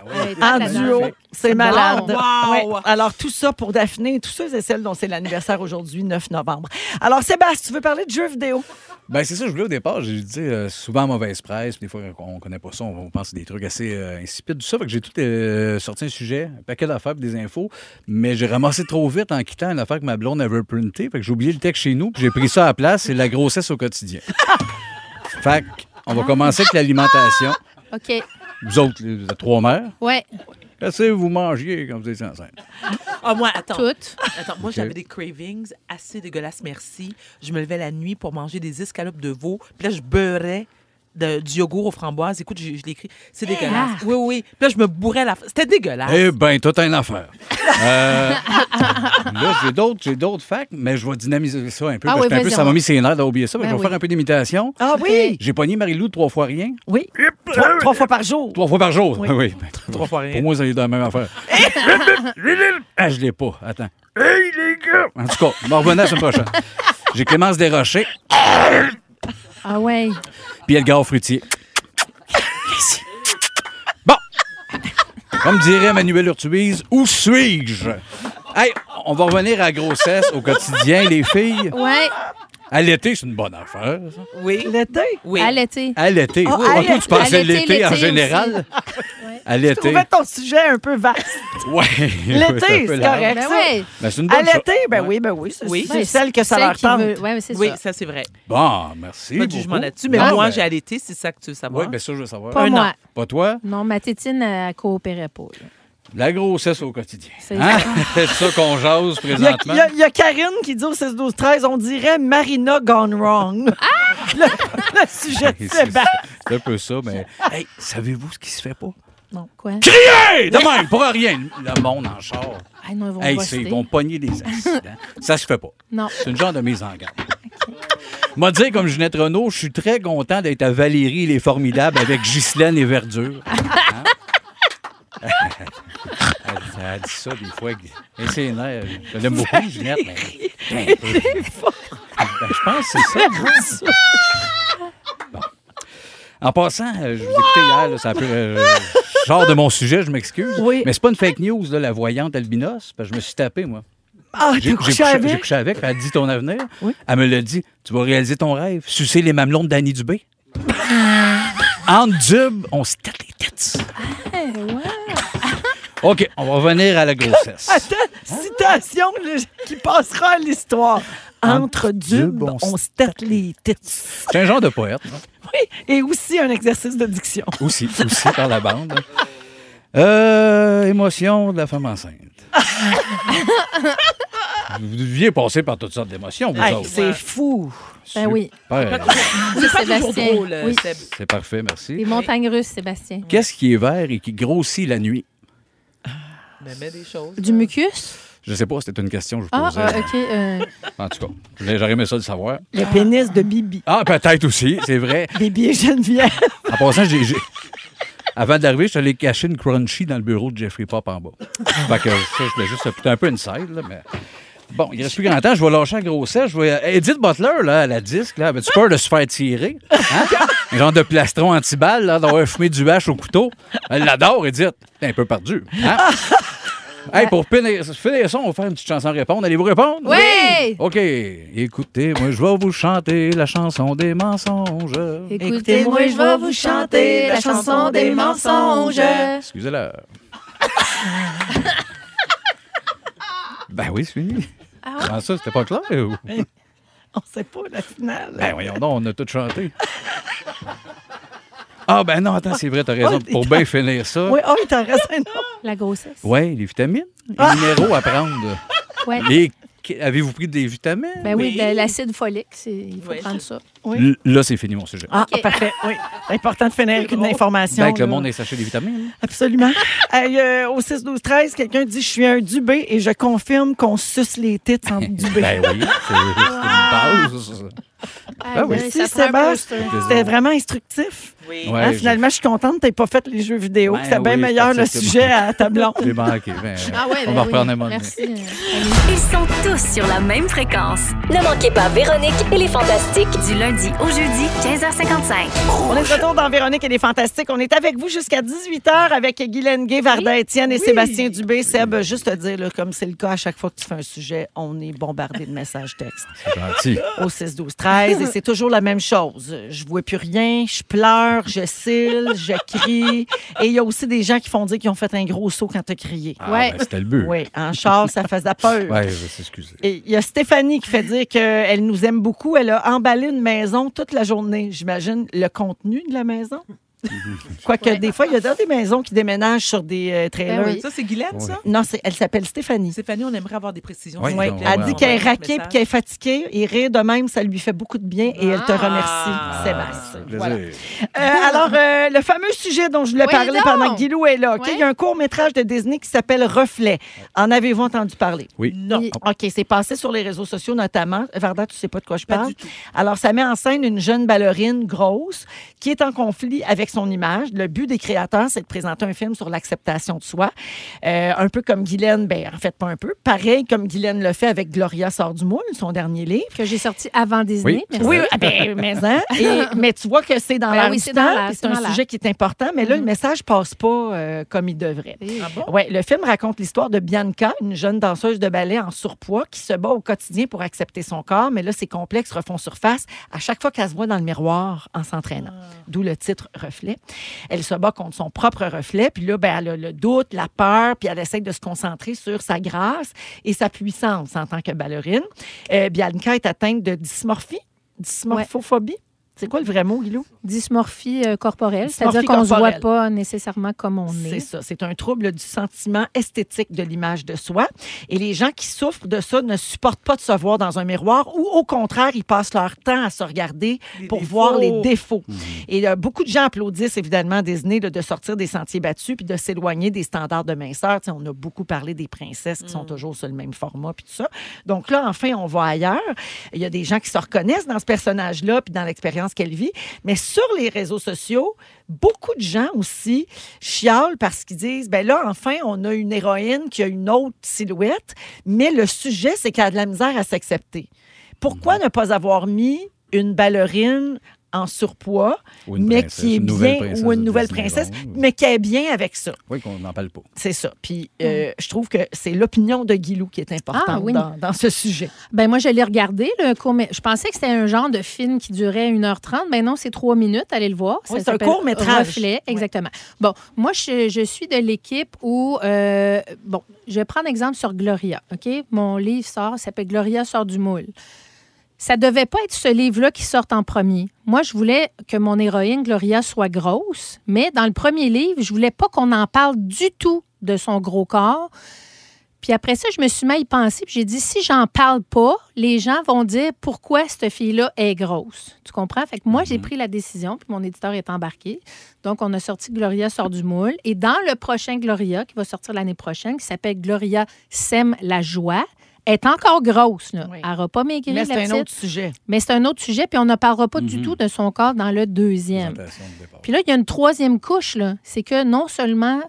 [SPEAKER 6] Ah,
[SPEAKER 3] en duo. Ah, C'est malade.
[SPEAKER 4] Wow.
[SPEAKER 3] Ouais. Alors, tout ça pour Daphné et tous ceux et celles dont c'est l'anniversaire aujourd'hui, 9 novembre. Alors, Sébastien, tu veux parler de jeux vidéo?
[SPEAKER 6] Ben, c'est ça, je voulais au départ. J'ai dit euh, souvent mauvaise presse. puis Des fois, on connaît pas ça. On, on pense des trucs assez euh, insipides, tout ça. Fait que j'ai tout euh, sorti un sujet, un paquet d'affaires, puis des infos. Mais j'ai ramassé trop vite en quittant une affaire que ma blonde avait printée. Fait que j'ai oublié le texte chez nous, puis j'ai pris ça à la place. C'est la grossesse au quotidien. fait que, on va commencer avec l'alimentation.
[SPEAKER 5] OK.
[SPEAKER 6] Vous autres, les- vous êtes trois mères.
[SPEAKER 5] Ouais,
[SPEAKER 6] Qu'est-ce que vous mangiez quand vous étiez enceinte?
[SPEAKER 4] Ah, moi, attends.
[SPEAKER 5] toutes.
[SPEAKER 4] Attends, moi, j'avais des cravings assez dégueulasses, merci. Je me levais la nuit pour manger des escalopes de veau. Puis là, je beurrais de- du yogourt aux framboises. Écoute, je, je l'écris. C'est dégueulasse. Oui, oui. Puis là, je me bourrais la. C'était dégueulasse.
[SPEAKER 6] Eh bien, tout un affaire. Euh, là, j'ai d'autres, j'ai d'autres facts, mais je vais dynamiser ça un peu.
[SPEAKER 5] Ah
[SPEAKER 6] parce
[SPEAKER 5] oui,
[SPEAKER 6] que un peu,
[SPEAKER 5] vas-y,
[SPEAKER 6] ça m'a
[SPEAKER 5] on-
[SPEAKER 6] mis ses nerfs d'oublier ça. mais
[SPEAKER 5] Ben
[SPEAKER 6] je vais
[SPEAKER 5] oui.
[SPEAKER 6] faire un peu d'imitation.
[SPEAKER 3] Ah oui!
[SPEAKER 6] J'ai pogné Marie-Lou trois fois rien.
[SPEAKER 3] Oui. Trois, trois fois par jour.
[SPEAKER 6] Trois fois par jour. Oui, ben,
[SPEAKER 4] Trois fois rien.
[SPEAKER 6] Pour moi, ça est dans la même affaire. ah, je l'ai pas. Attends. Hey, les gars! En tout cas, m'en revenez la semaine prochaine. J'ai Clémence Desrochers,
[SPEAKER 5] Ah ouais.
[SPEAKER 6] puis Edgar Fruitier. Bon! Comme dirait Manuel Urtubise, où suis-je? Hey, on va revenir à la grossesse au quotidien, les filles.
[SPEAKER 5] Ouais,
[SPEAKER 6] À l'été, c'est une bonne affaire. ça.
[SPEAKER 4] Oui.
[SPEAKER 3] L'été.
[SPEAKER 4] Oui.
[SPEAKER 5] allaiter.
[SPEAKER 6] À l'été.
[SPEAKER 3] Ah,
[SPEAKER 6] Oh,
[SPEAKER 3] à
[SPEAKER 6] toi, tu pensais
[SPEAKER 5] À l'été,
[SPEAKER 6] l'été en
[SPEAKER 5] l'été
[SPEAKER 6] général? À
[SPEAKER 3] Je
[SPEAKER 6] l'été.
[SPEAKER 3] trouvais ton sujet un peu vaste.
[SPEAKER 6] Ouais.
[SPEAKER 3] L'été, c'est correct.
[SPEAKER 5] Ben
[SPEAKER 3] ça.
[SPEAKER 5] ouais.
[SPEAKER 6] Ben, c'est une bonne
[SPEAKER 3] À l'été,
[SPEAKER 6] chose.
[SPEAKER 3] ben
[SPEAKER 6] Ouais.
[SPEAKER 3] oui, ben oui. C'est
[SPEAKER 4] Oui.
[SPEAKER 3] c'est celle que ça
[SPEAKER 5] Celle
[SPEAKER 3] leur
[SPEAKER 5] qui
[SPEAKER 3] tente.
[SPEAKER 5] veut- Ouais, mais c'est
[SPEAKER 4] Oui,
[SPEAKER 5] ça.
[SPEAKER 4] ça, c'est vrai.
[SPEAKER 6] Bon, merci.
[SPEAKER 4] Pas de jugement
[SPEAKER 6] beaucoup.
[SPEAKER 4] là-dessus. Mais
[SPEAKER 6] Ah,
[SPEAKER 4] moi,
[SPEAKER 6] ben,
[SPEAKER 4] j'ai allaité, c'est ça que tu veux savoir.
[SPEAKER 6] Oui, bien ça, je veux savoir.
[SPEAKER 5] Pas
[SPEAKER 4] Un
[SPEAKER 5] moi.
[SPEAKER 4] an.
[SPEAKER 6] Pas toi?
[SPEAKER 5] Non, ma tétine, elle coopérait pas. là.
[SPEAKER 6] La grossesse au quotidien.
[SPEAKER 5] C'est
[SPEAKER 6] Hein? C'est ça qu'on jase
[SPEAKER 3] Il y, a,
[SPEAKER 6] présentement.
[SPEAKER 3] il y a- il y a Karine qui dit au 16 12 13 on dirait Marina gone wrong. Le, le sujet de
[SPEAKER 6] Et Ah, c'est-
[SPEAKER 3] Sébastien.
[SPEAKER 6] C'est un peu ça, mais. Hey, savez-vous ce qui se fait pas?
[SPEAKER 5] Quoi?
[SPEAKER 6] Crier! De même, pour rien. Le monde en char.
[SPEAKER 5] Ah non, ils vont
[SPEAKER 6] Hey, c'est-
[SPEAKER 5] poster.
[SPEAKER 6] ils vont pogner des accidents. ça se fait pas.
[SPEAKER 5] Non.
[SPEAKER 6] C'est une genre de mise en garde. Moi, dire comme Ginette Renault, je suis très content d'être à Valérie les Formidables avec Ghislaine et Verdure. Hein? elle, elle dit ça des fois. Elle c'est une aire. Je l'aime beaucoup, Ginette, mais. Ben, ben, je pense que c'est ça. hein. Bon. En passant, euh, je vous écoutais hier, là, ça peut. euh, je sors de mon sujet, je m'excuse.
[SPEAKER 3] Oui.
[SPEAKER 6] Mais c'est pas une fake news, là, la voyante albinos, parce que je me suis tapé, moi.
[SPEAKER 3] Ah, t'as
[SPEAKER 6] J'ai j'ai
[SPEAKER 3] couché
[SPEAKER 6] couché, j'ai
[SPEAKER 3] avec?
[SPEAKER 6] couché avec, puis elle dit ton avenir.
[SPEAKER 3] Oui.
[SPEAKER 6] Elle me l'a dit, tu vas réaliser ton rêve, sucer les mamelons de Danny Dubé. en dub, on se tête les têtes. OK, on va revenir à la grossesse.
[SPEAKER 3] Attends, citation là, qui passera à l'histoire. Entre dubes,
[SPEAKER 6] on
[SPEAKER 3] on se tâte les têtes.
[SPEAKER 6] C'est un genre de poète, non?
[SPEAKER 3] Oui, et aussi un exercice de diction.
[SPEAKER 6] aussi, aussi par la bande. hein. Euh, émotion de la femme enceinte. vous deviez passer par toutes sortes d'émotions, vous
[SPEAKER 3] Hey,
[SPEAKER 6] autres.
[SPEAKER 3] c'est fou.
[SPEAKER 5] Ben oui.
[SPEAKER 6] Super.
[SPEAKER 5] Oui,
[SPEAKER 4] C'est pas toujours
[SPEAKER 5] Ah, Sébastien.
[SPEAKER 4] drôle, euh,
[SPEAKER 5] Oui.
[SPEAKER 4] Seb.
[SPEAKER 6] C'est parfait,
[SPEAKER 5] Les
[SPEAKER 6] merci.
[SPEAKER 5] montagnes russes, Sébastien.
[SPEAKER 6] Qu'est-ce qui est vert et qui grossit la nuit?
[SPEAKER 4] Mais mets des choses.
[SPEAKER 5] Du mucus?
[SPEAKER 6] Je sais pas, c'était une question que je vous
[SPEAKER 5] Ah,
[SPEAKER 6] posais.
[SPEAKER 5] ah, OK. euh,
[SPEAKER 6] En tout cas, j'ai- j'aurais aimé ça de savoir.
[SPEAKER 3] Le pénis de Bibi.
[SPEAKER 6] Ah, peut-être aussi, c'est vrai.
[SPEAKER 3] Bibi et Geneviève.
[SPEAKER 6] En passant, j'ai. j'ai- Avant d'arriver, je suis allé cacher une crunchy dans le bureau de Jeffrey Pop en bas. Fait que ça, je voulais juste. C'était un peu une side, là, mais. Bon, il reste plus grand temps, je vais lâcher la grossesse. Je vais... euh, Edith Butler, là, à la disque, là, avais-tu peur de se faire tirer? Hein? Un genre de plastron anti-balle, là, d'avoir fumé du hache au couteau. Elle l'adore, Edith. T'es un peu perdu. Hein? hey, pour finir, finir ça, on va faire une petite chanson répondre. Allez-vous répondre?
[SPEAKER 5] Oui!
[SPEAKER 6] OK. Écoutez, moi, je vais vous chanter la chanson des mensonges.
[SPEAKER 5] Écoutez-moi, je vais vous chanter la chanson des mensonges.
[SPEAKER 6] Excusez-la. ben oui, c'est fini.
[SPEAKER 5] Ah
[SPEAKER 6] Comment ça, c'était pas clair? ou?
[SPEAKER 3] On sait pas la finale.
[SPEAKER 6] Ben voyons donc, on a tout chanté. Ah ben non, attends, c'est vrai, t'as raison. Pour bien finir ça,
[SPEAKER 3] oui, oh, il t'en reste un autre.
[SPEAKER 5] La grossesse.
[SPEAKER 6] ouais, les vitamines,
[SPEAKER 5] Ah.
[SPEAKER 6] les minéraux à prendre.
[SPEAKER 5] Ouais.
[SPEAKER 6] Les- Avez-vous pris des vitamines?
[SPEAKER 5] Ben oui, de l'acide folique, c'est- il faut
[SPEAKER 4] Oui.
[SPEAKER 5] prendre ça.
[SPEAKER 6] L- Là, c'est fini mon sujet.
[SPEAKER 3] Ah, parfait. Oui. C'est important de finir avec une information.
[SPEAKER 6] Ben, avec le
[SPEAKER 3] là.
[SPEAKER 6] monde est saché des vitamines.
[SPEAKER 3] Absolument. Hey, euh, au 6 12 13, quelqu'un dit je suis un Dubé et je confirme qu'on suce les titres en Dubé.
[SPEAKER 6] Ben oui, c'est c'est une base.
[SPEAKER 5] Ah
[SPEAKER 6] ben oui.
[SPEAKER 3] Merci, Sébastien. C'était vraiment instructif.
[SPEAKER 4] Oui.
[SPEAKER 5] Ah,
[SPEAKER 6] Ouais,
[SPEAKER 3] Hein,
[SPEAKER 6] je-
[SPEAKER 3] finalement, je suis contente que tu pas fait les jeux vidéo.
[SPEAKER 6] Ben
[SPEAKER 3] C'était bien
[SPEAKER 6] oui,
[SPEAKER 3] meilleur le
[SPEAKER 6] effectivement.
[SPEAKER 3] sujet à ta blonde.
[SPEAKER 6] J'ai manqué. Ben,
[SPEAKER 5] Ah ouais,
[SPEAKER 6] on
[SPEAKER 5] ben
[SPEAKER 6] va
[SPEAKER 5] oui.
[SPEAKER 6] reprendre un moment donné.
[SPEAKER 5] Merci. euh,
[SPEAKER 1] Ils sont tous sur la même fréquence.
[SPEAKER 2] Ne manquez pas Véronique et les Fantastiques.
[SPEAKER 1] Du lundi au jeudi, 15h55.
[SPEAKER 3] On est de retour dans Véronique et les Fantastiques. On est avec vous jusqu'à 18h avec Guylaine Gay, Varda Étienne et Sébastien Dubé. Seb, juste te dire, là, comme c'est le cas à chaque fois que tu fais un sujet, on est bombardé de messages textes.
[SPEAKER 6] C'est gentil.
[SPEAKER 3] au 6 12 13 et c'est toujours la même chose. Je vois plus rien, je pleure, je cille, je crie et il y a aussi des gens qui font dire qu'ils ont fait un gros saut quand tu as crié.
[SPEAKER 6] Ah,
[SPEAKER 5] Ouais.
[SPEAKER 6] ben, c'était le but.
[SPEAKER 3] Oui, en char, ça faisait peur.
[SPEAKER 6] Ouais, je vais s'excuser.
[SPEAKER 3] Et il y a Stéphanie qui fait dire qu'elle nous aime beaucoup. Elle a emballé une maison toute la journée. J'imagine le contenu de la maison. Quoique des fois, il y a des maisons qui déménagent sur des euh, trailers.
[SPEAKER 5] Ben oui.
[SPEAKER 4] Ça, c'est Guylaine, ça?
[SPEAKER 3] Non, c'est- elle s'appelle Stéphanie.
[SPEAKER 4] Stéphanie, on aimerait avoir des précisions.
[SPEAKER 6] Oui,
[SPEAKER 4] s'il
[SPEAKER 6] Ouais.
[SPEAKER 4] vous plaît.
[SPEAKER 6] Ah,
[SPEAKER 3] Elle dit
[SPEAKER 6] ouais,
[SPEAKER 3] qu'elle est
[SPEAKER 4] Envoyez un
[SPEAKER 3] raquée et
[SPEAKER 4] message.
[SPEAKER 3] qu'elle est fatiguée. Et rire de même, ça lui fait beaucoup de bien et elle te remercie,
[SPEAKER 4] Ah.
[SPEAKER 3] Sébastien.
[SPEAKER 6] Plaisir.
[SPEAKER 3] Voilà. Euh, alors, euh, le fameux sujet dont je voulais
[SPEAKER 5] Oui,
[SPEAKER 3] parler
[SPEAKER 5] donc.
[SPEAKER 3] pendant que Guilou est là, OK?
[SPEAKER 5] Ouais.
[SPEAKER 3] il y a un court-métrage de Disney qui s'appelle Reflet. En avez-vous entendu parler?
[SPEAKER 6] Oui.
[SPEAKER 4] Non.
[SPEAKER 5] Oui.
[SPEAKER 3] OK, c'est passé sur les réseaux sociaux notamment. Varda, tu sais pas de quoi je
[SPEAKER 4] Pas
[SPEAKER 3] parle.
[SPEAKER 4] du tout.
[SPEAKER 3] Alors, ça met en scène une jeune ballerine grosse qui est en conflit avec son image. Le but des créateurs, c'est de présenter un film sur l'acceptation de soi. Euh, un peu comme Guylaine, ben, en fait, pas un peu. Pareil comme Guylaine le fait avec Gloria sort du moule, son dernier livre.
[SPEAKER 5] Que j'ai sorti avant Disney.
[SPEAKER 6] Oui,
[SPEAKER 5] merci.
[SPEAKER 3] Oui, oui, ah ben, mais, hein. Et- mais tu vois que c'est dans
[SPEAKER 5] Ben
[SPEAKER 3] l'air
[SPEAKER 5] oui,
[SPEAKER 3] du
[SPEAKER 5] c'est dans
[SPEAKER 3] temps,
[SPEAKER 5] l'air,
[SPEAKER 3] puis c'est
[SPEAKER 5] c'est
[SPEAKER 3] un
[SPEAKER 5] dans Mm-hmm. l'air.
[SPEAKER 3] sujet qui est important, mais là, le message passe pas euh, comme il devrait.
[SPEAKER 5] Et-
[SPEAKER 4] Ah bon?
[SPEAKER 3] Ouais, le film raconte l'histoire de Bianca, une jeune danseuse de ballet en surpoids qui se bat au quotidien pour accepter son corps, mais là, ses complexes refont surface à chaque fois qu'elle se voit dans le miroir en s'entraînant.
[SPEAKER 5] Ah.
[SPEAKER 3] D'où le titre Reflet. Elle se bat contre son propre reflet, puis là, ben, elle a le doute, la peur, puis elle essaie de se concentrer sur sa grâce et sa puissance en tant que ballerine. Euh, Bianca est atteinte de dysmorphie, dysmorphophobie. C'est quoi le vrai mot, Guilou?
[SPEAKER 5] Dysmorphie euh, corporelle, c'est-à-dire
[SPEAKER 3] Dysmorphie
[SPEAKER 5] qu'on ne se voit
[SPEAKER 3] corporelle.
[SPEAKER 5] pas nécessairement comme on est.
[SPEAKER 3] C'est ça. C'est un trouble du sentiment esthétique de l'image de soi. Et les gens qui souffrent de ça ne supportent pas de se voir dans un miroir ou, au contraire, ils passent leur temps à se regarder
[SPEAKER 4] Les
[SPEAKER 3] pour
[SPEAKER 4] défauts.
[SPEAKER 3] voir les défauts. Et euh, beaucoup de gens applaudissent, évidemment, Disney là, de sortir des sentiers battus puis de s'éloigner des standards de minceur. Tu sais, on a beaucoup parlé des princesses qui
[SPEAKER 4] Mm.
[SPEAKER 3] sont toujours sur le même format puis tout ça. Donc là, enfin, on va ailleurs. Il y a des gens qui se reconnaissent dans ce personnage-là puis dans l'expérience qu'elle vit. Mais sur les réseaux sociaux, beaucoup de gens aussi chialent parce qu'ils disent ben là enfin on a une héroïne qui a une autre silhouette mais le sujet c'est qu'elle a de la misère à s'accepter. Pourquoi ne pas avoir mis une ballerine en surpoids
[SPEAKER 6] Ou une
[SPEAKER 3] mais
[SPEAKER 6] princesse,
[SPEAKER 3] qui est
[SPEAKER 6] une nouvelle
[SPEAKER 3] bien
[SPEAKER 6] princesse
[SPEAKER 3] ou une
[SPEAKER 6] de
[SPEAKER 3] nouvelle
[SPEAKER 6] Disney,
[SPEAKER 3] princesse
[SPEAKER 6] bon, oui.
[SPEAKER 3] mais qui est bien avec ça.
[SPEAKER 6] Oui, qu'on n'en parle pas.
[SPEAKER 3] C'est ça. Puis euh, je trouve que c'est l'opinion de Guilou qui est importante
[SPEAKER 5] Hmm. Ah, oui.
[SPEAKER 3] dans, dans ce sujet.
[SPEAKER 5] Ben moi, je l'ai regardé, le court mé- Je pensais que c'était un genre de film qui durait 1h30. Ben non, c'est 3 minutes. Allez le voir.
[SPEAKER 3] Oui,
[SPEAKER 5] Ça
[SPEAKER 3] c'est un
[SPEAKER 5] s'appelle
[SPEAKER 3] court-métrage.
[SPEAKER 5] Reflet,
[SPEAKER 3] Oui.
[SPEAKER 5] exactement. Bon, moi, je, je suis de l'équipe où... euh, bon, je vais prendre exemple sur Gloria, OK? Mon livre sort, ça s'appelle Gloria sort du moule. Ça devait pas être ce livre-là qui sorte en premier. Moi, je voulais que mon héroïne Gloria soit grosse, mais dans le premier livre, je voulais pas qu'on en parle du tout de son gros corps. Puis après ça, je me suis mis à y penser, puis j'ai dit, si j'en parle pas, les gens vont dire pourquoi cette fille-là est grosse. Tu comprends? Fait que moi, j'ai pris la décision, puis mon éditeur est embarqué. Donc, on a sorti Gloria sort du moule. Et dans le prochain Gloria, qui va sortir l'année prochaine, qui s'appelle Gloria sème la joie, elle est encore grosse, là.
[SPEAKER 3] Oui.
[SPEAKER 5] Elle n'aura pas maigri,
[SPEAKER 3] Mais
[SPEAKER 5] la
[SPEAKER 3] c'est un
[SPEAKER 5] petite.
[SPEAKER 3] autre sujet.
[SPEAKER 5] Mais c'est un autre sujet, puis on ne parlera pas du
[SPEAKER 6] Mhm.
[SPEAKER 5] tout de son corps dans le deuxième.
[SPEAKER 6] Présentation de départ.
[SPEAKER 5] Puis là, il y a une troisième couche, là. C'est que non seulement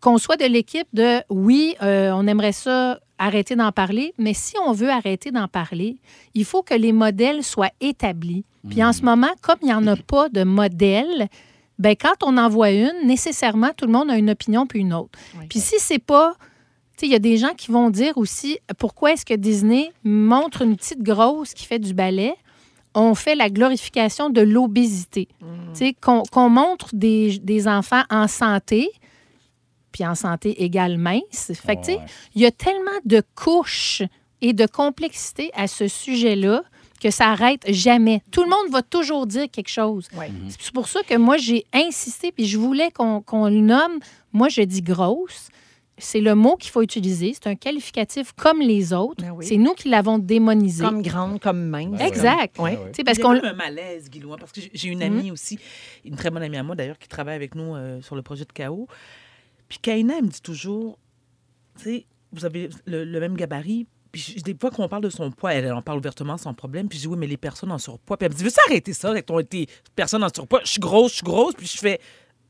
[SPEAKER 5] qu'on soit de l'équipe de oui, euh, on aimerait ça arrêter d'en parler, mais si on veut arrêter d'en parler, il faut que les modèles soient établis. Puis en ce moment, comme il n'y en a pas de modèle, ben quand on en voit une, nécessairement, tout le monde a une opinion puis une autre.
[SPEAKER 3] Oui.
[SPEAKER 5] Puis si c'est pas. Tu sais, il y a des gens qui vont dire aussi pourquoi est-ce que Disney montre une petite grosse qui fait du ballet on fait la glorification de l'obésité. Tu sais, qu'on qu'on montre des, des enfants en santé, puis en santé égale mince. Fait que, tu sais,
[SPEAKER 6] Ouais.
[SPEAKER 5] il y a tellement de couches et de complexité à ce sujet-là que ça arrête jamais. Tout le monde va toujours dire quelque chose.
[SPEAKER 3] Ouais.
[SPEAKER 6] Mhm.
[SPEAKER 5] C'est pour ça que moi, j'ai insisté, puis je voulais qu'on qu'on le nomme. Moi, je dis grosse. C'est le mot qu'il faut utiliser. C'est un qualificatif comme les autres.
[SPEAKER 3] Ah oui.
[SPEAKER 5] C'est nous qui l'avons démonisé.
[SPEAKER 3] Comme grande, comme mince.
[SPEAKER 6] Ouais.
[SPEAKER 5] Exact.
[SPEAKER 3] Ouais.
[SPEAKER 5] Tu sais, Parce
[SPEAKER 4] Il y a
[SPEAKER 5] qu'on Mm-hmm.
[SPEAKER 4] même un malaise, Guillouin, parce que j'ai- j'ai une amie aussi, une très bonne amie à moi d'ailleurs, qui travaille avec nous euh, sur le projet de Chaos. Puis Kaina, elle me dit toujours, tu sais, vous avez le, le même gabarit. Puis je- des fois qu'on parle de son poids, elle en parle ouvertement sans problème. Puis je dis, oui, mais les personnes en surpoids. Puis elle me dit, veux-tu arrêter ça avec ton tes personnes en surpoids? Je suis grosse, je suis grosse. Puis je fais,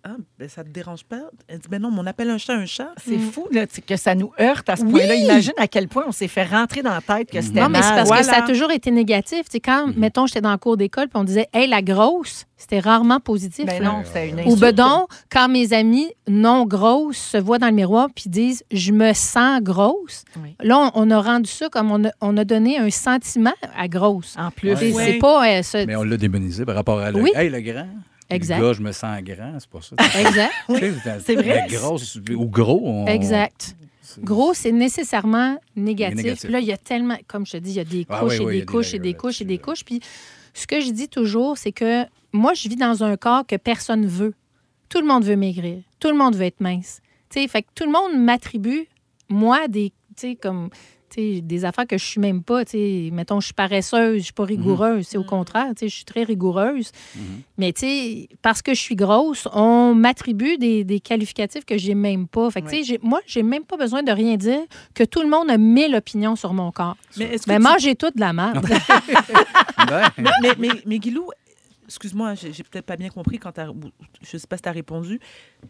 [SPEAKER 4] ah, ben ça te dérange pas? Elle dit, ben non, mais on appelle un chat un chat. Mm.
[SPEAKER 3] C'est
[SPEAKER 5] Hmm.
[SPEAKER 3] fou là, tu sais, que ça nous heurte à ce point-là. Imagine à quel point on s'est fait rentrer dans la tête
[SPEAKER 6] Mhm.
[SPEAKER 3] que c'était
[SPEAKER 5] Non, mais c'est
[SPEAKER 3] mal.
[SPEAKER 5] parce
[SPEAKER 3] Voilà.
[SPEAKER 5] que ça a toujours été négatif. Tu sais,
[SPEAKER 4] Mhm.
[SPEAKER 5] quand, mettons, j'étais dans le cours d'école, puis on disait, hey, la grosse, c'était rarement positif.
[SPEAKER 3] Ben
[SPEAKER 5] là.
[SPEAKER 3] non, c'était
[SPEAKER 5] Ou
[SPEAKER 3] une insulte.
[SPEAKER 5] bedon, quand mes amis non grosses se voient dans le miroir puis disent je me sens grosse,
[SPEAKER 3] Oui.
[SPEAKER 5] là on, on a rendu ça comme on a, on a donné un sentiment à grosse.
[SPEAKER 3] En plus,
[SPEAKER 5] C'est
[SPEAKER 4] Ouais.
[SPEAKER 5] c'est pas euh, ce-
[SPEAKER 6] Mais on l'a démonisé par rapport à le,
[SPEAKER 5] Oui.
[SPEAKER 6] hey, le grand.
[SPEAKER 5] Exact.
[SPEAKER 6] Le gars, je me sens grand, c'est pas ça.
[SPEAKER 5] exact,
[SPEAKER 6] c'est
[SPEAKER 3] vrai.
[SPEAKER 6] Grosse ou gros. on-
[SPEAKER 5] exact.
[SPEAKER 6] c'est-
[SPEAKER 5] Gros, c'est nécessairement négatif.
[SPEAKER 6] Négatif.
[SPEAKER 5] Puis Là, il y a tellement, comme je te dis, il y a des couches
[SPEAKER 6] Ah oui,
[SPEAKER 5] et
[SPEAKER 6] oui, il y a
[SPEAKER 5] des
[SPEAKER 6] des
[SPEAKER 5] couches et des
[SPEAKER 6] layers
[SPEAKER 5] couches et des
[SPEAKER 6] là-dessus, là.
[SPEAKER 5] couches. Puis ce que je dis toujours, c'est que moi, je vis dans un corps que personne veut. Tout le monde veut maigrir. Tout le monde veut être mince. Tu sais, fait que tout le monde m'attribue, moi, des, tu sais, comme, tu sais, des affaires que je suis même pas. Tu sais, mettons, je suis paresseuse, je suis
[SPEAKER 6] Mhm.
[SPEAKER 5] pas rigoureuse. C'est au contraire, tu sais, je suis très rigoureuse. Mais tu sais, parce que je suis grosse, on m'attribue des, des qualificatifs que j'ai même pas. Fait que, tu sais, j'ai- moi, j'ai même pas besoin de rien dire que tout le monde a mille opinions sur mon corps.
[SPEAKER 4] Mais est-ce que
[SPEAKER 5] Ben,
[SPEAKER 4] tu-
[SPEAKER 5] mangez tout de la merde.
[SPEAKER 6] Ben,
[SPEAKER 4] mais, mais, mais Guilou, excuse-moi, j'ai j'ai peut-être pas bien compris quand t'as- ou- je sais pas si tu as répondu.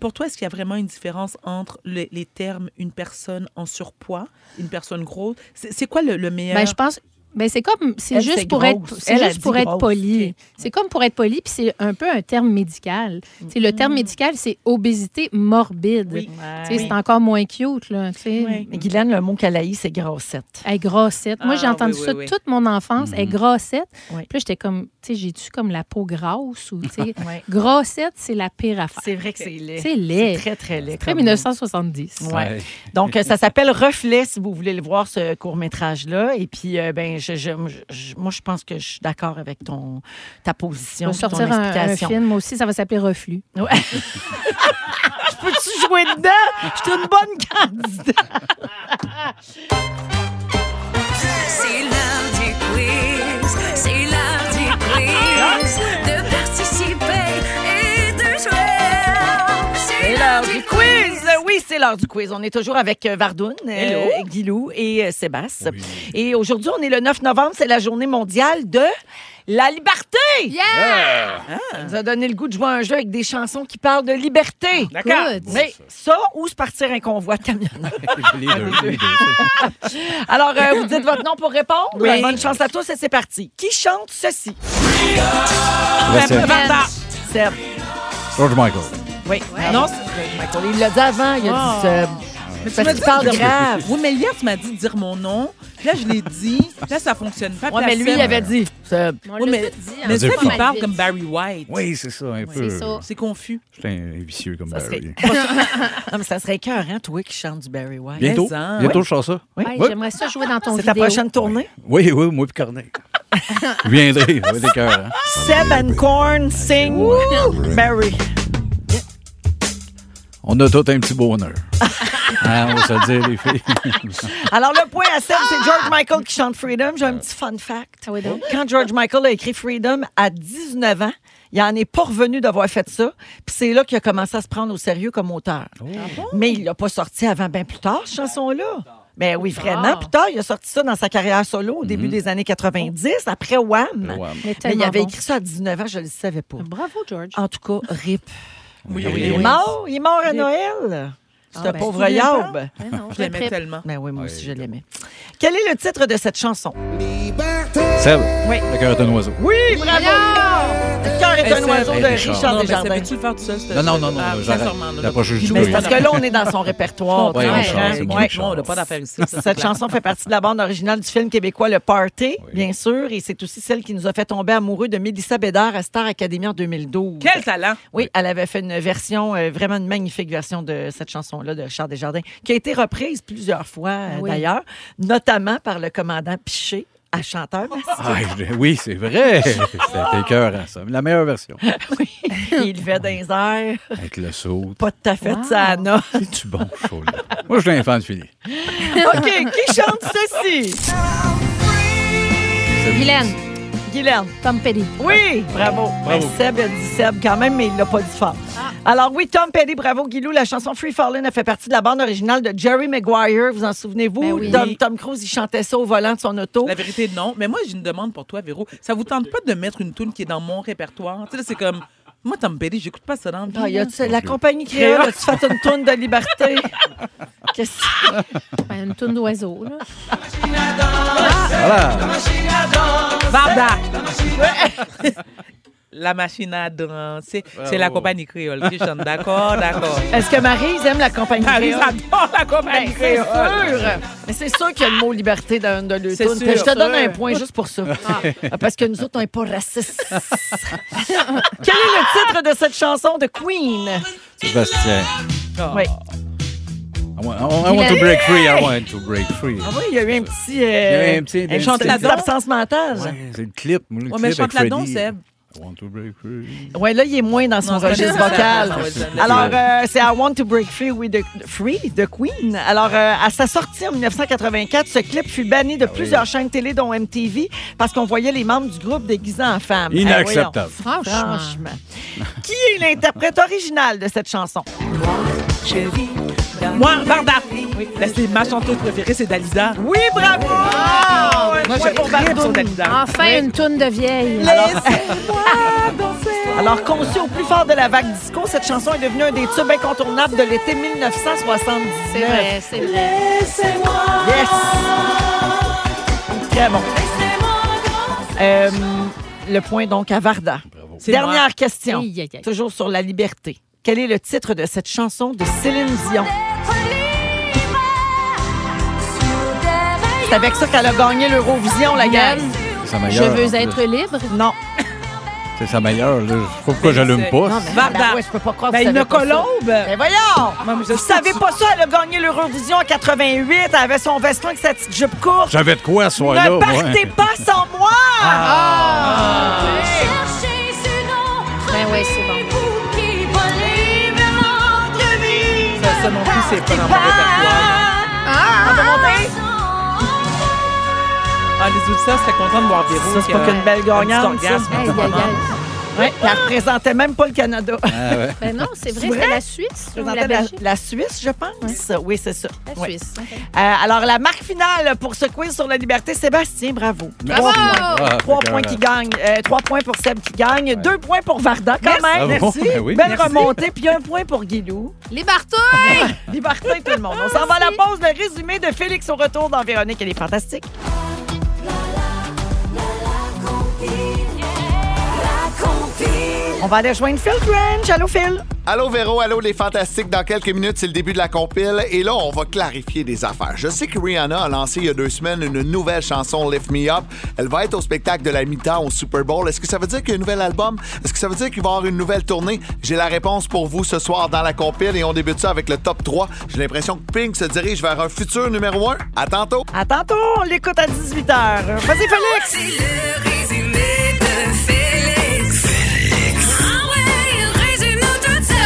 [SPEAKER 4] Pour toi, est-ce qu'il y a vraiment une différence entre les, les termes une personne en surpoids, une personne grosse C'est c'est quoi le, le meilleur
[SPEAKER 5] Ben, je pense. Ben, c'est comme. C'est
[SPEAKER 3] Elle,
[SPEAKER 5] juste
[SPEAKER 3] c'est
[SPEAKER 5] pour
[SPEAKER 3] grosse.
[SPEAKER 5] être, c'est
[SPEAKER 3] Elle, elle
[SPEAKER 5] juste pour
[SPEAKER 3] dit
[SPEAKER 5] être
[SPEAKER 3] grosse.
[SPEAKER 5] poli.
[SPEAKER 3] OK.
[SPEAKER 5] C'est comme pour être poli, puis c'est un peu un terme médical. Tu sais, Le terme médical, c'est obésité morbide.
[SPEAKER 4] Oui.
[SPEAKER 3] Ah
[SPEAKER 5] Tu sais,
[SPEAKER 4] Oui.
[SPEAKER 5] C'est encore moins cute, là. tu sais.
[SPEAKER 4] Oui.
[SPEAKER 3] Mais Guylaine, le mot qu'elle haït, c'est grossette.
[SPEAKER 5] Elle est grossette. Moi,
[SPEAKER 4] Ah,
[SPEAKER 5] j'ai entendu
[SPEAKER 4] oui, oui,
[SPEAKER 5] ça
[SPEAKER 4] oui.
[SPEAKER 5] toute mon enfance. Elle est grossette.
[SPEAKER 3] Oui.
[SPEAKER 5] Puis là, j'étais comme, tu sais, j'ai-tu comme la peau grasse ou, tu sais.
[SPEAKER 3] Ouais.
[SPEAKER 5] grossette, c'est la pire affaire.
[SPEAKER 3] C'est vrai que c'est laid.
[SPEAKER 5] C'est laid.
[SPEAKER 3] Très, très laid.
[SPEAKER 5] Très
[SPEAKER 3] comme-
[SPEAKER 5] 1970.
[SPEAKER 3] Ouais. Donc, euh, ça s'appelle Reflet, si vous voulez le voir, ce court-métrage-là. Et puis, euh, ben, je- je- je- moi, je pense que je suis d'accord avec ton, ta
[SPEAKER 5] Je
[SPEAKER 3] position,
[SPEAKER 5] vais
[SPEAKER 3] puis ton
[SPEAKER 5] sortir un, un
[SPEAKER 3] explication.
[SPEAKER 5] film aussi, ça va s'appeler Reflux.
[SPEAKER 3] Ouais. je peux-tu jouer dedans? Je suis une bonne candidate.
[SPEAKER 1] C'est l'heure du quiz, c'est l'heure du quiz, de participer et de jouer. C'est l'heure du
[SPEAKER 3] quiz! Oui, c'est l'heure du quiz. On est toujours avec euh, Vardoun, euh, Guilou et euh, Sébastien.
[SPEAKER 6] Oui.
[SPEAKER 3] Et aujourd'hui, on est le 9 novembre, c'est la journée mondiale de la liberté! Ah, Ça nous a donné le goût de jouer à un jeu avec des chansons qui parlent de liberté.
[SPEAKER 4] Ah, D'accord.
[SPEAKER 5] Good.
[SPEAKER 3] Mais ça, ou se partir un convoi de camionneurs.
[SPEAKER 6] les deux, les deux.
[SPEAKER 3] Alors, euh, vous dites votre nom pour répondre.
[SPEAKER 4] Oui.
[SPEAKER 3] Bonne chance à tous et c'est parti. Qui chante ceci?
[SPEAKER 6] Ben,
[SPEAKER 4] Vanda.
[SPEAKER 3] Seb.
[SPEAKER 6] George Michael.
[SPEAKER 3] Oui. Non, c'est- Michael, il l'a dit avant, il
[SPEAKER 4] Ah.
[SPEAKER 3] a dit Seb. Parce qu'il parle de grave.
[SPEAKER 4] Oui, mais hier, tu m'as dit de dire mon nom. Là, je l'ai dit. Là, ça fonctionne pas.
[SPEAKER 3] Oui,
[SPEAKER 4] Puis
[SPEAKER 3] mais
[SPEAKER 4] là,
[SPEAKER 3] lui,
[SPEAKER 4] Seb-
[SPEAKER 3] il avait dit Seb.
[SPEAKER 5] On
[SPEAKER 4] Oui,
[SPEAKER 5] l'a
[SPEAKER 4] mais-
[SPEAKER 5] tout dit,
[SPEAKER 4] Mais
[SPEAKER 5] hein,
[SPEAKER 4] Seb,
[SPEAKER 5] pas
[SPEAKER 4] il
[SPEAKER 5] mal
[SPEAKER 4] parle
[SPEAKER 5] vite.
[SPEAKER 4] comme Barry White.
[SPEAKER 6] Oui, c'est ça, un peu.
[SPEAKER 5] c'est ça.
[SPEAKER 4] C'est confus.
[SPEAKER 6] J'étais un vicieux comme
[SPEAKER 3] Ça serait-
[SPEAKER 6] Barry.
[SPEAKER 3] Non, Ah, mais ça serait écœurant, toi, qui chante du Barry White.
[SPEAKER 6] Bientôt,
[SPEAKER 4] Mais en-
[SPEAKER 6] bientôt, je sors ça.
[SPEAKER 3] Oui.
[SPEAKER 5] Hey,
[SPEAKER 6] Oui.
[SPEAKER 5] J'aimerais ça jouer dans ton
[SPEAKER 3] C'est ta
[SPEAKER 5] vidéo. Ah,
[SPEAKER 3] prochaine tournée?
[SPEAKER 6] Oui, oui, moi puis Corneille. Vous viendrez, ça va être écœurant.
[SPEAKER 3] Seb and Corn sing Barry.
[SPEAKER 6] On a tout un petit bonheur. Hein, on va se le dire, les filles.
[SPEAKER 3] Alors, le point à Seb, c'est George Michael qui chante Freedom. J'ai un petit fun fact.
[SPEAKER 5] Ah oui, donc.
[SPEAKER 3] Quand George Michael a écrit Freedom à 19 ans, il en est pas revenu d'avoir fait ça. Puis c'est là qu'il a commencé à se prendre au sérieux comme auteur.
[SPEAKER 5] Ah
[SPEAKER 3] Mais il l'a pas sorti avant bien plus tard, cette chanson-là. Ben oui, vraiment.
[SPEAKER 5] tard.
[SPEAKER 3] Plus tard, il a sorti ça dans sa carrière solo au début des années 90, après Wham.
[SPEAKER 6] Le
[SPEAKER 3] Mais
[SPEAKER 6] Wham.
[SPEAKER 5] Mais
[SPEAKER 3] il
[SPEAKER 5] tellement
[SPEAKER 3] avait
[SPEAKER 5] bon.
[SPEAKER 3] écrit ça à 19 ans, je le savais pas.
[SPEAKER 5] Bravo, George.
[SPEAKER 3] En tout cas, RIP.
[SPEAKER 6] Oui,
[SPEAKER 3] Il est mort, il est mort à
[SPEAKER 5] Rip.
[SPEAKER 3] Noël. C'est
[SPEAKER 5] Ah,
[SPEAKER 3] un
[SPEAKER 5] ben,
[SPEAKER 3] pauvre yaube.
[SPEAKER 5] Mais non,
[SPEAKER 4] Je l'aimais tellement.
[SPEAKER 3] Ben oui, moi aussi, je
[SPEAKER 6] Ouais.
[SPEAKER 3] l'aimais. Quel est le titre de cette chanson?
[SPEAKER 6] Seb,
[SPEAKER 3] Oui.
[SPEAKER 6] le cœur est un oiseau.
[SPEAKER 3] Oui, bravo! Le cœur est
[SPEAKER 4] Eh,
[SPEAKER 3] un
[SPEAKER 4] Seb.
[SPEAKER 3] oiseau
[SPEAKER 6] Eh,
[SPEAKER 3] de
[SPEAKER 6] Richard.
[SPEAKER 3] Richard
[SPEAKER 4] non, mais ça
[SPEAKER 3] Desjardins.
[SPEAKER 4] veut-tu le faire tout seul? ce-
[SPEAKER 6] Non, non, non, non,
[SPEAKER 4] Ah,
[SPEAKER 6] j'arrête.
[SPEAKER 4] sincèrement, là,
[SPEAKER 6] T'as pas juste
[SPEAKER 4] Guilou,
[SPEAKER 3] Mais
[SPEAKER 6] joué.
[SPEAKER 3] c'est parce que là, on est dans son répertoire.
[SPEAKER 6] Ouais,
[SPEAKER 3] tu
[SPEAKER 6] on
[SPEAKER 3] comprends?
[SPEAKER 6] change, c'est mon
[SPEAKER 3] Ouais.
[SPEAKER 6] Richard.
[SPEAKER 4] Bon, on n'a pas d'affaire ici. ça, c'est
[SPEAKER 3] Cette
[SPEAKER 4] clair.
[SPEAKER 3] chanson fait partie de la bande originale du film québécois Le Party,
[SPEAKER 6] Oui.
[SPEAKER 3] bien sûr, et c'est aussi celle qui nous a fait tomber amoureux de Mélissa Bédard à Star Academy en 2012.
[SPEAKER 4] Quel talent!
[SPEAKER 3] Oui, elle avait fait une version, euh, vraiment une magnifique version de cette chanson-là de Charles Desjardins, qui a été reprise plusieurs fois euh,
[SPEAKER 5] Oui.
[SPEAKER 3] d'ailleurs, notamment par le commandant Piché, à chanteur.
[SPEAKER 5] Oh!
[SPEAKER 6] Ah, je- oui, c'est vrai. C'était écœurant, ça. La meilleure version.
[SPEAKER 3] Il levait dans les airs,
[SPEAKER 6] Avec le saut.
[SPEAKER 3] pas tout à fait
[SPEAKER 5] Wow.
[SPEAKER 3] ça, non.
[SPEAKER 6] Tu bon, chaud, là. Moi, je suis un fan fini.
[SPEAKER 3] OK, qui chante ceci?
[SPEAKER 5] Guylaine,
[SPEAKER 3] Guylaine.
[SPEAKER 5] Tom Petty.
[SPEAKER 3] Oui, bravo.
[SPEAKER 6] Bravo.
[SPEAKER 3] Ben, Seb a dit Seb quand même, mais il l'a pas dit fort.
[SPEAKER 5] Ah.
[SPEAKER 3] Alors oui, Tom Petty, bravo Guilou. La chanson Free Fallin' a fait partie de la bande originale de Jerry Maguire. Vous en souvenez-vous?
[SPEAKER 5] Ben oui.
[SPEAKER 3] Tom, Tom Cruise, il chantait ça au volant de son auto.
[SPEAKER 4] La vérité, non. Mais moi, j'ai une demande pour toi, Véro. Ça vous tente pas de mettre une tune qui est dans mon répertoire? Tu sais, là, c'est comme. Moi, Tom Petty, j'écoute pas ça dans le
[SPEAKER 3] Ah, y a-tu- la
[SPEAKER 6] plus.
[SPEAKER 3] compagnie créole, as-tu fait une tourne de liberté? Qu'est-ce que
[SPEAKER 5] Ben, une toune d'oiseau. là.
[SPEAKER 6] Voilà.
[SPEAKER 4] Varda! Ouais. La machine à danser. C'est la compagnie créole qui chante. D'accord, d'accord.
[SPEAKER 3] Est-ce que Marie aime la compagnie
[SPEAKER 4] Paris
[SPEAKER 3] créole?
[SPEAKER 4] adore la compagnie
[SPEAKER 3] Ben, c'est
[SPEAKER 4] créole.
[SPEAKER 3] sûr! Mais c'est sûr qu'il y a le mot liberté dans une de leurs
[SPEAKER 4] C'est
[SPEAKER 3] tunes.
[SPEAKER 4] sûr,
[SPEAKER 3] Je te donne
[SPEAKER 4] sûr.
[SPEAKER 3] un point juste pour ça. Ah, Parce que nous autres, on n'est pas racistes. Quel est le titre de cette chanson de Queen?
[SPEAKER 6] Sébastien.
[SPEAKER 3] Oui.
[SPEAKER 6] I want, I want to break free. I want to break free.
[SPEAKER 3] Ah oui, il y a eu un petit.
[SPEAKER 6] y a eu
[SPEAKER 3] Euh,
[SPEAKER 6] un petit-
[SPEAKER 3] une
[SPEAKER 6] un
[SPEAKER 3] chanteuse
[SPEAKER 4] petit-
[SPEAKER 3] d'absence mentale. Ouais.
[SPEAKER 6] Ouais, c'est le clip. Moi, le
[SPEAKER 4] Ouais,
[SPEAKER 6] clip
[SPEAKER 4] mais chante
[SPEAKER 6] avec
[SPEAKER 4] là-dedans,
[SPEAKER 6] Freddy.
[SPEAKER 4] Seb.
[SPEAKER 6] I want to break free.
[SPEAKER 3] là, il est moins dans son
[SPEAKER 4] Non, c'est
[SPEAKER 3] registre
[SPEAKER 4] pas ça.
[SPEAKER 3] vocal.
[SPEAKER 4] Ouais, c'est ça.
[SPEAKER 3] Alors, euh, c'est I Want to Break Free, oui, de, Free de Queen. Alors, euh, à sa sortie en 1984, ce clip fut banni de plusieurs chaînes télé, dont MTV, parce qu'on voyait les membres du groupe déguisés en femmes. Eh,
[SPEAKER 6] Inacceptable.
[SPEAKER 3] voyons.
[SPEAKER 5] Ah.
[SPEAKER 3] Franchement. Qui est l'interprète original de cette chanson?
[SPEAKER 4] Moi, Varda. Là, c'est ma chanteuse préférée, c'est Dalida. Ah!
[SPEAKER 3] Oui, bravo!
[SPEAKER 4] Moi,
[SPEAKER 3] Point
[SPEAKER 4] je
[SPEAKER 3] pour
[SPEAKER 4] tripe sur
[SPEAKER 3] Bardoun.
[SPEAKER 4] Dalida.
[SPEAKER 5] Enfin, une toune de vieille.
[SPEAKER 3] Alors conçue au plus fort de la vague disco, cette chanson est devenue un des tubes incontournables de l'été 1979.
[SPEAKER 5] C'est vrai, c'est vrai.
[SPEAKER 3] Yes! Très bon. Euh, le point donc à Varda.
[SPEAKER 4] C'est moi.
[SPEAKER 3] Dernière question.
[SPEAKER 5] Aïe, aïe, aïe.
[SPEAKER 3] Toujours sur la liberté. Quel est le titre de cette chanson de Céline Dion? C'est avec ça qu'elle a gagné l'Eurovision, la gamme.
[SPEAKER 6] C'est sa
[SPEAKER 5] Je
[SPEAKER 6] meilleure, en
[SPEAKER 5] veux
[SPEAKER 6] plus.
[SPEAKER 5] être libre.
[SPEAKER 3] Non.
[SPEAKER 6] C'est sa meilleure, là. Je sais pas pourquoi j'allume pas.
[SPEAKER 3] Non, mais
[SPEAKER 4] Varda.
[SPEAKER 3] Varda, ouais, je peux pas croire que
[SPEAKER 4] Ben,
[SPEAKER 3] vous
[SPEAKER 4] une
[SPEAKER 3] savez pas ça.
[SPEAKER 4] colombe.
[SPEAKER 3] Mais voyons!
[SPEAKER 4] Maman, je
[SPEAKER 3] Vous
[SPEAKER 4] sais
[SPEAKER 3] savez
[SPEAKER 4] que-
[SPEAKER 3] pas ça, elle a gagné l'Eurovision en 88, elle avait son veston avec sa petite jupe courte.
[SPEAKER 6] J'avais de quoi ce soir-là.
[SPEAKER 3] ne
[SPEAKER 6] moi.
[SPEAKER 3] partez pas sans moi! Ah.
[SPEAKER 5] Ben oui, c'est bon.
[SPEAKER 4] Ça, ça non plus, c'est pas dans mon répertoire. Ah, les autres, ça, c'était content de voir Véro.
[SPEAKER 3] Ça, c'est
[SPEAKER 4] qui
[SPEAKER 3] pas
[SPEAKER 4] a
[SPEAKER 3] qu'une belle
[SPEAKER 4] un petit
[SPEAKER 3] gagnante,
[SPEAKER 4] orgasme
[SPEAKER 3] ça.
[SPEAKER 4] en
[SPEAKER 5] Aïe,
[SPEAKER 4] ce
[SPEAKER 5] aïe,
[SPEAKER 4] moment.
[SPEAKER 5] aïe.
[SPEAKER 3] Ouais, puis elle représentait même pas le Canada. Elle
[SPEAKER 6] Ah, ouais.
[SPEAKER 5] Ben non, c'est vrai,
[SPEAKER 3] vrai?
[SPEAKER 5] c'était la Suisse ou la
[SPEAKER 3] représentait la,
[SPEAKER 5] Belgique?
[SPEAKER 3] la Suisse, je pense. Oui, c'est ça.
[SPEAKER 5] La
[SPEAKER 3] Ouais.
[SPEAKER 5] Suisse. ok.
[SPEAKER 3] Euh, alors, la marque finale pour ce quiz sur la liberté, Sébastien, bravo. Trois points.
[SPEAKER 6] Ah,
[SPEAKER 3] Trois
[SPEAKER 6] fait que,
[SPEAKER 3] points qui gagnent. Euh, trois points pour Seb qui gagne. Deux points pour Varda, quand
[SPEAKER 6] Ah
[SPEAKER 3] même.
[SPEAKER 6] bon? Ben oui.
[SPEAKER 3] Belle
[SPEAKER 6] Merci.
[SPEAKER 3] remontée, puis un point pour Guilou.
[SPEAKER 5] Les Bartons!
[SPEAKER 3] Liberté, tout le monde. On s'en va à la pause. Le résumé de Félix au retour dans Véronique, elle est fantastique. On va aller rejoindre Phil Grange. Allô, Phil.
[SPEAKER 9] Allô Véro, allô les fantastiques. Dans quelques minutes, c'est le début de la compile et là, on va clarifier des affaires. Je sais que Rihanna a lancé il y a deux semaines une nouvelle chanson Lift Me Up. Elle va être au spectacle de la mi-temps au Super Bowl. Est-ce que ça veut dire qu'il y a un nouvel album? Est-ce que ça veut dire qu'il va y avoir une nouvelle tournée? J'ai la réponse pour vous ce soir dans la compile et on débute ça avec le top 3. J'ai l'impression que Pink se dirige vers un futur numéro 1. À tantôt!
[SPEAKER 3] À tantôt. On l'écoute à 18h. Vas-y, Félix.
[SPEAKER 1] C'est le résumé de Félix. Félix. Ah ouais, il résume nous tout ça.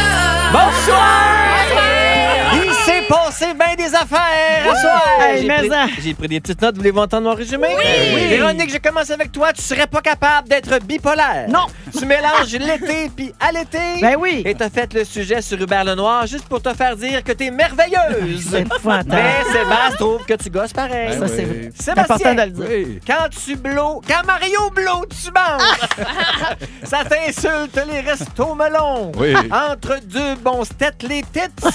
[SPEAKER 10] Il s'est passé bien des affaires à soir.
[SPEAKER 3] Hey,
[SPEAKER 10] J'ai
[SPEAKER 3] mais
[SPEAKER 10] pris-
[SPEAKER 3] en-
[SPEAKER 10] J'ai pris des petites notes. Voulez-vous entendre mon résumé?
[SPEAKER 3] Euh,
[SPEAKER 10] Oui. Véronique, je commence avec toi. Tu serais pas capable d'être bipolaire.
[SPEAKER 3] Non.
[SPEAKER 10] Tu mélanges l'été puis à l'été.
[SPEAKER 3] Ben oui.
[SPEAKER 10] Et t'as fait le sujet sur Hubert Lenoir juste pour te faire dire que t'es merveilleuse.
[SPEAKER 3] C'est épouvantable.
[SPEAKER 10] Mais Sébastien trouve que tu gosses pareil.
[SPEAKER 6] Ben
[SPEAKER 3] Ça, c'est
[SPEAKER 6] oui.
[SPEAKER 3] c'est important de le dire.
[SPEAKER 6] Oui.
[SPEAKER 10] Quand tu blows, quand Mario blow, tu manges. ça t'insulte les restos melons.
[SPEAKER 6] Oui.
[SPEAKER 10] Entre deux bons têtes, les têtes.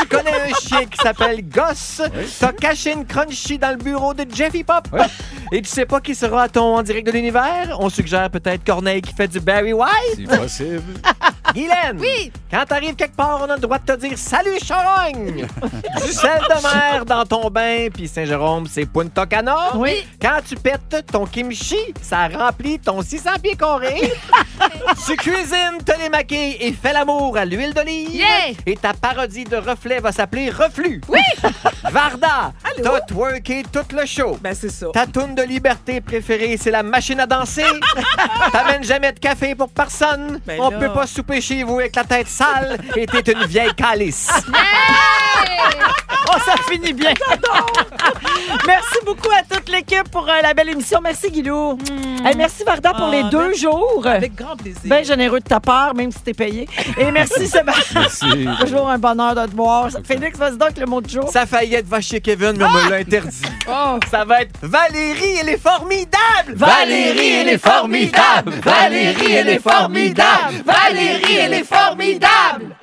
[SPEAKER 10] tu connais un chien qui s'appelle Goss. T'as caché une crunchy dans le bureau de Jeffy Pop. Et tu sais pas qui sera à ton en direct de l'univers? On suggère peut-être Corneille qui fait du Barry White.
[SPEAKER 6] C'est possible.
[SPEAKER 10] Guylaine! Oui! Quand t'arrives quelque part, on a le droit de te dire Salut Charogne! du sel de mer dans ton bain, puis Saint-Jérôme, c'est Punta Cana.
[SPEAKER 3] Oui.
[SPEAKER 10] Quand tu pètes ton kimchi, ça remplit ton 600 pieds carrés. tu cuisines, te les maquilles et fais l'amour à l'huile d'olive.
[SPEAKER 5] Yeah!
[SPEAKER 10] Et ta parodie de reflet va s'appeler Reflux. Oui! Varda, t'as twerké tout le show.
[SPEAKER 4] Ben, c'est ça.
[SPEAKER 10] Ta toune de liberté préférée, c'est la machine à danser. T'amènes jamais de café pour personne.
[SPEAKER 4] Ben
[SPEAKER 10] On
[SPEAKER 4] là.
[SPEAKER 10] peut pas souper chez vous avec la tête sale et t'es une vieille calice.
[SPEAKER 3] Oh, ça finit bien. merci beaucoup à toute l'équipe pour euh, la belle émission. Merci, Guilou. Hey, merci, Varda, pour
[SPEAKER 4] Ah,
[SPEAKER 3] les deux
[SPEAKER 4] ben-
[SPEAKER 3] jours.
[SPEAKER 4] Avec grand plaisir.
[SPEAKER 3] Bien généreux de ta part, même si t'es payé. Et merci, Sébastien.
[SPEAKER 6] Merci.
[SPEAKER 3] Toujours un bonheur de te voir. Félix, vas-y donc le mot de jour. Oh.
[SPEAKER 10] Ça faillait de va chez Kevin, mais on me l'a interdit. Ça va être Valérie, elle est formidable!
[SPEAKER 3] Valérie, elle est formidable! Valérie, elle est formidable!
[SPEAKER 10] Valérie, elle est formidable!